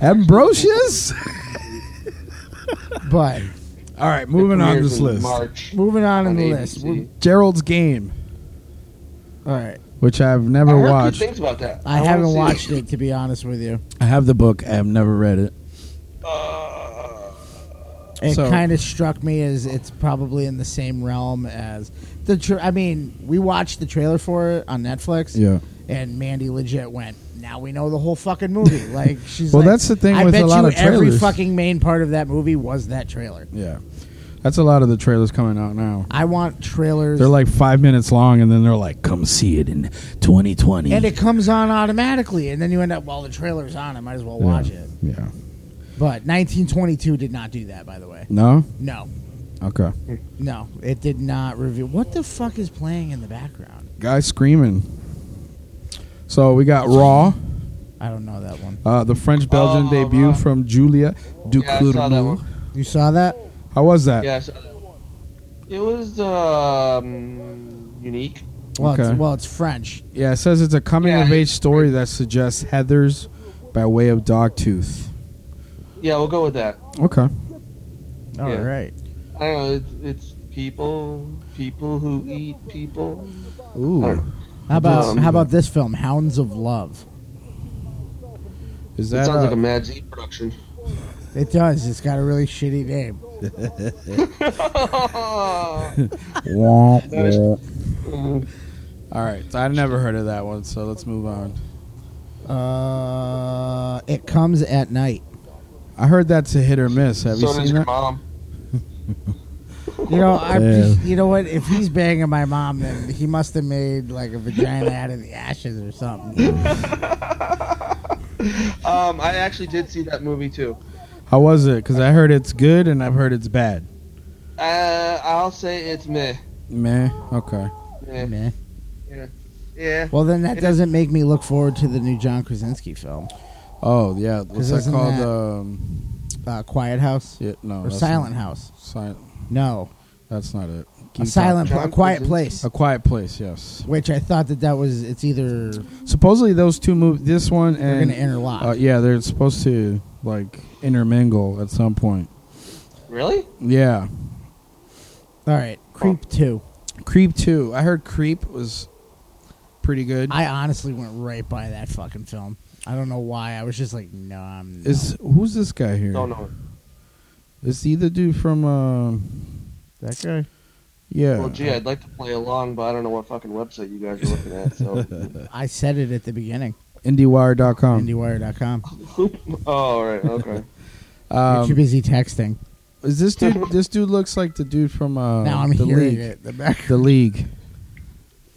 G: Ambrosius.
F: But
G: All right, moving on this list.
B: March.
F: moving on in
B: on
F: the
B: ABC.
F: list. We're-
G: Gerald's Game,
F: All right,
G: which I've
B: I
G: never
B: heard
G: watched.
B: good things about that.
F: I,
B: wanna
F: haven't
B: see
F: watched it to be honest with you.
G: I have the book. I have never read it.
B: Uh,
F: It
G: So-
F: kind of struck me as it's probably in the same realm as the. Tra- I mean, we watched the trailer for it on Netflix.
G: Yeah.
F: and Mandy legit went. Now we know the whole fucking movie. Like she's.
G: Well,
F: like,
G: that's the thing
F: I
G: with a
F: bet
G: lot
F: you
G: of
F: every
G: trailers."
F: fucking main part of that movie was that trailer.
G: Yeah, that's a lot of the trailers coming out now.
F: I want trailers.
G: They're like five minutes long, and then they're like, "Come see it in 2020."
F: and it comes on automatically, and then you end up. Well, the trailer's on. I might as well watch it.
G: yeah.
F: But 1922 did not do that, by the way.
G: No.
F: No,
G: Okay.
F: no, it did not reveal. What the fuck is playing in the background?
G: Guy screaming. So we got Raw,
F: I don't know that one.
G: uh, the French Belgian
B: Oh,
G: debut
B: Raw.
G: from Julia
B: yeah, I saw that
G: Ducournau.
B: one.
F: You saw that?
G: How was that?
B: Yeah, I saw that one. It was um, unique.
F: Well,
G: Okay.
F: it's, well, it's French.
G: Yeah, it says it's a coming
B: Yeah.
G: of age story that suggests Heather's by way of Dogtooth.
B: Yeah, we'll go with that.
G: Okay.
F: All right.
B: Yeah. I don't know. It's, it's people, people who eat people.
G: Ooh.
F: How about
B: Um,
F: how about this film, Hounds of Love?
G: Is
B: It
G: that
B: sounds
G: uh,
B: like a Mad Z production.
F: It does. It's got a really shitty name.
G: wah,
B: Nice.
G: wah. All right. I never heard of that one, so let's move on.
F: Uh, it comes at night.
G: I heard that's a hit or miss. Have
B: so
G: you
B: does
G: seen
B: your
G: that?
B: mom.
F: You know, I,
G: Yeah.
F: you know what? If he's banging my mom, then he must have made like a vagina out of the ashes or something.
B: Um, I actually did see that movie too.
G: How was it? Because I heard it's good and I've heard it's bad.
B: Uh, I'll say it's meh.
G: Meh. Okay.
B: meh.
F: Meh.
B: Yeah.
F: Well, then that doesn't make me look forward to the new John Krasinski film,
G: Oh yeah. What's that
F: isn't
G: called?
F: that-
G: Um.
F: uh, Quiet House
G: Yeah, no.
F: or
G: that's
F: Silent
G: not-
F: House.
G: Silent.
F: No,
G: That's not it.
F: a
G: Keep
F: Silent, a
B: John
F: Quiet
B: Krasinski?
F: Place.
G: talking. A Quiet Place. Yes.
F: Which I thought that that was. It's either
G: Supposedly those two movies, this one and
F: they're going to interlock.
G: Uh, yeah, they're supposed to like intermingle at some point.
B: Really?
G: Yeah.
F: All right, Creep Two.
G: Creep two. I heard Creep was pretty good.
F: I honestly went right by that fucking film. I don't know why. I was just like, no, I'm. no.
G: Is who's this guy here?
B: Don't know.
G: Is he the dude from? Uh,
F: that guy?
G: yeah.
B: Well, gee, I'd like to play along, but I don't know what fucking website you guys are looking at. So,
F: I said it at the beginning.
G: IndieWire.com.
F: IndieWire.com.
B: oh, all right, okay.
F: You're too
G: Um,
F: busy texting.
G: is this dude? This dude looks like the dude from uh,
F: now I'm
G: the
F: hearing
G: league.
F: it. in The back.
G: The league.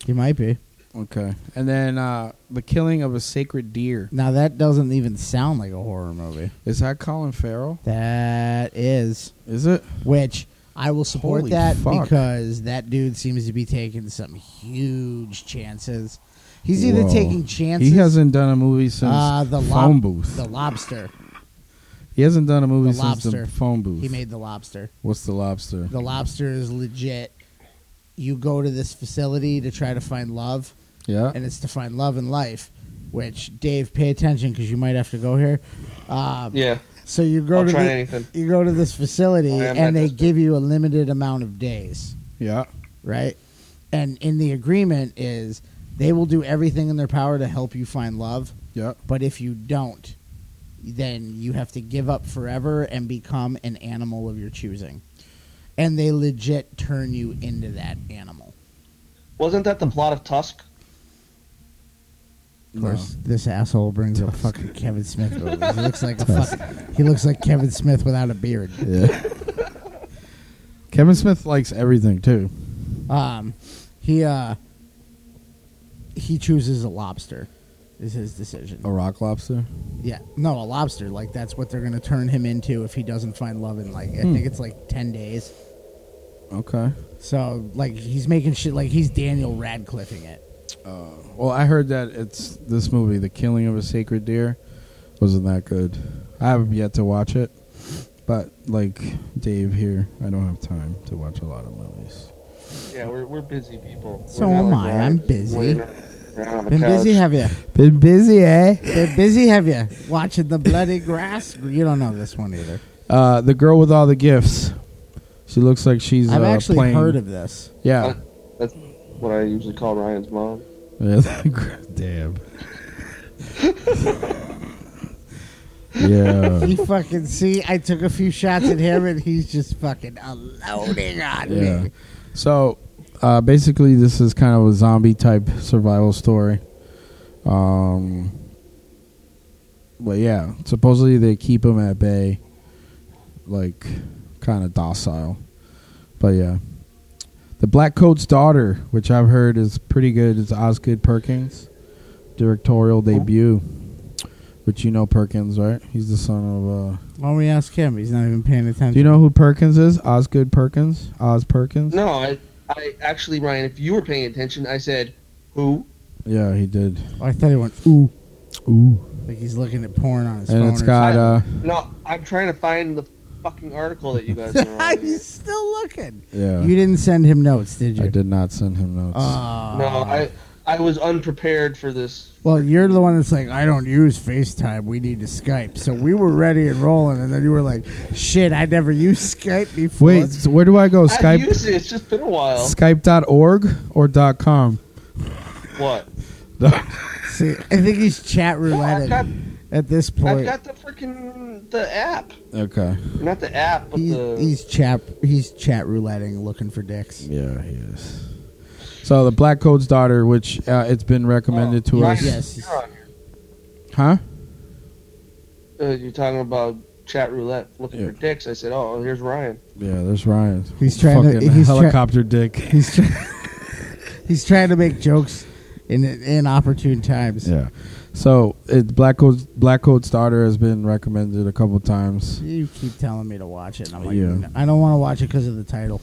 F: You might be.
G: Okay. And then uh, the killing of a sacred deer.
F: Now that doesn't even sound like a horror movie.
G: Is that Colin Farrell?
F: That is,
G: Is it?
F: which I will support
G: Holy
F: that
G: fuck.
F: because that dude seems to be taking some huge chances. He's either
G: Whoa.
F: taking chances.
G: He hasn't done a movie since
F: uh, the
G: Phone
F: lob-
G: Booth.
F: The lobster.
G: He hasn't done a movie
F: The
G: since
F: Lobster.
G: the phone booth.
F: He made the lobster.
G: What's the lobster?
F: The lobster is legit. You go to this facility to try to find love,
G: yeah.
F: and it's to find love and life. Which Dave, pay attention because you might have to go here. Um,
B: Yeah.
F: So you go
B: I'll
F: to
B: try
F: the-
B: anything. Oh,
F: you go to this facility,
B: I am
F: and they
B: interested.
F: give you a limited amount of days,
G: yeah.
F: right? And in the agreement is they will do everything in their power to help you find love,
G: Yeah.
F: but if you don't, then you have to give up forever and become an animal of your choosing. And they legit turn you into that animal.
B: Wasn't that the plot of Tusk?
F: Of course, this asshole brings up fucking Kevin Smith movies. He looks like a fuck, he looks like Kevin Smith without a beard.
G: Yeah. Kevin Smith likes everything too.
F: Um, he uh, he chooses a lobster. Is his decision?
G: A rock lobster.
F: Yeah, no, a lobster. Like that's what they're gonna turn him into if he doesn't find love in like I think it's like ten days.
G: Okay.
F: So like he's making shit like he's Daniel Radcliffing it.
G: Well, I heard that it's this movie, The Killing of a Sacred Deer, wasn't that good. I have yet to watch it, but like Dave here, I don't have time to watch a lot of movies.
B: Yeah, we're, we're busy people.
F: So
B: We're not
F: am
B: like
F: I.
B: that.
F: I'm busy.
B: We're around on the
F: Been busy,
B: couch.
F: have you?
H: Been busy, eh?
F: Been busy, have you? Watching the bloody grass. You don't know this one either.
G: Uh, the girl with all the gifts. She looks like she's.
F: I've
G: uh,
F: actually
G: playing-
F: heard of this.
G: Yeah.
B: That's what I usually call Ryan's mom.
G: Damn. yeah.
F: You fucking see, I took a few shots at him, and he's just fucking unloading on
G: Yeah.
F: me.
G: So uh, basically, this is kind of a zombie type survival story. Um, but yeah, supposedly they keep them at bay, like kind of docile. But yeah, the Black Coat's daughter, which I've heard is pretty good, is Osgood Perkins' directorial debut. Which you know Perkins, right? He's the son of. Uh,
F: Why don't we ask him? He's not even paying attention.
G: do you know who Perkins is? Osgood Perkins, Oz Perkins.
B: No, I, I actually, Ryan, if you were paying attention, I said, who?
G: Yeah, he did.
F: Oh, I thought he went ooh,
G: Ooh.
F: like he's looking at porn on his phone.
G: and it's
F: or
G: got uh
B: No, I'm trying to find the fucking article that you guys
F: something.
B: are on.
F: he's still looking.
G: yeah
F: You didn't send him notes, did you?
G: i did not send him notes
F: Oh.
B: No, I, I was unprepared for this.
F: Well, you're the one that's like, I don't use FaceTime. We need to Skype. So we were ready and rolling, and then you were like, shit, I never used Skype before.
G: wait so where do i go
B: I've
G: skype
B: used it. It's just been a while.
G: skype.org or dot com
B: What?
F: See, I think he's chat
B: I've
F: roulette
B: got,
F: at this
B: I've
F: point.
B: got the freaking the app.
G: okay
B: Not the app, but
F: He's,
B: the.
F: he's chat he's chat rouletting looking for dicks.
G: yeah he is so the black code's daughter which uh, it's been recommended to
B: oh, Ryan,
G: us
F: Yes.
B: You're on here.
G: huh
B: Uh, you're talking about chat roulette looking
G: Yeah.
B: for dicks. I said, oh, here's Ryan.
G: yeah there's ryan
F: He's trying to-
G: Fucking
F: he's try-
G: helicopter dick
F: He's try- he's trying to make jokes in inopportune times.
G: yeah so it black code's black code's daughter has been recommended a couple times
F: You keep telling me to watch it, and I'm like,
G: Yeah.
F: "No, I don't want to watch it because of the title.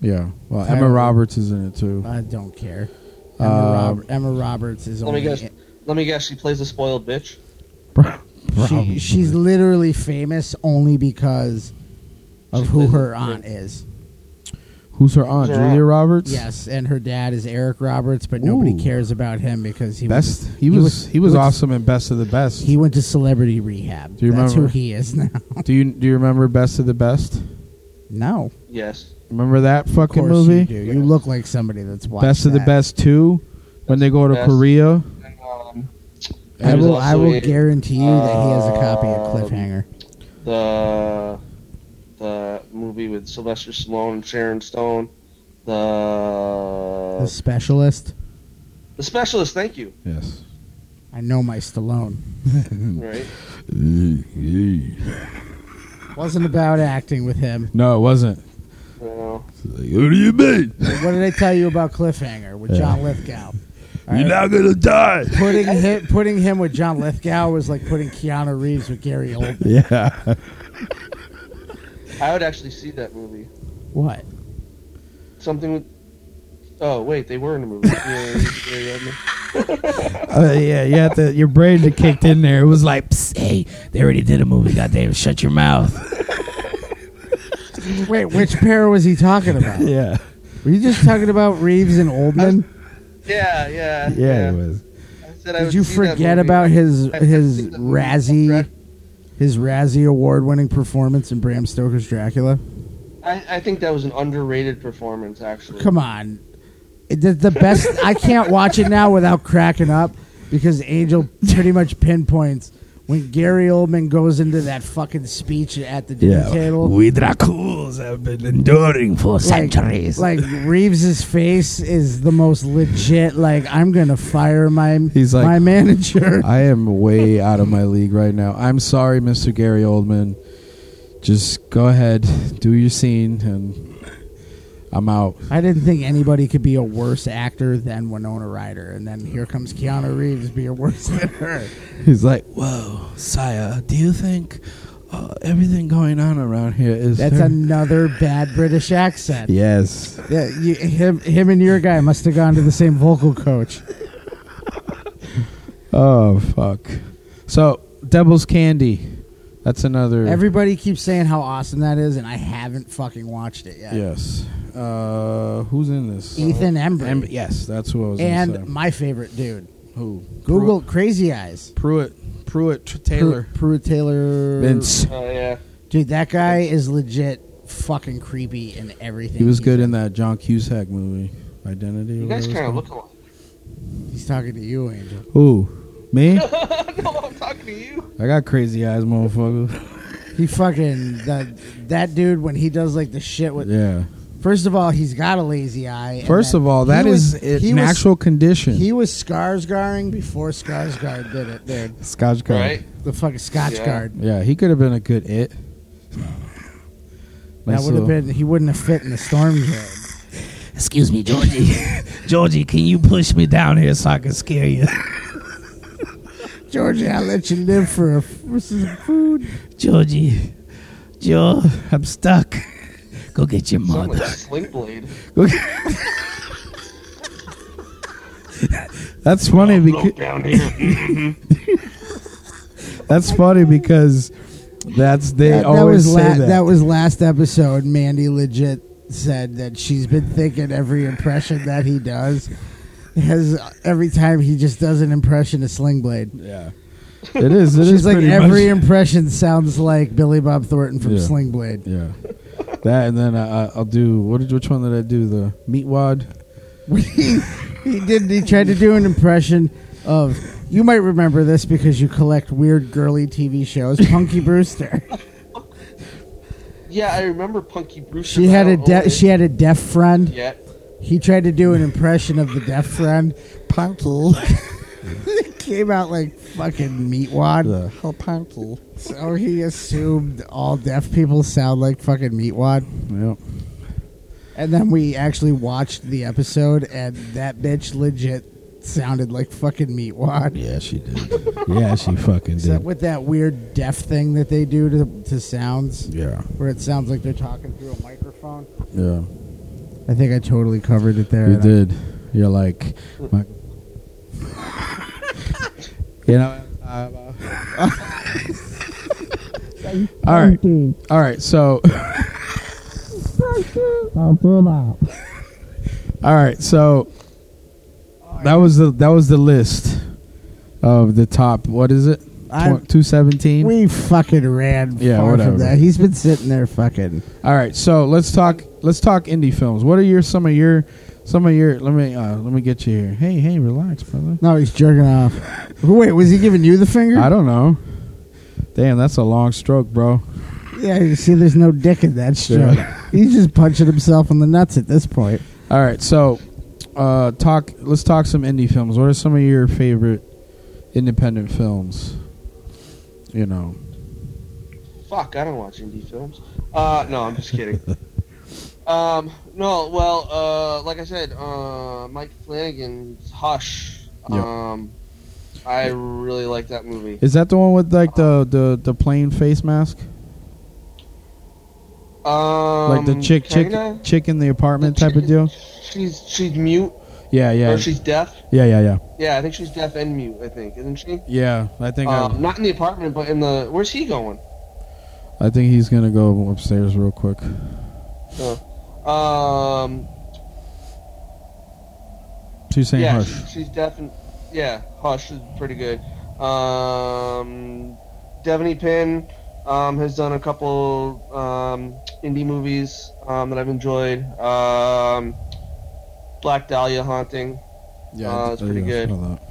G: yeah well emma
F: Terrible.
G: roberts is in it too
F: I don't care. Emma,
G: Um,
F: Rob- Emma Roberts is
B: Let me
F: only
B: guess. Let me guess. She plays a spoiled bitch.
F: she, she's literally famous only because of who her aunt is.
G: who's her aunt
B: Who's her
G: julia
B: aunt?
G: roberts
F: Yes, and her dad is Eric Roberts, but nobody
G: Ooh.
F: cares about him because he was
G: Best. He was, he was awesome and best of the best.
F: He went to celebrity rehab.
G: Do you
F: That's
G: remember?
F: who he is now.
G: do you do you remember best of the best?
F: no,
B: Yes.
G: Remember that
F: of
G: fucking
F: course you do.
G: movie?
F: You look like somebody that's watched
G: Best of the
F: that.
G: best two. When they go to
B: Best.
G: Korea,
B: And, um,
F: I
B: there's
F: will. I
B: also
F: will
B: a-
F: guarantee you that he has a copy of
B: Um,
F: Cliffhanger.
B: the the movie with Sylvester Stallone and Sharon Stone.
F: The
B: The
F: Specialist.
B: the specialist. Thank you.
G: yes.
F: I know my Stallone. Hmm.
B: Right.
F: Wasn't about acting with him.
G: No, it wasn't.
B: Well,
G: What do you mean?
F: What did I tell you about Cliffhanger with John Lithgow?
G: You're not gonna die.
F: Putting him, putting him with John Lithgow was like putting Keanu Reeves with Gary Oldman.
G: Yeah.
B: I would actually see that movie.
F: What?
B: Something with. Oh wait, they were in the movie. Yeah, yeah, yeah, yeah.
G: Uh, yeah. You had to, your brain had kicked in there. It was like, psst,
I: hey, they already did a movie. Goddamn, shut your mouth.
F: Wait, which pair was he talking about?
H: Yeah.
F: Were you just talking about Reeves and Oldman?
B: Yeah, yeah,
H: Yeah, it was.
B: I said I
F: Did
B: would
F: you
B: see that
F: forget
B: movie.
F: about his
B: I- I
F: his
B: think the movie was
F: Razzie
B: correct.
F: his Razzie award winning performance in Bram Stoker's Dracula?
B: I, I think that was an underrated performance, actually.
F: Come on. It- The, the best I can't watch it now without cracking up because Angel pretty much pinpoints when Gary Oldman goes into that fucking speech at the dinner table.
I: we Draculas have been enduring for
F: like-
I: centuries.
F: Like Reeves's face is the most legit. Like I'm gonna fire my
G: He's like-
F: my manager.
G: I am way out of my league right now. I'm sorry, Mr. Gary Oldman. Just go ahead, do your scene, and I'm out.
F: I didn't think anybody could be a worse actor than Winona Ryder, and then here comes Keanu Reeves being worse than her.
G: He's like, "Whoa, Saya, do you think uh, everything going on around here is?"
F: That's
G: her?"
F: another bad British accent.
G: yes.
F: Yeah, you, him, him and your guy must have gone to the same vocal coach.
G: Oh fuck. So Devil's Candy. That's another.
F: Everybody keeps saying how awesome that is, and I haven't fucking watched it yet.
G: yes. Uh, who's in this? Uh,
F: Ethan Embry
G: Em- yes, that's who I was. gonna
F: and
G: say.
F: my favorite dude,
G: who?
F: Google Crazy Eyes.
G: Pruitt. Pruitt Tr- Taylor.
F: Pru- Pru Taylor.
G: Vince.
B: Oh yeah.
F: Dude, that guy is legit fucking creepy in everything.
G: He was
F: he's
G: good in
F: in.
G: that John Cusack movie, Identity.
B: You guys kind of look alike.
F: He's talking to you, Angel.
G: Ooh, me?
B: no, I'm talking to you.
G: I got crazy eyes, motherfucker.
F: He fucking that that dude when he does like the shit with.
G: Yeah.
F: First of all, he's got a lazy eye. and
G: First
F: then
G: of all,
F: he
G: that
F: was-
G: is it-
F: he
G: an
F: was-
G: actual condition.
F: He was Skarsgarring before Skarsgård did it, dude.
G: Scotch guard.
B: Right?
F: The fucking Scotch
B: Yeah.
F: guard.
G: Yeah, he could have been a good it.
F: That
G: Nice
F: would have
G: little-
F: been. He wouldn't have fit in the storm cave.
I: Excuse me, Georgie. Georgie, can you push me down here so I can scare you?
F: Georgie, I let you live for a, for some food.
I: Georgie, Joe, I'm stuck. Go get your
B: Sound like
I: mother.
B: Sling Blade.
G: That's funny because
A: Down here. Mm-hmm.
G: that's funny because that's they
F: That, that
G: always
F: was
G: say
F: la-
G: that.
F: that was last episode. Mandy legit said that she's been thinking every impression that he does has every time he just does an impression of Sling Blade.
G: yeah, it is. It is
F: She's like
G: pretty
F: every
G: much-
F: impression sounds like Billy Bob Thornton from
G: Yeah.
F: Sling Blade.
G: yeah, that and then I, I- I'll do what did which one did I do the meat wad?
F: he, he did. He tried to do an impression of. You might remember this because you collect weird girly TV shows. Punky Brewster.
B: Yeah, I remember Punky Brewster.
F: She
B: but I
F: had a
B: don't own
F: de-
B: it
F: she had a deaf friend.
B: yet.
F: He tried to do an impression of the deaf friend. Punky. it came out like fucking meat wad.
G: The
F: So he assumed all deaf people sound like fucking meat wad.
G: Yep.
F: And then we actually watched the episode, and that bitch legit sounded like fucking meat wad.
G: Yeah, she did. yeah, she fucking
F: Except
G: did.
F: with that weird deaf thing that they do to, to sounds,
G: Yeah,
F: where it sounds like they're talking through a microphone.
G: yeah,
F: I think I totally covered it there.
G: you did. You're like, my, you know. I- I- all right, all right. So, all right. So, that was the that was the list of the top. What is it?
F: I-
G: Two seventeen.
F: We fucking ran
G: Yeah,
F: far
G: whatever.
F: from that. He's been sitting there fucking.
G: All right, so let's talk. Let's talk indie films. What are your some of your some of your? Let me uh, let me get you here. Hey, hey, relax, brother.
F: No, he's jerking off. Wait, was he giving you the finger?
G: I don't know. Damn, that's a long stroke, bro.
F: yeah, you see, there's no dick in that stroke. He's just punching himself in the nuts at this point.
G: All right, so uh, talk. Let's talk some indie films. What are some of your favorite independent films? You know,
B: Fuck, I don't watch indie films. Uh, no, I'm just kidding. um, no, well, uh, like I said, uh, Mike Flanagan's Hush.
G: Yep.
B: Um, I really like that movie.
G: is that the one with like the the the plain face mask,
B: Um,
G: like the chick chick
B: kinda. Um,
G: chick in the apartment type of deal?
B: She's she's mute.
G: Yeah, yeah,
B: Or she's deaf.
G: yeah, yeah, yeah,
B: Yeah, I think she's deaf and mute. I think isn't she?
G: yeah. I think
B: Um, not in the apartment, but in the. Where's he going?
G: I, I think he's gonna go upstairs real quick.
B: Um.
G: So you're saying
B: yeah, Uh,
G: hush?
B: she- she's deaf and yeah, hush is pretty good. Um, Devaney Pin um, has done a couple um, indie movies um, that I've enjoyed. Um, Black Dahlia Haunting.
G: Yeah,
B: Uh,
G: I
B: it's
G: did- I
B: pretty
G: did- I
B: good.
G: saw that.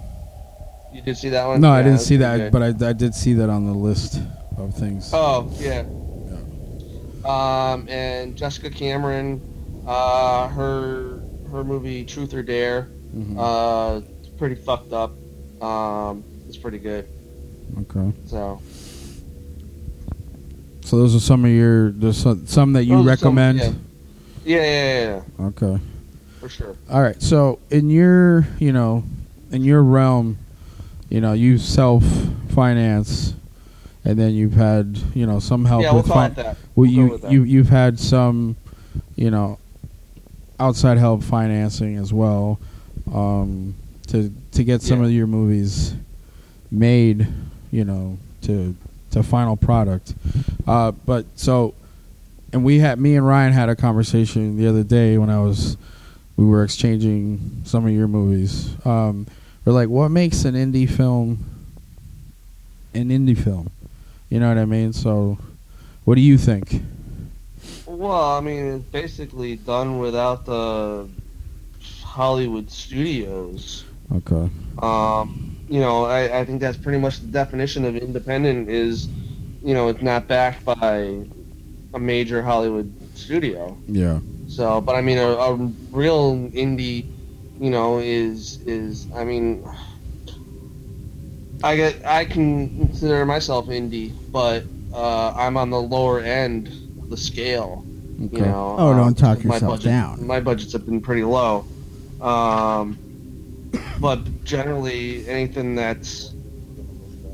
B: You did see that one?
G: No, I
B: Yeah,
G: didn't
B: that's
G: see
B: pretty
G: that,
B: good.
G: but I, I did see that on the list of things.
B: Oh yeah. Um, and Jessica Cameron, uh, her her movie Truth or Dare,
G: Mhm.
B: uh, it's pretty fucked up. Um, it's pretty good.
G: okay.
B: So
G: So those are some of your there's some, some that you
B: Those are some-
G: recommend.
B: Oh, yeah, yeah, yeah, yeah, yeah,
G: Okay.
B: for sure.
G: All right. So in your you know in your realm, you know you self finance, and then you've had you know some help
B: yeah, we'll
G: Oh, with
B: call
G: fin-
B: it that.
G: Well,
B: We'll go
G: you
B: with that.
G: you you've had some, you know, outside help financing as well, um, to to get some
B: Yeah.
G: of your movies made, you know, to to final product. Uh, but so, and we had me and Ryan had a conversation the other day when I was we were exchanging some of your movies. Um, we're like, what makes an indie film an indie film? You know what I mean? So, what do you think?
B: Well, I mean, it's basically done without the Hollywood studios.
G: Okay.
B: Um, you know, I, I think that's pretty much the definition of independent is, you know, it's not backed by a major Hollywood studio.
G: Yeah.
B: So, but I mean, a, a real indie, you know, is is I mean, I get I can consider myself indie, but uh, I'm on the lower end of the scale. You know,
F: Oh, don't
B: um,
F: talk
B: my
F: yourself
B: budget-
F: down.
B: My budgets have been pretty low, um, but generally anything that's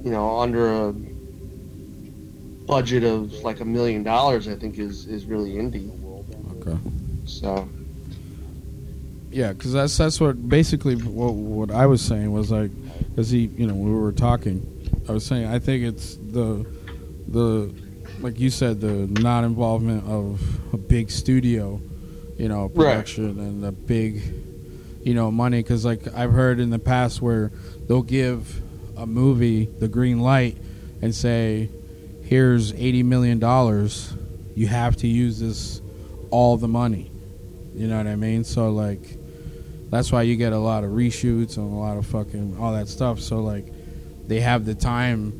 B: you know under a budget of like a million dollars, I think is is really indie.
G: Okay.
B: So
G: Yeah, because that's that's what basically what what I was saying was like, because he you know when we were talking, I was saying I think it's the the like you said the non involvement of a big studio, you know
B: Right.
G: production and the big you know money because like I've heard in the past where they'll give a movie the green light and say here's eighty million dollars, you have to use this all the money. You know what I mean? So like that's why you get a lot of reshoots and a lot of fucking all that stuff. So like they have the time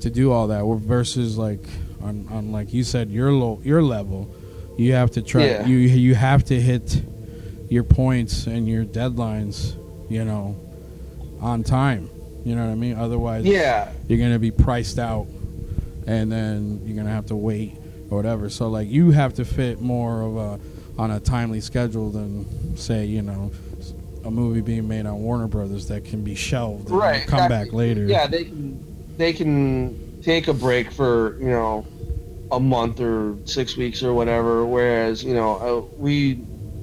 G: to do all that Where versus like on, on like you said your low your level you have to try
B: Yeah.
G: you you have to hit your points and your deadlines, you know, on time. You know what I mean? Otherwise
B: yeah,
G: you're gonna be priced out and then you're gonna have to wait or whatever so like you have to fit more of a on a timely schedule than say you know s- a movie being made on warner brothers that can be shelved and
B: right.
G: come
B: exactly.
G: back later
B: Yeah, they can they can take a break for you know a month or six weeks or whatever. Whereas you know uh, we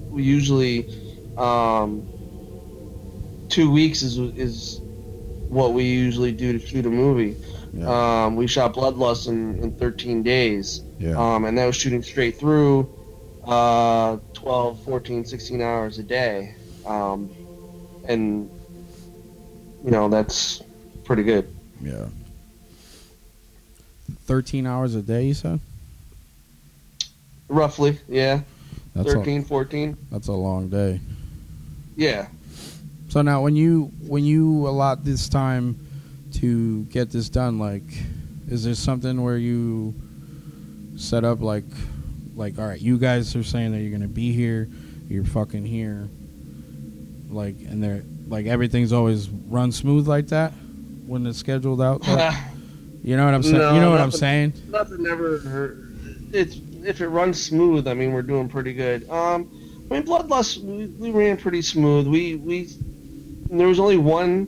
B: we usually um, two weeks is is what we usually do to shoot a movie. Um, we shot Bloodlust in, in 13 days.
H: Yeah.
B: Um, and that was shooting straight through uh, 12, 14, 16 hours a day. Um, and, you know, that's pretty good.
H: Yeah.
G: 13 hours a day you said
B: Roughly, yeah.
G: that's a,
B: thirteen, fourteen. 13, 14.
G: that's a long day
B: Yeah.
G: so now when you when you allot this time to get this done like is there something where you set up like like all right you guys are saying that you're gonna be here you're fucking here like and they're like everything's always run smooth like that when it's scheduled out like- you know what i'm saying
B: No,
G: you know what i'm
B: nothing.
G: saying
B: Nothing ever hurt. It's if it runs smooth. I mean, we're doing pretty good. Um, I mean, Bloodlust we, we ran pretty smooth. We we there was only one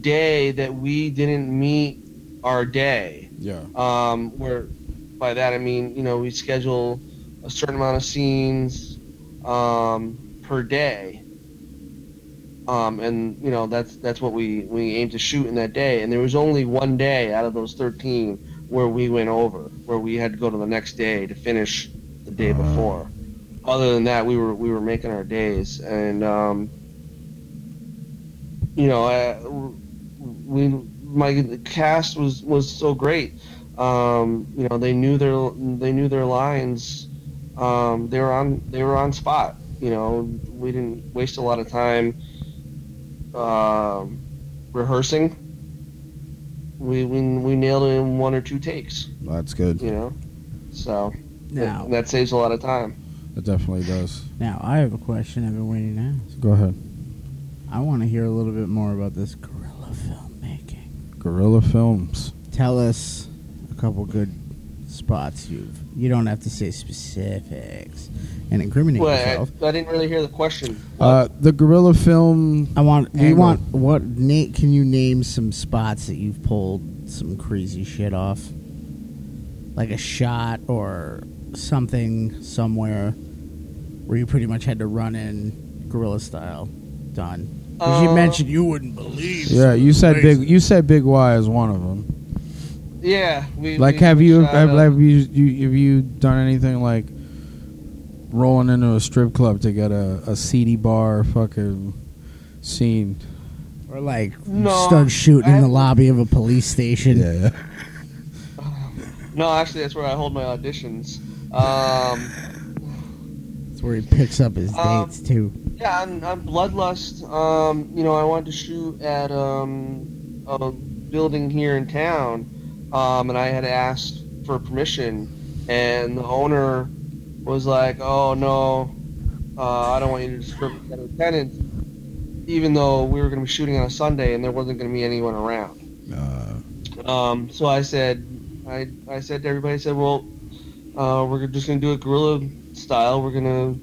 B: day that we didn't meet our day.
G: yeah
B: Um, where by that I mean you know we schedule a certain amount of scenes um, per day, um, and you know that's that's what we we aimed to shoot in that day. And there was only one day out of those thirteen where we went over, where we had to go to the next day to finish the day before. Other than that, we were we were making our days, and um, you know, uh, we my the cast was was so great. Um, you know, they knew their they knew their lines. Um, they were on they were on spot. You know, we didn't waste a lot of time um, rehearsing. We, we we nailed it in one or two takes.
J: That's good.
B: You know, so
F: Now,
B: that saves a lot of time.
G: It definitely does.
F: now I have a question I've been waiting to ask.
G: Go ahead.
F: I want to hear a little bit more about this guerrilla filmmaking.
G: Gorilla Films.
F: Tell us a couple good spots you've. You don't have to say specifics and incriminate
B: Well,
F: yourself.
B: I, I didn't really hear the question.
G: Uh, the Gorilla Film.
F: I want. We
G: Angle.
F: want what? Nate, can you name some spots that you've pulled some crazy shit off, like a shot or something somewhere where you pretty much had to run in guerrilla style, done. 'Cause you
B: Uh,
F: mentioned you wouldn't believe.
G: Yeah, you said
F: Crazy.
G: big. You said Big Y is one of them.
B: Yeah, we
G: Like,
B: we-
G: have
B: we
G: you
B: shot uh,
G: have,
B: a-
G: have you, you have you done anything like rolling into a strip club to get a, a seedy bar fucking scene?
F: Or like
B: No,
F: start shooting
B: I
F: in the
B: haven't-
F: lobby of a police station.
B: No, actually, that's where I hold my auditions. Um,
F: That's where he picks up his
B: Um,
F: dates too.
B: Yeah, on, on Bloodlust, um, you know, I wanted to shoot at um, a building here in town, um, and I had asked for permission, and the owner was like, "Oh no, uh, I don't want you to disturb the other tenants," even though we were going to be shooting on a Sunday and there wasn't going to be anyone around. Um, so I said, I, I said to everybody, I said, "Well, uh, we're just going to do it guerrilla style. We're going to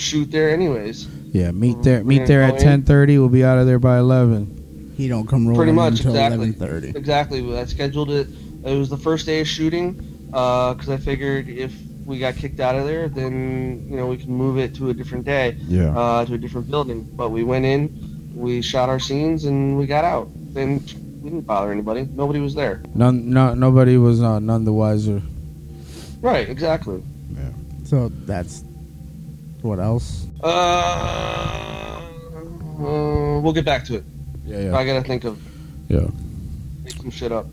B: shoot there anyways."
G: Yeah, meet there.
B: Mm,
G: Meet there at
B: Manhattan.
G: ten thirty. We'll be out of there by eleven.
F: He don't come rolling
B: pretty
F: in
B: much
F: until
B: exactly
F: eleven thirty.
B: exactly Well, i scheduled it it was the first day of shooting because i figured if we got kicked out of there then you know we can move it to a different day
J: Yeah.
B: uh, to a different building but we went in we shot our scenes and we got out and we didn't bother anybody nobody was there
G: None, no, nobody was uh, none the wiser.
B: right exactly
F: So that's what else?
B: uh, uh, we'll get back to it
G: Yeah,
B: i gotta think of
G: yeah.
B: make some shit up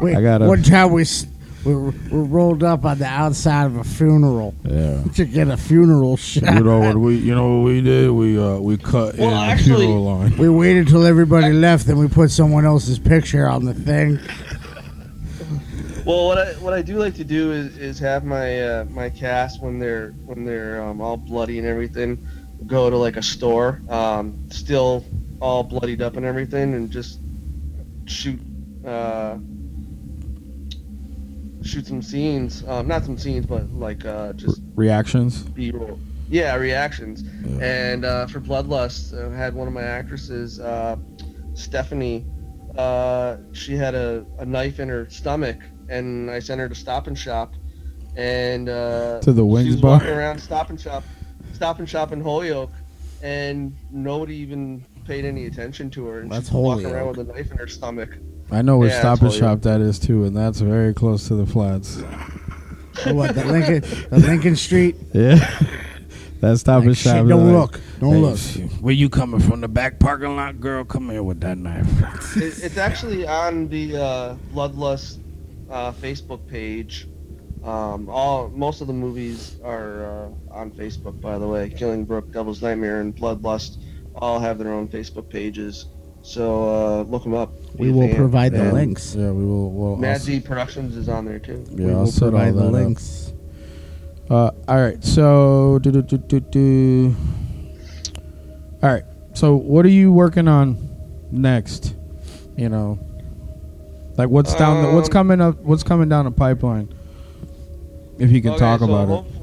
F: Wait,
J: I gotta-
F: one time we s- we were, we rolled up on the outside of a funeral
J: Yeah.
F: to get a funeral shot.
J: You know what we? You know what we did? We uh we cut
B: Well,
J: in
B: actually-
J: the funeral line.
F: We waited till everybody left, then we put someone else's picture on the thing.
B: Well, what I what I do like to do is, is have my uh, my cast when they're when they're um, all bloody and everything, go to like a store, um, still all bloodied up and everything, and just shoot uh, shoot some scenes, um, not some scenes, but like uh, just
G: Reactions.
B: B-roll. Yeah, reactions. And uh, for Bloodlust, I had one of my actresses, uh, Stephanie. Uh, she had a, a knife in her stomach, and I sent her to Stop and Shop. And uh,
G: To the Wings
B: she was
G: bar?
B: walking around Stop and Shop, Stop and Shop in Holyoke, and nobody even paid any attention to her. And
F: That's
B: she was walking
F: Holyoke.
B: around with a knife in her stomach.
G: I know where
B: Yeah,
G: Stop and
B: totally.
G: Shop that is too, and that's very close to the flats.
F: Oh, what the Lincoln, the Lincoln Street?
G: Yeah, that Stop and
F: Like,
G: Shop.
F: shit,
G: is
F: don't
G: like,
F: look, don't
G: hey,
F: look.
I: Where you coming from? The back parking lot, girl. Come here with that knife.
B: it, it's actually on the uh, Bloodlust uh, Facebook page. Um, all most of the movies are uh, on Facebook, by the way. Killing Brook, Devil's Nightmare, and Bloodlust all have their own Facebook pages. So uh, look them up.
F: We
B: Be a
F: will
B: fan.
F: provide the
G: Yeah.
F: links.
G: Yeah, we will. We'll
B: Mad
G: also-
B: Z Productions is on there too.
G: yeah,
F: we
G: I'll
F: will
G: set all
F: provide the
G: that up.
F: links.
G: Uh, all right. So, do, do, do, do, do. all right. So, what are you working on next? You know, like what's down? The, what's
B: Um,
G: coming up? What's coming down the pipeline? If you can
B: Okay,
G: talk
B: so
G: about it.
B: hopef-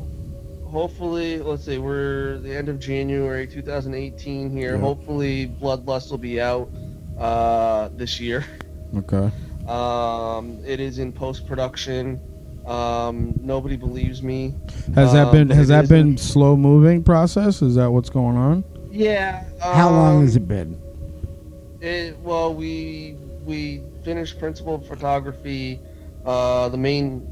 B: Hopefully, let's see, we're the end of January 2018 here.
G: Yeah.
B: Hopefully, Bloodlust will be out uh, this year.
G: Okay.
B: Um, it is in post production. Um, Um, nobody believes me.
G: Has that
B: Um,
G: been has
B: it
G: that
B: is-
G: been slow moving process? Is that what's going on?
B: Yeah.
F: How long
B: um,
F: has it been?
B: It, well, we we finished principal photography. Uh, the main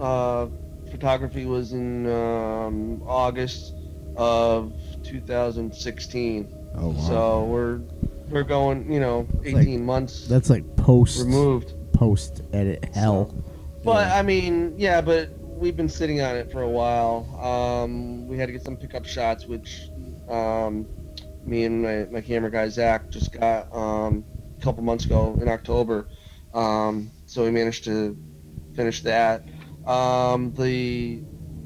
B: uh, photography was in um, August of 2016.
F: Oh wow,
B: So we're we're going, you know, 18
F: like-
B: months
F: that's like post
B: removed.
F: post edit hell.
B: But I mean, yeah, but we've been sitting on it for a while. Um, we had to get some pickup shots, which um, me and my, my camera guy Zach just got um, a couple months ago in October. Um, so we managed to finish that. Um, the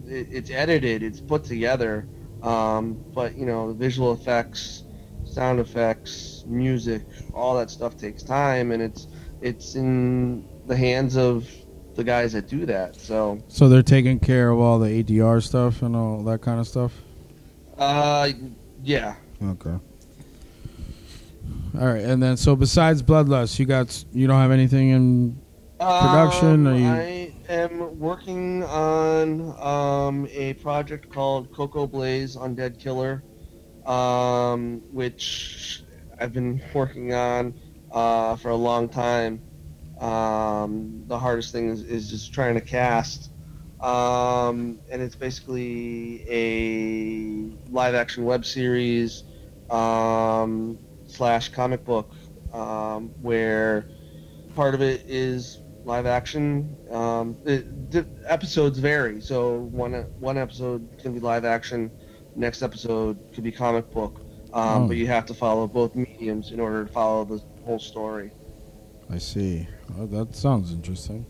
B: it, it's edited, it's put together, um, but you know the visual effects, sound effects, music, all that stuff takes time, and it's it's in the hands of the guys that do that. So,
G: So they're taking care of all the ADR stuff and all that kind of stuff.
B: uh, yeah,
G: Okay. All right, and then so besides Bloodlust, you got you don't have anything in Production,
B: Um,
G: are you-
B: I am working on um, a project called Coco Blaze Undead Killer, um, which I've been working on uh, for a long time. Um, the hardest thing is, is just trying to cast. Um, and it's basically a live action web series um, slash comic book um, where part of it is live action. Um, it, the episodes vary, so one one episode can be live action, next episode could be comic book. Um,
G: Oh.
B: But you have to follow both mediums in order to follow the whole story.
G: I see. Oh, that sounds interesting.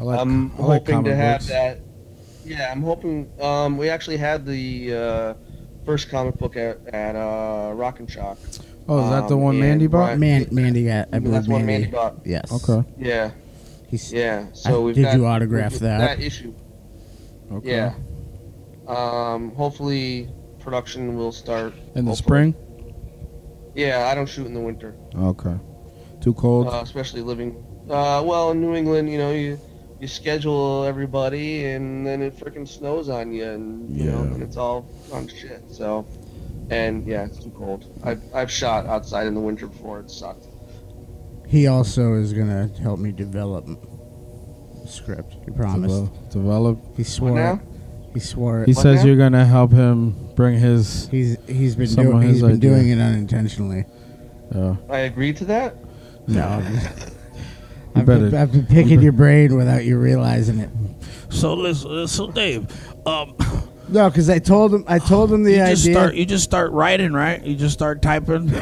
G: I like.
B: I'm
G: I like
B: hoping to
G: comic
B: have
G: books.
B: that. Yeah, I'm hoping. Um, we actually had the uh, first comic book at, at uh, Rock and Shock.
G: Oh, is that the
B: um,
G: one
B: and
G: Mandy bought?
B: Ryan-
F: Man, Mandy, got, I believe
B: That's one
F: Mandy.
B: Mandy bought.
F: Yes.
G: Okay.
B: Yeah,
F: He's,
B: yeah. So
F: I-
B: we've
F: did
B: got-
F: you autograph
B: we've-
F: that?
B: That issue.
G: Okay.
B: Yeah. Um, hopefully, production will start
G: In the
B: hopefully.
G: spring.
B: Yeah, I don't shoot in the winter,
G: Okay. Too cold.
B: uh, especially living. Uh, well, in New England, you know, you you schedule everybody, and then it freaking snows on you, and you know,
J: Yeah.
B: and it's all on shit. So, and yeah, it's too cold. I've I've shot outside in the winter before. It sucked.
F: He also is gonna help me develop script. He promised.
G: Devel- Develop.
F: He swore.
B: now?
F: It. He swore. It.
G: He
B: What
G: says
B: now?
G: you're gonna help him bring his.
F: He's he's been
G: Some
F: doing
G: of his
F: he's been
G: idea.
F: doing it unintentionally.
G: Uh,
B: I agreed to that.
F: No,
G: you
F: I've been,
G: better-
F: I've been picking your brain without you realizing it.
I: So listen, so Dave, um,
F: No, because I told him I told him the
I: you
F: idea.
I: just start you just start writing, right? You just start typing.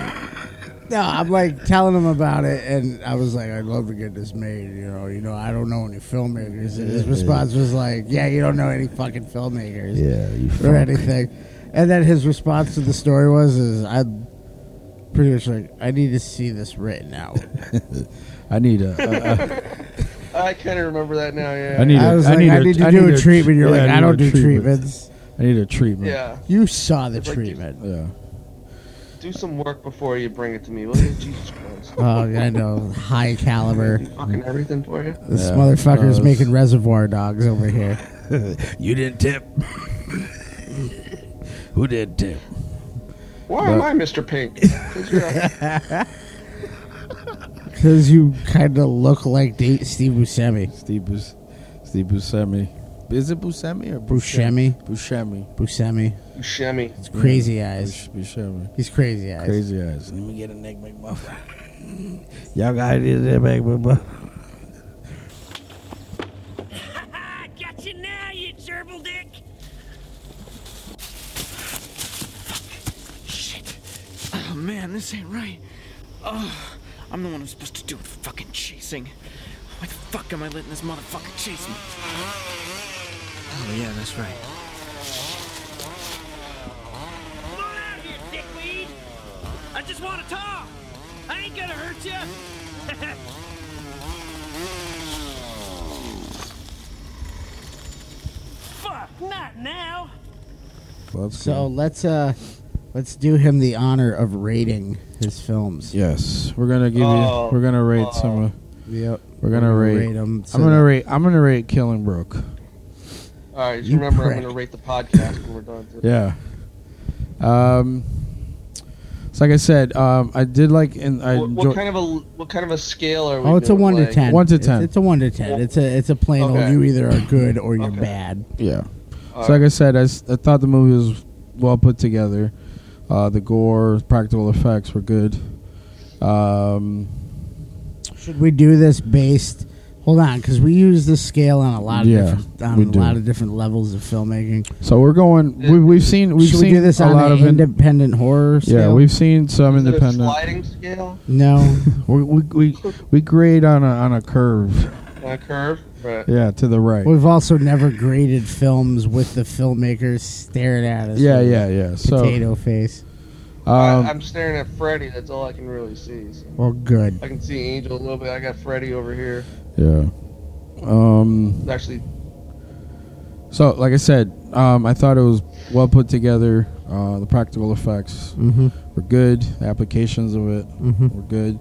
F: No, I'm like telling him about it, and I was like, I'd love to get this made. You know, you know, I don't know any filmmakers. And his response was like, Yeah, you don't know any fucking filmmakers.
H: Yeah, you
F: or anything. And then his response to the story was, "Is I'm pretty much like I need to see this written out."
G: I need a. I- I-
B: I kind of remember that now. Yeah.
G: I need a.
F: I was like,
G: need
F: "I
G: a-
F: need to
G: I
F: do
G: need
F: a treatment." You're
G: yeah,
F: like, "I,
G: need
F: don't
G: a
F: do
G: treatment.
F: treatments."
G: I need a treatment.
B: Yeah.
F: You saw the
B: It's like-
F: treatment.
G: Yeah.
B: Do some work before you bring it to me. Will you? Jesus Christ.
F: oh, I know, high caliber.
B: Fucking everything for you.
F: This
G: Yeah,
F: motherfucker's
G: uh,
F: making Reservoir Dogs over here.
I: You didn't tip. Who did tip?
B: Why am I Mr. Pink? 'Cause you're a-
F: Because you kind of look like Da- Steve Buscemi.
G: Steve Bus- Steve Buscemi. Is it Buscemi or
F: Buscemi?
G: Buscemi.
F: Buscemi.
B: Buscemi.
F: It's crazy eyes.
G: Bush- Buscemi.
F: He's crazy eyes.
G: Crazy eyes.
I: Let me get a neck McMuffin. Y'all got it in there, McMuffin.
E: I got you now, you gerbil dick. Shit. Oh man, this ain't right. Oh, I'm the one who's supposed to do the fucking chasing. Why the fuck am I letting this motherfucker chase me? Oh yeah, that's right.
K: Come on out of here, dickweed! I just want to talk! I ain't gonna hurt you! Fuck, not now!
G: Let's
F: So
G: go.
F: let's uh, let's do him the honor of rating his films.
G: Yes, we're gonna give
B: Oh,
G: you. We're gonna rate
B: oh.
G: some. Of, Yep. We're gonna,
H: We're
G: rate.
H: gonna rate 'em so
G: I'm gonna
H: that-
G: rate. I'm gonna rate Killing Brook.
B: All right, just
G: You
B: remember
G: prick.
B: I'm going to rate the podcast when we're done. Today.
G: Yeah. Um. So like I said, um, I did like and I
B: What,
G: enjoy-
B: what kind of a what kind of a scale are we?
F: Oh, it's a
B: doing,
F: one to
B: like-
F: ten.
G: One to
F: It's-
G: ten.
F: It's, a one to ten. It's a it's a plain
B: Okay.
F: old. You either are good or you're bad.
G: Yeah.
B: All
G: so like I said, I, s- I thought the movie was well put together. Uh, the gore, practical effects were good. Um,
F: Should we do this based? Hold on, because we use this scale on a lot of
G: Yeah,
F: different, on
G: we
F: a
G: do.
F: lot of different levels of filmmaking.
G: so we're going. We, we've seen. We've
F: Should
G: seen
F: we do this
G: a
F: on
G: lot
F: an
G: of in-
F: independent horror?
G: Yeah,
F: scale?
G: we've seen some
B: Is it a
G: independent.
B: sliding scale
F: no.
G: we, we, we we grade on a on a curve.
B: on a curve. Right.
G: Yeah, to the right.
F: We've also never graded films with the filmmakers staring at us.
G: Yeah,
F: with
G: yeah, yeah. So
F: Potato face.
B: I,
G: um,
B: I'm staring at Freddy. That's all I can really see. so.
F: Well, good.
B: I can see Angel a little bit. I got Freddy over here.
G: yeah. Um,
B: Actually,
G: So, like I said, um, I thought it was well put together. Uh, the practical effects
F: Mhm.
G: were good. The applications of it
F: Mhm.
G: were good.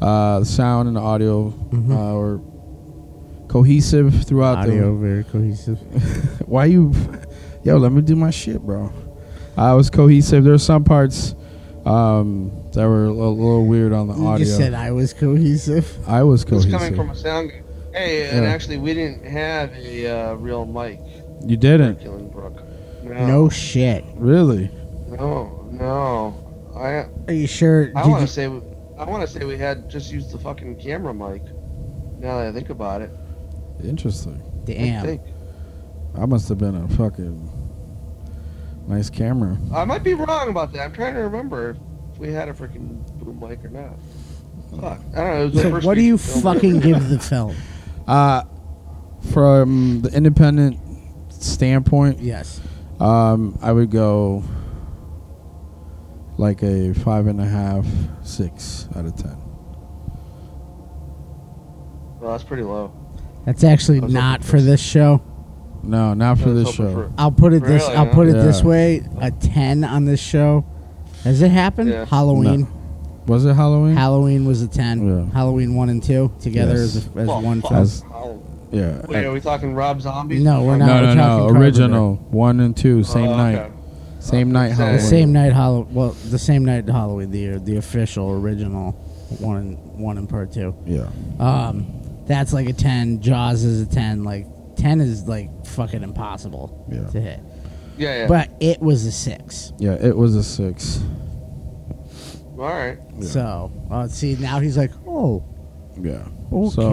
G: Uh, the sound and the audio
F: Mhm.
G: uh, were cohesive throughout
F: Audio very cohesive.
G: the. Why you, yo? Let me do my shit, bro. I was cohesive. There were some parts um, that were a little, little weird on the
F: You
G: audio.
F: just said I was cohesive.
G: I was
B: it's
G: cohesive.
B: coming from a sound. guy. Hey, and
G: Oh, Yeah.
B: actually, we didn't have a uh, real mic.
G: you didn't
B: Killing Brook.
F: No shit.
G: really.
B: No, no. I
F: Are you sure?
B: I
F: Did
B: want
F: you-
B: to say we- I want to say we had just used the fucking camera mic. Now that I think about it,
G: Interesting.
B: I
F: Damn.
B: think
G: I must have been a fucking nice camera.
B: I might be wrong about that. I'm trying to remember if we had a freaking boom mic or not. Fuck, I don't know. It was the
F: So
B: first
F: what do you
B: feature film.
F: fucking give the film?
G: Uh, from the independent standpoint,
F: Yes.
G: um, I would go like a five and a half, six out of ten.
B: Well, that's pretty low.
F: That's actually
B: I was
F: not
B: hoping
F: for this show.
G: No, not for
B: I was
G: this
B: hoping
G: show.
F: I'll put it this.
B: Really,
F: I'll
B: huh?
F: put it this
G: Yeah.
F: way: a ten on this show. Has it happened?
B: Yeah.
F: Halloween.
G: Was it Halloween?
F: Halloween was a ten.
G: Yeah.
F: Halloween one and two together as,
G: Yes.
F: a, as
B: Well,
F: one
B: fuck.
F: film.
G: As-
B: Oh.
G: yeah.
B: Wait, are we talking Rob Zombie?
F: No, we're
G: no,
F: not.
G: no,
F: we're
G: no.
F: talking
G: Original one and two,
B: Oh,
G: same
B: okay.
G: night, same night.
B: The
F: The
G: Halloween.
F: same night Halloween. Well, the same night Halloween. The the official original one one and part two.
G: Yeah.
F: Um, that's like a ten. Jaws is a ten. Like ten is like fucking impossible
G: Yeah.
F: to hit.
B: Yeah, yeah.
F: But it was a six.
G: Yeah. It was a six.
B: All right.
F: So uh, see now he's like, oh,
G: Yeah.
F: Okay.
G: So,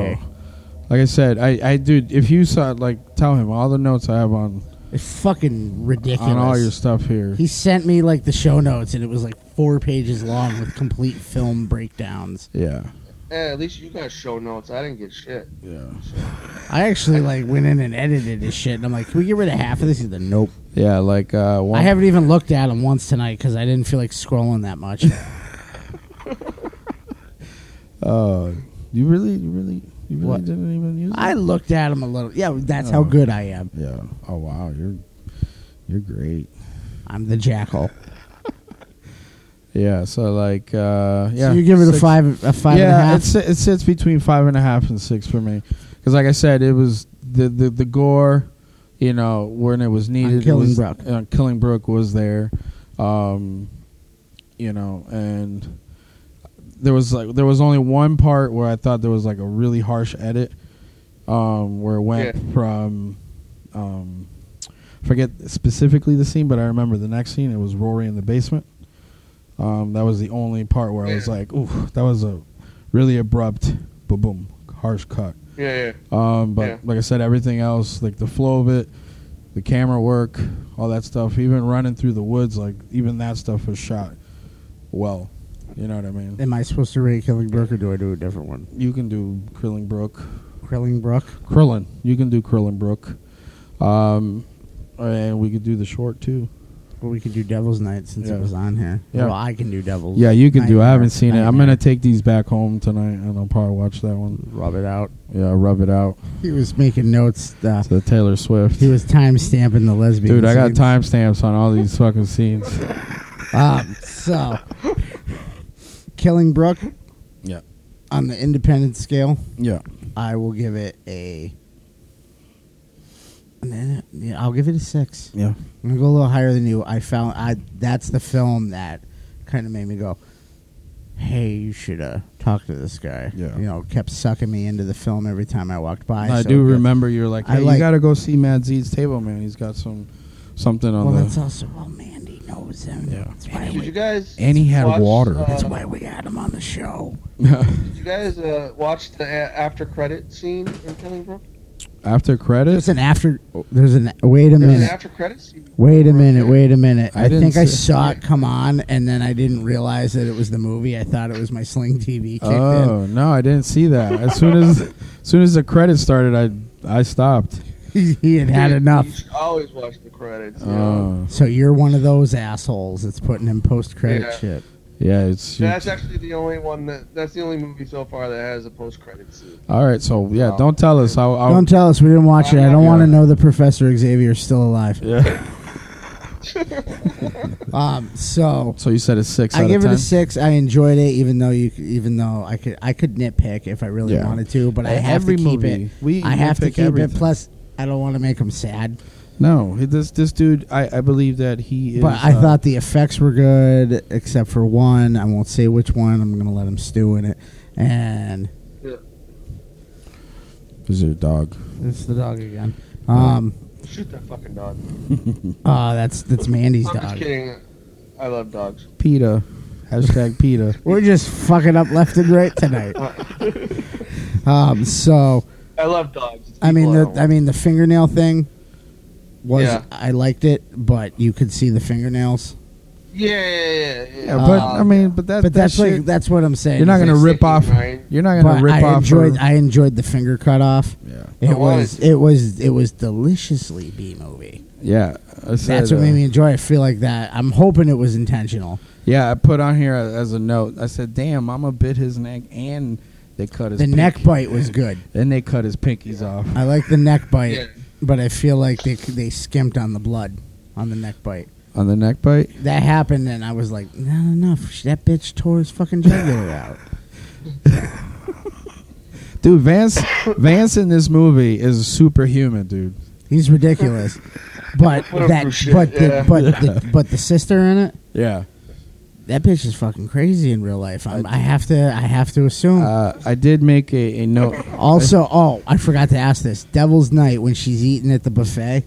G: like I said, I, I, dude, if you saw, it, like, tell him all the notes I have on
F: it's fucking ridiculous.
G: on all your stuff here.
F: He sent me like the show notes, and it was like four pages long with complete film breakdowns.
G: Yeah.
B: Hey, at least you got show notes. I didn't get shit.
G: Yeah.
F: I actually like went in and edited his shit, and I'm like, can we get rid of half of this? He's like, nope.
G: Yeah, like uh, one,
F: I haven't even looked at him once tonight because I didn't feel like scrolling that much.
G: Uh, you really, you really, you really
F: What?
G: didn't even use.
F: I
G: it?
F: looked at him a little. Yeah, that's
G: Oh.
F: how good I am.
G: Yeah. Oh wow, you're you're great.
F: I'm the jackal.
G: Yeah. So like, uh, yeah.
F: so you give it a
G: six-
F: five, a five and a half.
G: yeah, it si- it sits between five and a half and six for me, because like I said, it was the the, the gore, you know, when it was needed. it
F: Killing
G: was-
F: Brook.
G: uh, Killing Brook was there, um, you know, and there was like there was only one part where I thought there was like a really harsh edit, um, where it went
B: Yeah.
G: from, um, I forget specifically the scene, but I remember the next scene. It was Rory in the basement. Um, that was the only part where I was
B: Yeah.
G: like, "Ooh, that was a really abrupt, boom, boom, harsh cut."
B: Yeah, yeah.
G: Um, but
B: Yeah.
G: like I said, everything else, like the flow of it, the camera work, all that stuff, even running through the woods, like even that stuff was shot well. You know what I mean?
F: Am I supposed to rate Killing Brook or do I do a different one?
G: You can do Krillin Brook,
F: Krilling Brook.
G: Krillin. You can do Krillin Brook, um, and we could do the short too.
F: Well, we could do Devil's Night since
G: Yeah.
F: it was on here.
G: Yeah.
F: Well, I can do Devil's.
G: Yeah, you can do. I
F: Nightmare.
G: haven't seen it. I'm
F: Nightmare.
G: gonna take these back home tonight, and I'll probably watch that one.
F: rub it out.
G: Yeah, rub it out
F: He was making notes. Uh,
G: to Taylor Swift.
F: he was time stamping the lesbian.
G: Dude, I got
F: scenes.
G: timestamps on all these fucking scenes.
F: Um, so, Killing Brook.
G: Yeah.
F: on the independent scale,
G: Yeah.
F: I will give it a. and then, yeah, I'll give it a six.
G: Yeah.
F: I'm gonna go a little higher than you. I found I that's the film that kind of made me go, "Hey, you should uh, talk to this guy."
G: Yeah.
F: You know, kept sucking me into the film every time I walked by.
G: I
F: so
G: do
F: it-
G: remember you're like,
F: I
G: hey, you
F: like-
G: got to go see Mad Z's table, man. He's got some something on
F: Well,
G: the.
F: that's also well, Mandy knows him. Yeah. That's why
B: Did
F: we,
B: you guys?
I: And he had
B: watch,
I: water.
B: uh,
F: that's why we had him on the show.
B: Did you guys uh, watch the a- after credit scene in Killing Brook?
G: after credits.
F: There's an after. There's an wait a
B: There's an
F: minute.
B: after credit scene.
F: Wait a minute, wait a minute.
G: I
F: I,
G: didn't
F: think I
G: see-
F: saw it come on and then I didn't realize that it was the movie. I thought it was my Sling TV kicked in.
G: Oh no, I didn't see that. As soon as, as soon as the credits started, I I stopped.
F: He, he had had
B: You-
F: enough.
B: You should always watch the credits. you know.
G: Oh
F: So you're one of those assholes that's putting in post credit
B: Yeah.
F: shit.
G: yeah, it's
B: Yeah, that's actually the only one that that's the only movie so far that has a post credit scene.
G: all right. So yeah, don't tell us. I'll, I'll,
F: Don't tell us we didn't watch it. I don't
G: Oh. Yeah.
F: want to know that Professor Xavier's still alive.
G: yeah.
F: Um, so
G: So you said it's six.
F: I
G: out
F: give
G: of
F: it
G: 10?
F: a six. I enjoyed it, even though you, even though I could, I could nitpick if I really
G: Yeah.
F: wanted to, but I
G: Uh,
F: have
G: every
F: to keep
G: movie,
F: it.
G: we
F: I have to
G: nitpick
F: keep
G: everything.
F: it. Plus, I don't want to make him sad.
G: No, he- this this dude. I, I believe that he is.
F: But I
G: uh,
F: thought the effects were good, except for one. I won't say which one. I'm gonna let him stew in it. And
G: this is your dog.
F: it's the dog again. Um,
B: Shoot that fucking dog.
F: uh, that's that's Mandy's
B: I'm just
F: dog.
B: kidding. I love dogs.
G: Peta. Hashtag Peta.
F: We're just fucking up left and right tonight. um, so
B: I love dogs. It's
F: I mean,
B: people
F: the,
B: don't
F: I mean the fingernail thing was
B: Yeah.
F: I liked it, but you could see the fingernails.
B: want. yeah, yeah, yeah, yeah.
G: Yeah, but
F: Uh,
G: I mean, but that.
F: But
G: that
F: that's
G: shit,
F: like that's what I'm saying.
G: You're not
F: is
G: gonna
F: like-
G: rip off.
B: Right.
G: You're not gonna
F: but
G: rip
F: I
G: off.
F: enjoyed
G: her-
F: I enjoyed the finger cut off.
G: yeah.
F: It
B: I
F: was
B: was.
F: it was it was deliciously B movie.
G: Yeah. I said,
F: That's what
G: uh,
F: made me enjoy. it. I feel like that. I'm hoping it was intentional.
G: Yeah, I put on here as a note. I said, "Damn, Mama bit his neck, and they cut his
F: The
G: pink-
F: neck bite was good.
G: and they cut his pinkies off."
F: I like the neck bite,
B: Yeah.
F: but I feel like they they skimped on the blood on the neck bite.
G: On the neck bite,
F: That happened, and I was like, not enough. That bitch tore his fucking jugular out.
G: dude. Vance, Vance in this movie is superhuman, dude.
F: He's ridiculous. But
B: What a
F: that,
B: bullshit,
F: but
B: yeah.
F: the, but the, but the sister in it,
G: Yeah,
F: that bitch is fucking crazy in real life. I'm, I have to, I have to assume.
G: uh, I did make a, a note.
F: also, oh, I forgot to ask this. Devil's Night when she's eating at the buffet.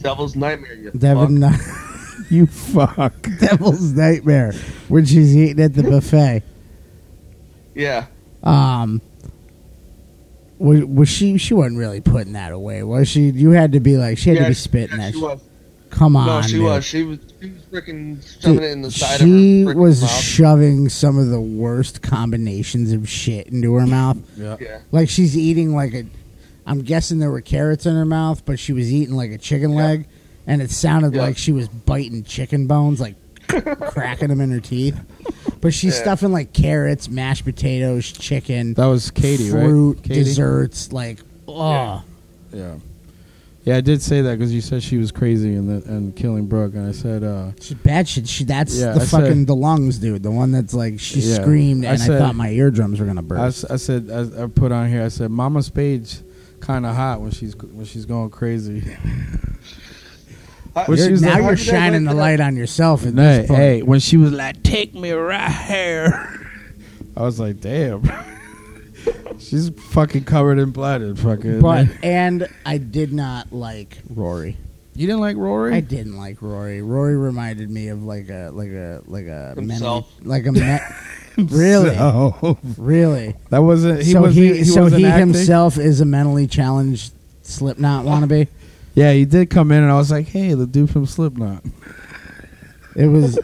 B: Devil's Nightmare. You
F: Devil
B: fuck.
F: Night,
G: you fuck.
F: Devil's Nightmare when she's eating at the buffet.
B: Yeah.
F: Um, was, was she? She wasn't really putting that away, was she? You had to be like, she had
B: yeah,
F: to be
B: she-
F: spitting
B: yeah,
F: that.
B: She
F: shit.
B: was.
F: Come on,
B: No, she
F: dude.
B: was. She was. She was freaking shoving it in the side
F: she
B: of her. freaking
F: was
B: mouth.
F: shoving some of the worst combinations of shit into her mouth.
B: yeah.
F: Like she's eating like a, I'm guessing there were carrots in her mouth, but she was eating like a chicken
B: Yeah.
F: leg, and it sounded
B: Yeah.
F: like she was biting chicken bones, like cracking them in her teeth. But she's
B: Yeah.
F: stuffing like carrots, mashed potatoes, chicken,
G: That was Katie,
F: fruit,
G: right? Katie?
F: desserts, like oh,
G: Yeah, yeah. I did say that because you said she was crazy and the and killing Brooke, and I said, uh,
F: she's bad shit. She that's
G: Yeah,
F: the
G: I said-
F: fucking the lungs, dude. The one that's like she
G: Yeah.
F: screamed,
G: I
F: and I,
G: said-
F: thought my eardrums were gonna burst.
G: I, s- I said, I, I put on here. I said, Mama Spade's kind of hot when she's when she's going crazy.
B: I-
G: Well,
F: You're-
G: she was
F: now
G: like-
F: you're
B: How'd you guys
F: shining
B: like
F: the
B: that?
F: light on yourself at
G: Hey,
F: this point.
G: hey, when she was like, "Take me right here," I was like, "Damn." She's fucking covered in blood and fucking.
F: But and I did not like Rory.
G: you didn't like Rory?
F: I didn't like Rory. Rory reminded me of like a like a like a mentally,
B: Himself.
F: like a me- really
G: So,
F: really.
G: that wasn't. He
F: so
G: wasn't.
F: he, so
G: wasn't
F: he
G: acting?
F: himself is a mentally challenged Slipknot wannabe.
G: Yeah, he did come in, and I was like, "Hey, the dude from Slipknot."
F: It was.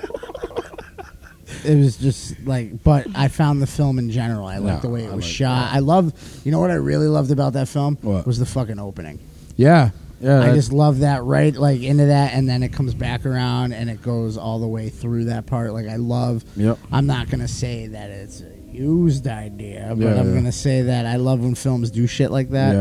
F: It was just like, but I found the film in general. I liked
G: No,
F: the way it
G: I
F: was
G: like
F: shot. I love, you know what I really loved about that film
G: What? Uh,
F: was the fucking opening.
G: Yeah, yeah.
F: I
G: that-
F: just love that right like into that and then it comes back around and it goes all the way through that part. Like I love
G: Yep.
F: I'm not gonna say that it's a used idea, but
G: Yeah,
F: I'm
G: yeah.
F: gonna say that I love when films do shit like that.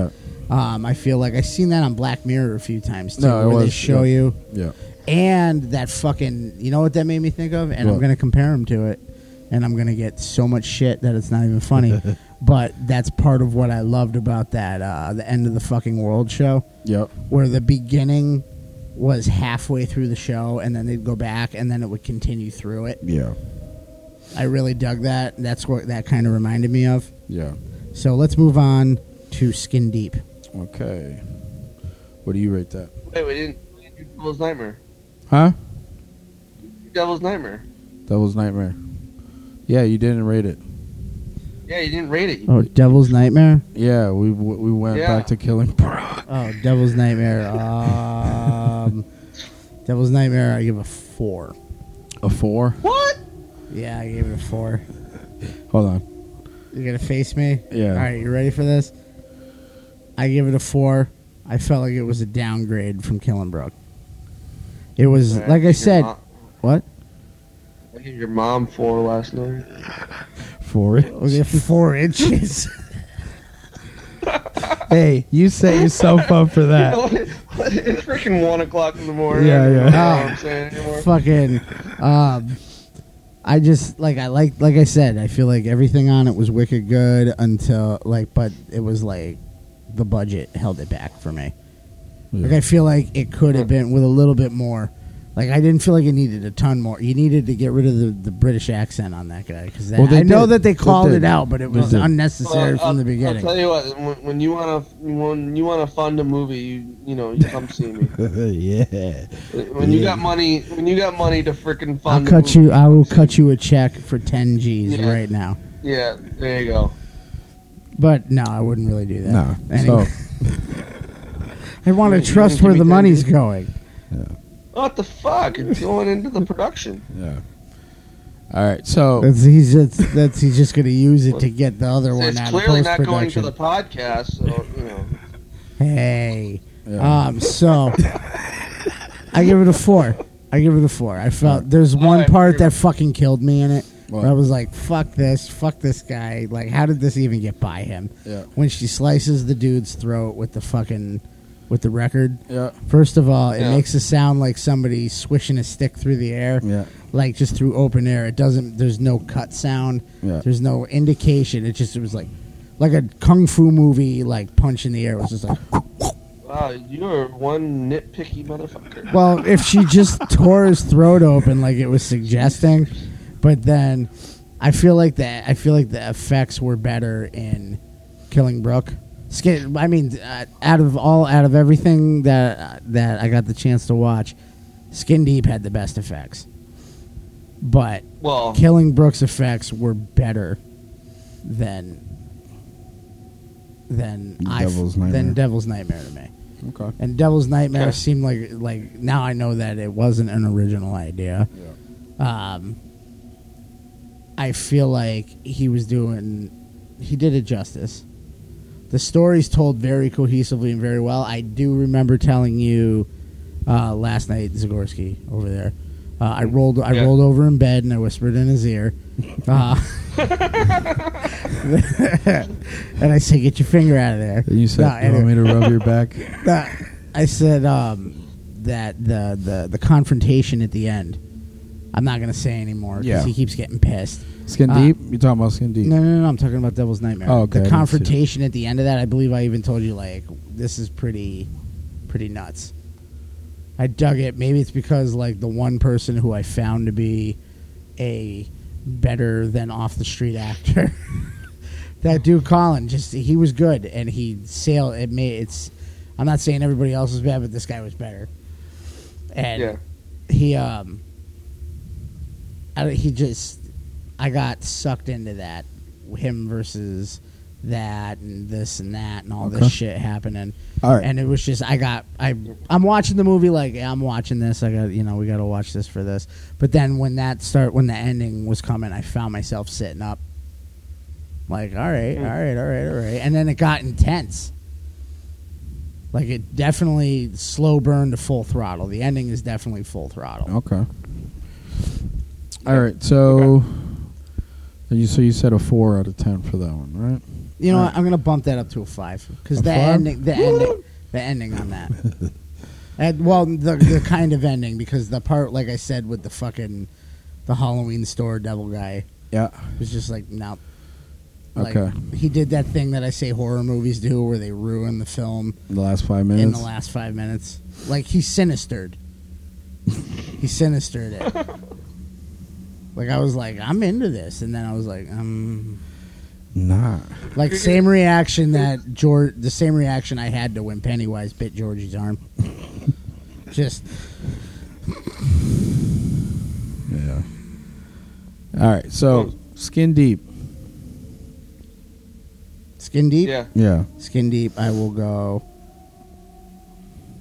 G: Yeah.
F: Um, I feel like I've seen that on Black Mirror a few times too,
G: No, it
F: where they
G: was-
F: show
G: yeah.
F: you
G: yeah.
F: and that fucking you know what that made me think of and i'm
G: What?
F: gonna compare them to it and i'm gonna get so much shit that it's not even funny But that's part of what I loved about that uh, the end of the fucking world show.
G: Yep.
F: Where the beginning was halfway through the show, and then they'd go back, and then it would continue through it.
H: Yeah.
F: I really dug that. That's what that kind of reminded me of.
G: Yeah.
F: So let's move on to Skin Deep.
G: Okay. What do you rate that?
B: Wait, we didn't, we didn't do Devil's Nightmare.
G: Huh?
B: Devil's Nightmare.
G: Devil's Nightmare. Yeah, you didn't rate it.
B: Yeah, you didn't rate it.
F: Oh, Devil's Nightmare.
G: Yeah, we w- we went
B: Yeah.
G: back to killing Brock.
F: Oh, Devil's Nightmare. Um, Devil's Nightmare. I give a four.
G: A four.
B: What?
F: Yeah, I gave it a four.
G: Hold on.
F: You gonna face me?
G: Yeah.
F: All right, you ready for this? I give it a four. I felt like it was a downgrade from Killenbrook. It was
B: All right,
F: like I
B: your
F: said.
B: mom-
F: What?
B: I gave your mom four last night.
G: Four.
F: It was at four inches.
H: Hey, you set yourself up
G: Uh.
H: for
B: You know
H: that.
B: what? it's freaking one o'clock in the morning.
H: Yeah,
B: I don't
H: yeah.
B: know what I'm
F: Oh,
B: saying anymore.
F: fucking. Um, I just like I like like I said. I feel like everything on it was wicked good until like, but it was like the budget held it back for me. Like I feel like it could have been with a little bit more. Like I didn't feel like it needed a ton more. You needed to get rid of the, the British accent on that guy because
G: Well, they
F: I know
G: did.
F: that they
G: They
F: called it
G: did.
F: out, but it
G: They
F: was
G: did.
F: unnecessary
B: Well, I'll-
F: from the beginning.
B: I'll tell you what. When, when you want to, when you want to fund a movie, you you know you come see me.
H: yeah.
B: When you got money, when you got money to freaking
F: I'll
B: fund. a
F: cut
B: movie,
F: you. I will cut you a check for ten G's
B: Yeah.
F: right now.
B: Yeah, there you go.
F: But no, I wouldn't really do that.
H: No.
F: Anyway. I want
B: You-
F: to
B: you
F: trust
B: give
F: where
B: me
F: the
B: 10
F: money's
B: G's?
F: going.
B: What the fuck? It's going into the production.
G: Yeah. All right. So
F: That's he's just that's he's just gonna use it to get the other one
B: It's
F: out of
B: clearly
F: post
B: not going
F: production.
B: to the podcast, so you know.
F: Hey,
H: uh,
G: Yeah.
F: um, so I give it a four. I give it a four. I felt there's one
B: Alright,
F: part
B: here.
F: that fucking killed me in it.
G: What?
F: Where I was like, "Fuck this! Fuck this guy! Like, how did this even get by him?"
G: Yeah.
F: When she slices the dude's throat with the fucking with the record.
G: yeah,
F: First of all, it
B: Yeah.
F: makes a sound like somebody swishing a stick through the air.
G: Yeah.
F: Like just through open air. It doesn't there's no cut sound.
G: Yeah.
F: There's no indication. It just it was like like a kung fu movie like punch in the air. It was just like
B: Wow, you're one nitpicky motherfucker.
F: Well, if she just tore his throat open like it was suggesting, but then I feel like that I feel like the effects were better in Killing Brook. Skin, I mean, uh, out of all out of everything that that I got the chance to watch, Skin Deep had the best effects. But
B: Well,
F: Killing Brook's effects were better than than
H: Devil's
F: I,
H: Nightmare.
F: than Devil's Nightmare to me.
G: Okay.
F: And Devil's Nightmare
B: Okay.
F: seemed like like now I know that it wasn't an original idea. Um, I feel like he was doing he did it justice. The story's told very cohesively and very well. I do remember telling you uh, last night, Zagorski over there. Uh, I rolled I
B: Yeah.
F: rolled over in bed and I whispered in his ear. Uh, and I said, "Get your finger out of there."
G: you said
F: No,
G: you
F: anyway.
G: want me to rub your back?
F: Uh, I said um, that the, the the confrontation at the end. I'm not gonna say anymore because
G: Yeah.
F: he keeps getting pissed.
G: Skin
F: Uh,
G: deep. You talking about skin deep?
F: No, no, no. I'm talking about Devil's Nightmare.
G: Oh, okay, I
F: The
G: didn't see
F: confrontation at the end of that. I believe I even told you like this is pretty, pretty nuts. I dug it. Maybe it's because like the one person who I found to be a better than off the street actor. that dude Colin just he was good and he sailed it made it's I'm not saying everybody else was bad but this guy was better. And
B: Yeah.
F: he um I don't- he just I got sucked into that him versus that and this and that and all
G: Okay.
F: this shit happening.
G: All right.
F: And it was just I got I I'm watching the movie like yeah, I'm watching this. I got you know we got to watch this for this. But then when that start when the ending was coming, I found myself sitting up. Like all right,
G: Hmm.
F: all right, all right, all right. And then it got intense. Like it definitely slow burn to full throttle. The ending is definitely full throttle.
G: Okay. All right. So, you so you said a four out of ten for that one, right?
F: You know what? I'm gonna bump that up to a five because
G: A
F: the
G: five?
F: ending, the ending, the ending on that. and, well, the the kind of ending because the part, like I said, with the fucking the Halloween store devil guy
G: Yeah.
F: was just like, nope. Like,
G: Okay.
F: He did that thing that I say horror movies do, where they ruin the film
G: The last five
F: in
G: minutes.
F: the last five minutes. Like he sinistered. he sinistered it. Like I was like, I'm into this, and then I was like, um,
G: nah.
F: like same reaction that George, the same reaction I had to when Pennywise bit Georgie's arm. Just
G: Yeah. All right. So skin deep.
F: skin deep.
B: Yeah.
G: Yeah.
F: Skin deep. I will go.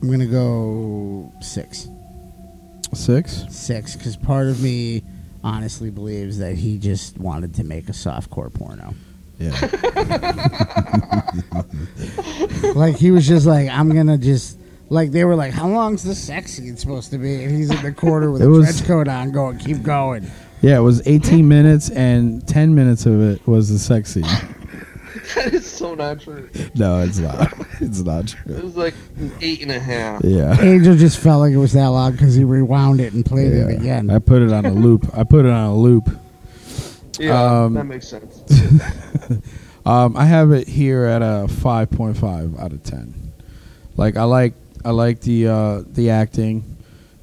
F: I'm gonna go six.
G: Six.
F: six because part of me honestly believes that he just wanted to make a softcore porno.
G: Yeah.
F: like he was just like, I'm gonna just like they were like, how long's the sex scene supposed to be? And he's in the corner with
G: It
F: a
G: was-
F: trench coat on, going, keep going.
G: Yeah. It was 18 minutes, and 10 minutes of it was the sex scene.
B: That is so not true.
G: No, it's not. It's not
B: It
G: true.
B: was like an eight and a half.
G: Yeah.
F: Angel just felt like it was that long because he rewound it and played
G: Yeah.
F: it again.
G: I put it on a loop. I put it on a loop.
B: Yeah,
G: Um,
B: that makes sense.
G: Um, I have it here at a five point five out of ten. Like I like I like the uh, the acting.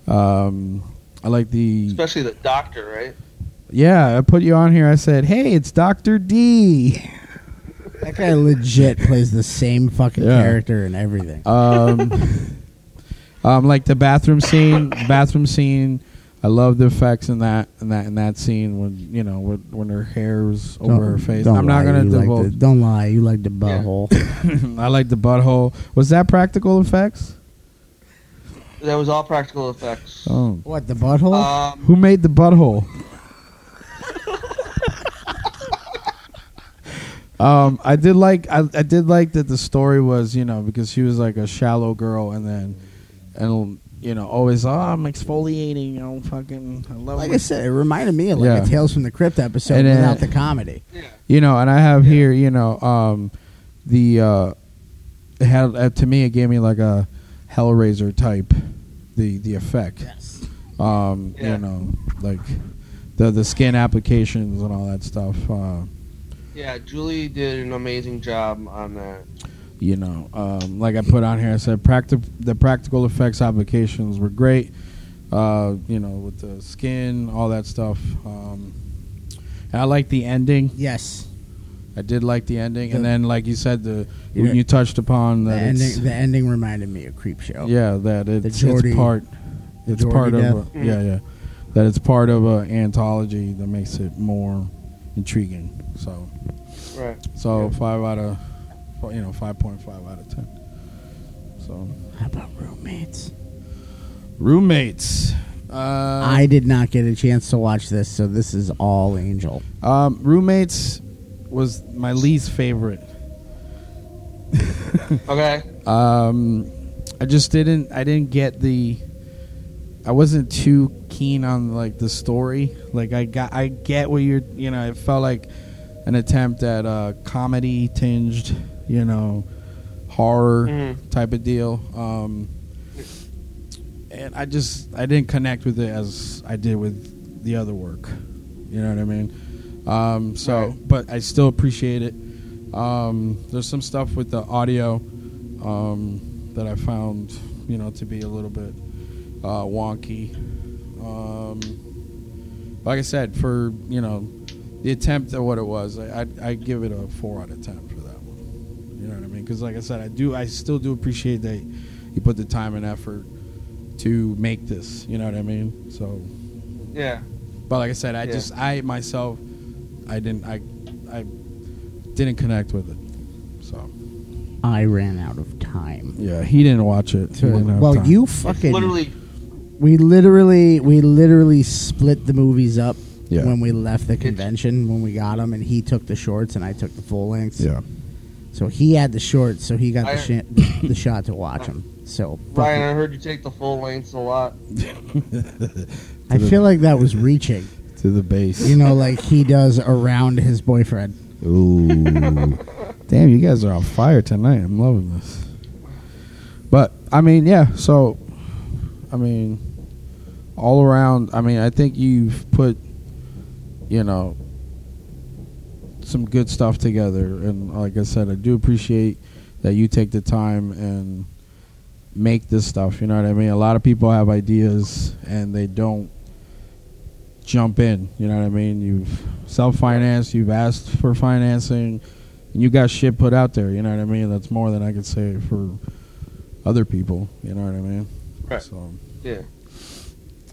G: Um, I like the
B: Especially the doctor, right?
G: yeah. I put you on here. I said, hey, it's Doctor D.
F: that guy legit plays the same fucking
G: Yeah.
F: character and everything.
G: Um, um, like the bathroom scene. Bathroom scene. I love the effects in that in that in that scene when you know when, when her hair was over her face. I'm not
F: lie,
G: gonna
F: you like
G: divulge.
F: the- don't lie. You like the butthole.
G: I like the butthole. Was that practical effects?
B: That was all practical effects.
G: Oh,
F: What the butthole?
B: Um,
G: who made the butthole? um, I did like I, I did like that the story was you know because she was like a shallow girl and then and you know always oh I'm exfoliating you know fucking I love
F: like
G: my
F: I said, it reminded me of like
G: Yeah.
F: a Tales from the Crypt episode
G: And, uh,
F: without the comedy.
B: yeah.
G: you know and i have here you know um the uh it had uh, to me it gave me like a hellraiser type the the effect
F: Yes.
G: um
B: Yeah.
G: you know like the the skin applications and all that stuff uh
B: Yeah, Julie did an amazing job on that.
G: you know um like i put on here i said practic- the practical effects applications were great uh you know with the skin all that stuff um and i like the ending
F: Yes.
G: i did like the ending and
F: The-
G: then like you said the
F: Yeah.
G: you touched upon
F: The
G: that it's-
F: ending, the ending reminded me of Creep Show.
G: Yeah, that it's,
F: Geordie-
G: it's part. It's
F: Geordie
G: part of
F: death.
G: a, yeah, yeah. That it's part of a anthology that makes it more intriguing. So
B: Right.
G: so five out of fi- you know five point five out of ten. So
F: How about roommates?
G: roommates. Uh,
F: I did not get a chance to watch this, so this is all Angel.
G: um, roommates was my least favorite.
B: Okay.
G: Um, I just didn't. I didn't get the. I wasn't too keen on like the story. Like I got. I get what you're. You know, it felt like an attempt at uh, comedy tinged. You know, horror
B: Mhm.
G: type of deal. Um, and I just I didn't connect with it as I did with the other work. You know what I mean? Um, so, but I still appreciate it. Um, there's some stuff with the audio um, that I found, you know, to be a little bit uh, wonky. Um, like I said, for you know, the attempt at what it was, I I'd, I'd give it a four out of ten for that one. You know what I mean? Because like I said, I do, I still do appreciate that you put the time and effort to make this. You know what I mean? So.
B: Yeah.
G: But like I said, I
B: Yeah.
G: just I myself I didn't I I didn't connect with it. So
F: I ran out of time.
G: yeah, he didn't watch it. He didn't have
F: well,
G: time.
F: you fucking
B: Literally,
F: we literally we literally split the movies up
G: Yeah.
F: when we left the convention when we got them, and he took the shorts and I took the full lengths.
G: yeah
F: So he had the shorts, so he got
B: I-
F: the, sh- the shot to watch them. So
B: Ryan,
F: fucking,
B: I heard you take the full lengths a lot.
F: I feel like that was reaching.
G: to the base.
F: You know, like he does around his boyfriend.
G: Ooh, damn! You guys are on fire tonight. I'm loving this. But I mean, yeah. So, I mean, all around. I mean, I think you've put, you know, some good stuff together. And like I said, I do appreciate that you take the time and make this stuff. You know what I mean? A lot of people have ideas and they don't jump in. You know what I mean? You've self financed, you've asked for financing, and you got shit put out there. You know what I mean? That's more than I could say for other people. You know what I mean?
B: Right. Yeah.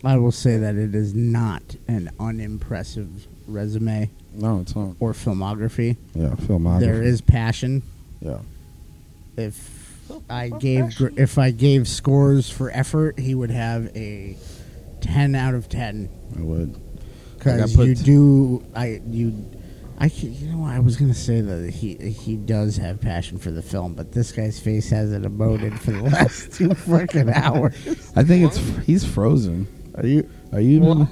F: I will say that it is not an unimpressive resume.
G: No, it's not.
F: Or filmography.
G: Yeah, filmography.
F: There is passion.
G: Yeah.
F: If
B: Oh,
F: I gave gr- if I gave scores for effort, he would have a ten out of ten.
G: I would. Like I
F: Because
G: put-
F: you do, I you, I can- you know what, I was gonna say that he he does have passion for the film, but this guy's face hasn't emoted for the last two fucking hours.
G: I think it's he's frozen.
F: Are you?
G: Are you?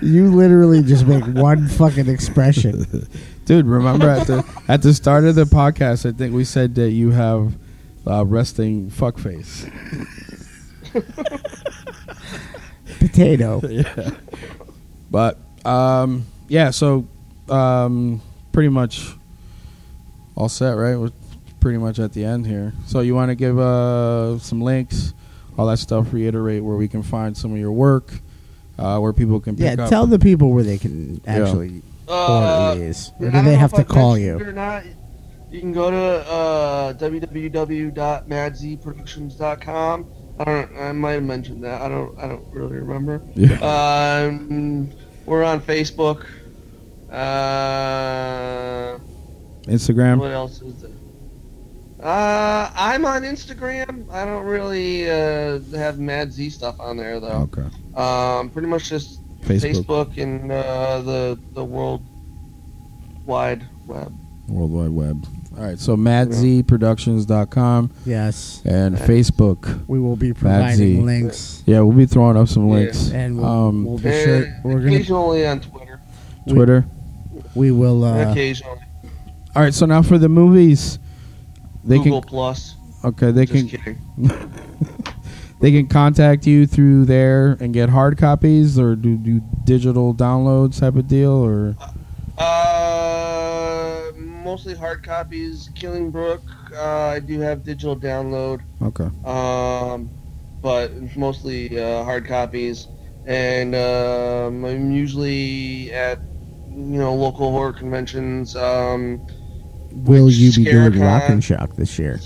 F: you literally just make one fucking expression.
G: Dude, remember at the at the start of the podcast, I think we said that you have uh, resting fuck face.
F: Potato.
G: yeah. But um, yeah, so um, pretty much all set, right? We're pretty much at the end here. So you want to give uh, some links, all that stuff. Reiterate where we can find some of your work, uh, where people can pick
F: Yeah,
G: up.
F: tell the people where they can
G: Yeah.
F: actually
B: Uh,
F: order these.
B: I
F: Or do
B: don't
F: they
B: know
F: have
B: if
F: to
B: I've
F: call
B: mentioned
F: you?
B: it or not. You can go to uh, www.madzproductions.com. I don't. I might have mentioned that. I don't. I don't really remember.
G: Yeah.
B: Um, we're on Facebook. Uh,
G: Instagram.
B: What else is there? Uh, I'm on Instagram. I don't really uh, have Mad Z stuff on there though.
G: Okay.
B: Um, pretty much just
G: Facebook.
B: Facebook, and uh, the the world wide web.
G: World Wide Web. All right, so MadZProductions.com.
F: Yes.
G: And
B: Right.
G: Facebook.
F: We will be
G: Mad
F: providing
G: Z.
F: links.
G: Yeah, we'll be throwing up some links.
F: And we'll,
G: um,
F: we'll be sure
B: And
F: we're gonna
B: Eh, occasionally on Twitter.
F: we-
G: Twitter.
F: We will. Uh,
B: occasionally
G: All right, so now for the movies. They
B: Google
G: can
B: Plus.
G: okay. They
B: Just
G: can
B: kidding.
G: they can contact you through there and get hard copies or do do digital downloads type of deal or
B: Uh, mostly hard copies. Killing Brook. Uh, I do have digital download.
G: okay.
B: um, but mostly uh, hard copies. And um, I'm usually at you know local horror conventions. Um,
F: will you be doing
B: Scarecon.
F: Rock and Shock this year?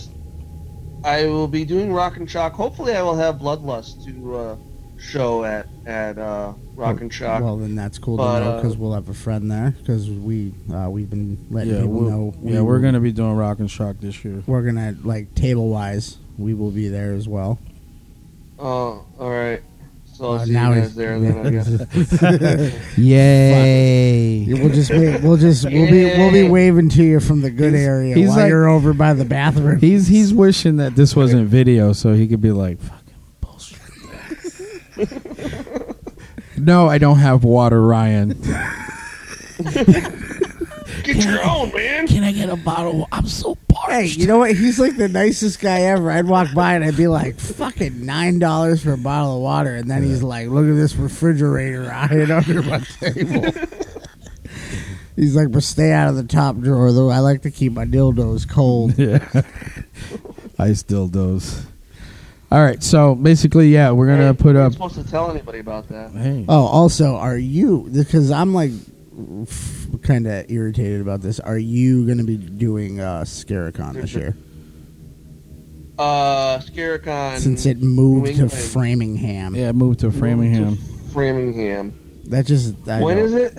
B: I will be doing Rock and Shock. Hopefully, I will have Bloodlust to uh, show at at uh, Rock and Shock.
F: Oh, Well, then that's cool
B: But,
F: to know
B: uh,
F: because we'll have a friend there because we uh, we've been letting
G: Yeah,
F: people
G: we'll,
F: know.
G: yeah, we're gonna be doing Rock and Shock this year.
F: we're gonna like table wise. We will be there as well.
B: Oh, all right. So I'll
F: Uh,
B: see you
F: now
B: guys
F: he's-
B: there. Then I guess.
G: Yay!
F: Yeah, We'll just wait. We'll just we'll be we'll be
B: Yay.
F: waving to you from the good area
G: he's
F: while
G: like-
F: you're over by the bathroom.
G: He's he's wishing that this wasn't video so he could be like fucking bullshit. no, I don't have water, Ryan.
B: Get your own, man.
G: Can I get a bottle? I'm so parched.
F: Hey, you know what? He's like the nicest guy ever. I'd walk by and I'd be like, "Fucking nine dollars for a bottle of water," and then he's like, "Look at this refrigerator I had under my table." he's like, "But stay out of the top drawer, though. I like to keep my dildos cold."
G: yeah. Ice dildos. All right, so basically, yeah, we're gonna
B: Hey,
G: put
B: you're
G: up.
B: Supposed to tell anybody about that?
G: Hey,
F: Oh, also, are you? Because I'm like kind of irritated about this. Are you going to be doing uh, Scaricon this year?
B: Uh, Scarecon.
F: Since it moved to
B: England.
F: Framingham,
G: yeah, move to Framingham.
B: Framingham.
F: that just I Hmm.
B: When
F: don't-
B: is it?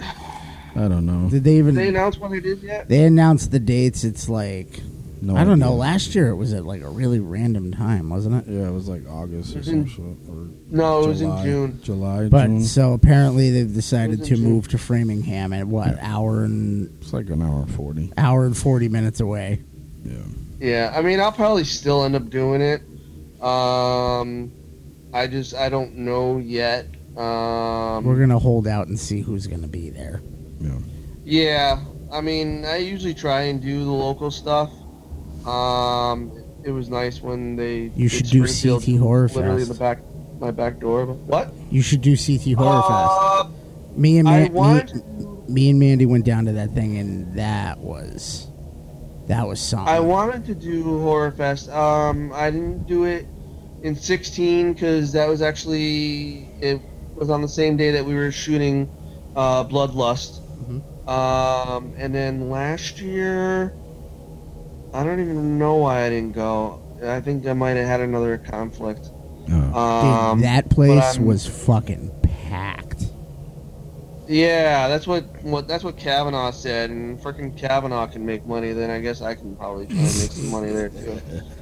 G: I don't know.
F: Did they even
B: Did they announce when it is yet?
F: They announced the dates. It's like
G: No,
F: I don't know.
G: idea.
F: Last year it was at like a really random time, wasn't it?
G: Yeah, it was like August or
B: Mhm.
G: some shit.
B: No,
G: Or
B: it was in
G: July-
B: June.
G: July,
F: But
G: June.
F: so apparently they've decided
B: It was
F: to
B: in June.
F: move to Framingham at what hour and
G: It's like an hour and forty.
F: hour and forty minutes away.
G: Yeah.
B: Yeah, I mean, I'll probably still end up doing it. Um, I just I don't know yet. Um,
F: We're gonna hold out and see who's gonna be there.
B: yeah, I mean, I usually try and do the local stuff. Um, it was nice when they
F: You
B: did
F: should do
B: Springfield
F: CT Horror
B: literally
F: Fest.
B: the back my back door. But what
F: You should do CT Horror
B: Uh,
F: Fest. Me and
B: I
F: Matt,
B: want
F: me,
B: to
F: me and Mandy went down to that thing, and that was that was something.
B: I wanted to do Horror Fest. Um, I didn't do it in 16 because that was actually it was on the same day that we were shooting uh, Bloodlust.
F: Mm-hmm.
B: Um, and then last year, I don't even know why I didn't go. I think I might have had another conflict. Um,
F: Dude, that
B: but
F: place
B: I'm-
F: was fucking packed.
B: Yeah, that's what, what that's what Kavanaugh said, and freaking Kavanaugh can make money. Then I guess I can probably try and make some money there too.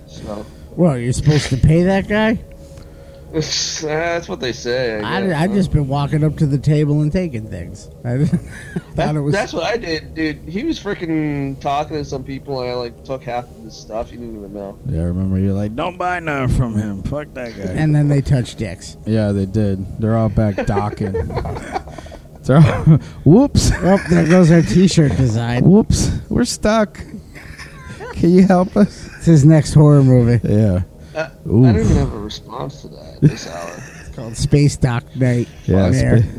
B: So
F: Well, you're supposed to pay that guy.
B: that's what they say. I
F: I,
B: guess,
F: I've
B: huh?
F: just been walking up to the table and taking things. I thought it was
B: That's what I did, dude. He was freaking talking to some people, and I like took half of his stuff. He didn't even know.
G: Yeah, I remember you're like, don't buy none from him. Fuck that guy.
F: And then they touch dicks.
G: Yeah, they did. They're all back docking. They're all, whoops.
F: Oh, there goes our T-shirt design.
G: Whoops, we're stuck. Can you help us?
F: It's his next horror movie.
G: Yeah.
B: Uh, I
F: Ooh.
B: don't even have a response to that at this hour.
F: It's called Space Dock Night.
G: Yeah,
F: On air.
G: spa-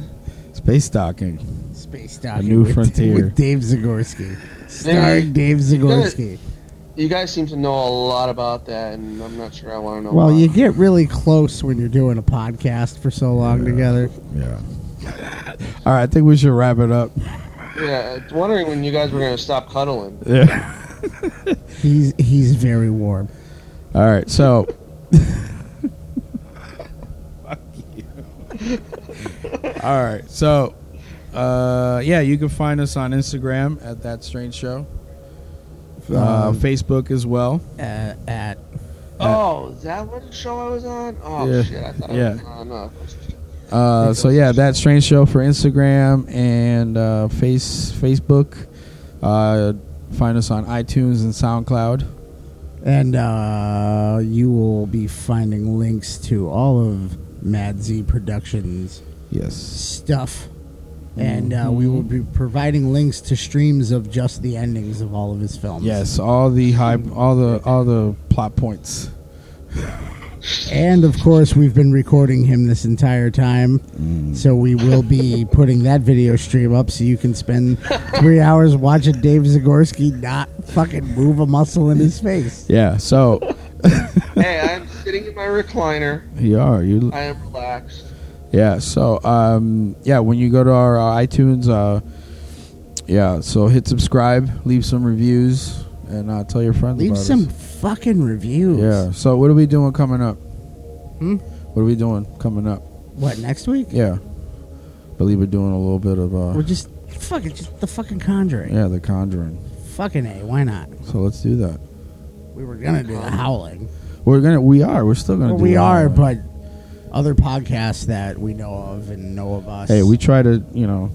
G: space docking.
F: Space Dock.
G: A new
F: with-
G: frontier.
F: with Dave Zagorski, starring Dave
B: You guys-
F: Zagorski.
B: You guys seem to know a lot about that, and I'm not sure I want to know.
F: Well,
B: why.
F: you get really close when you're doing a podcast for so long together.
G: Yeah. All right, I think we should wrap it up.
B: yeah, I was wondering when you guys were going to stop cuddling.
G: Yeah.
F: He's he's very warm.
G: All right, so All right. So, uh, yeah, you can find us on Instagram at That Strange Show, uh,
F: Um,
G: Facebook as well.
F: Uh, at
B: Oh, is that what show I was on? Oh
G: Yeah.
B: shit! I thought I
G: Yeah.
B: was on. Uh,
G: Uh, so yeah, That Strange Show for Instagram and uh, face Facebook. Uh, find us on iTunes and SoundCloud.
F: and uh, you will be finding links to all of Mad Z Productions
G: Yes.
F: stuff. And uh, we will be providing links to streams of just the endings of all of his films.
G: Yes. All the high, all the all the plot points.
F: And of course, we've been recording him this entire time,
G: Mm.
F: so we will be putting that video stream up so you can spend three hours watching Dave Zagorski not fucking move a muscle in his face.
G: Yeah. So
B: hey, I'm sitting in my recliner.
G: you are you.
B: I am relaxed.
G: Yeah. So, um, yeah, when you go to our uh, iTunes, uh, yeah, so hit subscribe, leave some reviews, and uh, tell your friends.
F: Leave
G: about
F: some
G: us.
F: fucking reviews.
G: Yeah. So, what are we doing coming up?
F: Hmm?
G: What are we doing coming up?
F: What next week?
G: Yeah. Believe we're doing a little bit of
F: We're
G: uh,
F: just fucking just the fucking Conjuring.
G: yeah, The Conjuring.
F: Fucking a. Why not?
G: So let's do that.
F: We were gonna
G: Um,
F: do the Howling.
G: We're gonna, we are, we're still gonna.
F: Well,
G: do
F: we
G: that
F: are,
G: one.
F: but other podcasts that we know of and know of us.
G: hey, we try to, you know,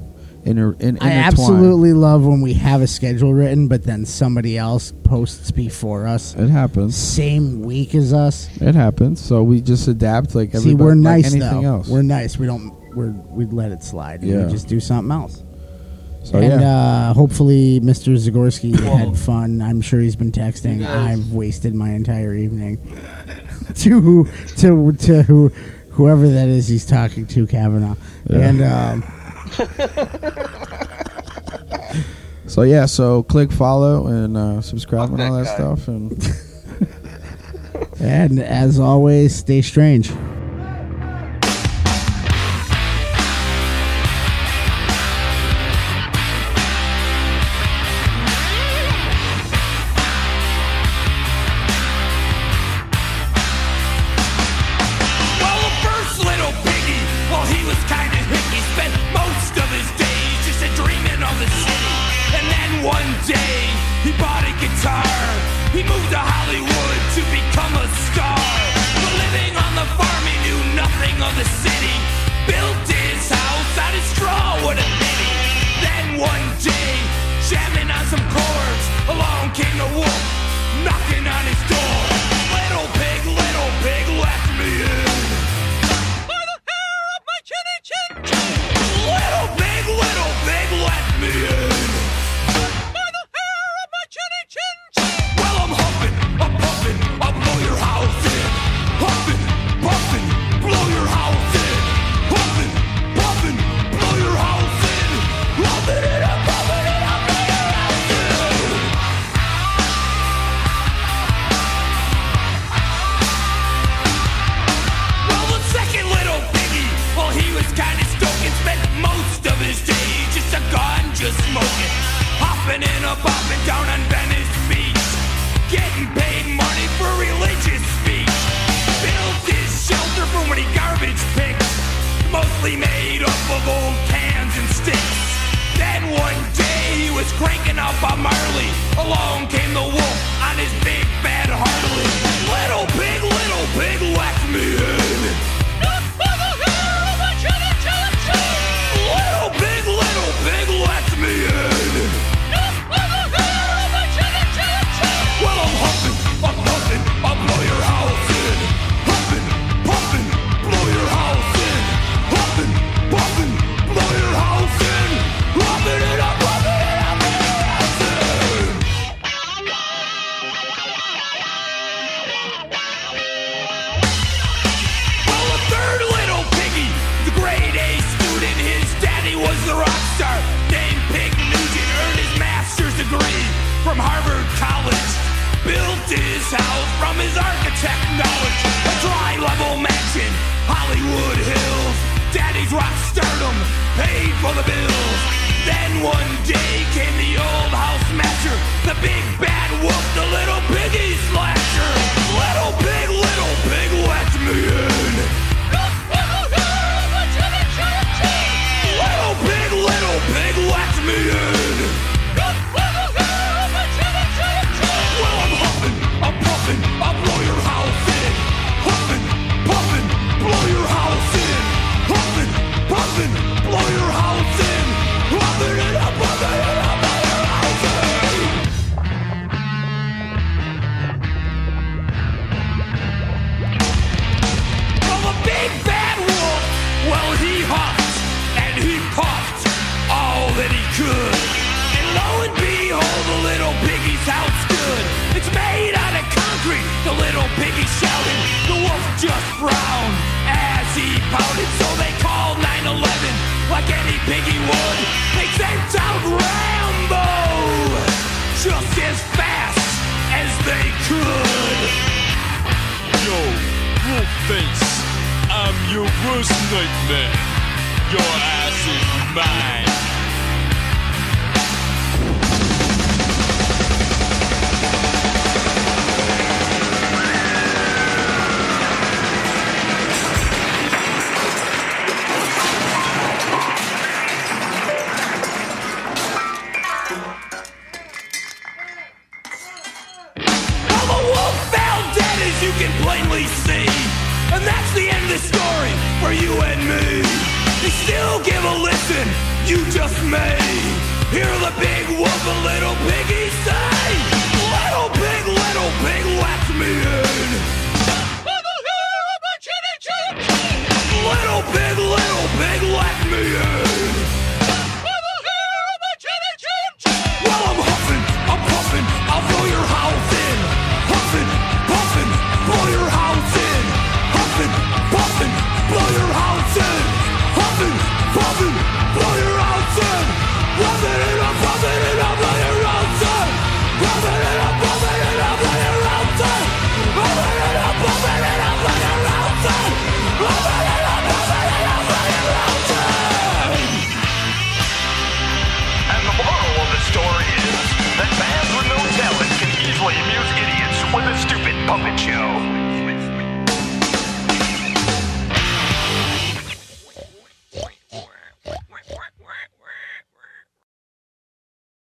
G: inter, in,
F: I
G: intertwine.
F: absolutely love when we have a schedule written, but then somebody else posts before us,
G: It happens.
F: same week as us.
G: It happens. So we just adapt like
F: See,
G: everybody.
F: we're
G: like
F: nice
G: anything
F: though.
G: else.
F: We're nice. We don't. We're we let it slide. and
G: Yeah.
F: We just do something else.
G: so
F: and
G: yeah.
F: uh, hopefully, Mr. Zagorski
B: Oh, Whoa.
F: had fun. I'm sure he's been texting.
B: Yes.
F: I've wasted my entire evening to who to to who whoever that is he's talking to Kavanaugh. And um,
G: So yeah, so click follow and uh, subscribe and all that
B: that guy.
G: stuff. And
F: and as always, stay strange.
K: Well, the first little piggy, well, he was kinda hicky. Spent most of his days just a dreaming of the city. And then one day, he bought a guitar. He moved to Hollywood to become a star. But living on the farm, spinning up, up and down on Venice Beach. Getting paid money for religious speech. Built this shelter from any garbage picks, mostly made up of old cans and sticks. Then one day he was cranking out Bob Marley. Along came the wolf on his big bad Harley. Little pig, little pig, let me in. Little pig, little pig, let me in. Well, I'm humping, I'm humping, I'll blow your house in. Humping, pumping, blow your house in. Humping, pumping, blow your house in. Humping it up, humping it up, blow your house in. Well, the third little piggy, the grade A student, his daddy was the rock star. Named Pig Nugent earned his master's degree from Harvard College. Built his house from his architect knowledge. A dry level mansion, Hollywood Hills. Daddy's rock stardom paid for the bills. Then one day came the old house master, the big bad wolf, the little piggy slasher. Little pig, little pig, let me in. Little pig, little pig, let me in. Well, I'm huffing, I'm puffing, I'll blow your house in. Huffing, puffing, blow your house in. Huffing, puffing, blow your house in. Huffing it up, huffing it up, blow your house in. From a big bad wolf, well he huffed and he puffed all that he could. And lo and behold, the little piggy's house stood. It's made out of concrete, the little piggy shouted. The wolf just frowned as he pouted. So they called 9-11 like any piggy would. They sent out Rambo just as fast as they could.
L: Yo, Wolfface, I'm your worst nightmare. Your ass is mine.
K: Well, the wolf fell dead, as you can plainly see. And that's the end of the story for you and me. You still give a listen, you just may. Hear the big wolf, a little piggy say, Little pig, little pig, let me in. Little pig, little pig, let me in. Well, I'm huffing, I'm puffing, I'll blow your house in. Huffing, puffing, blow your house in. Huffing, puffing, blow your house in. Huffing, puffing, blow your house in. Huffing it up, huffing it up, blow your house in. Huffing it up, huffing it up, blow your house in. Huffing it up, huffing it up, blow your house in. Huffing it up, huffing it up, blow your house in.
A: And the moral of the story is that bands with no talent can easily amuse idiots with a stupid puppet show.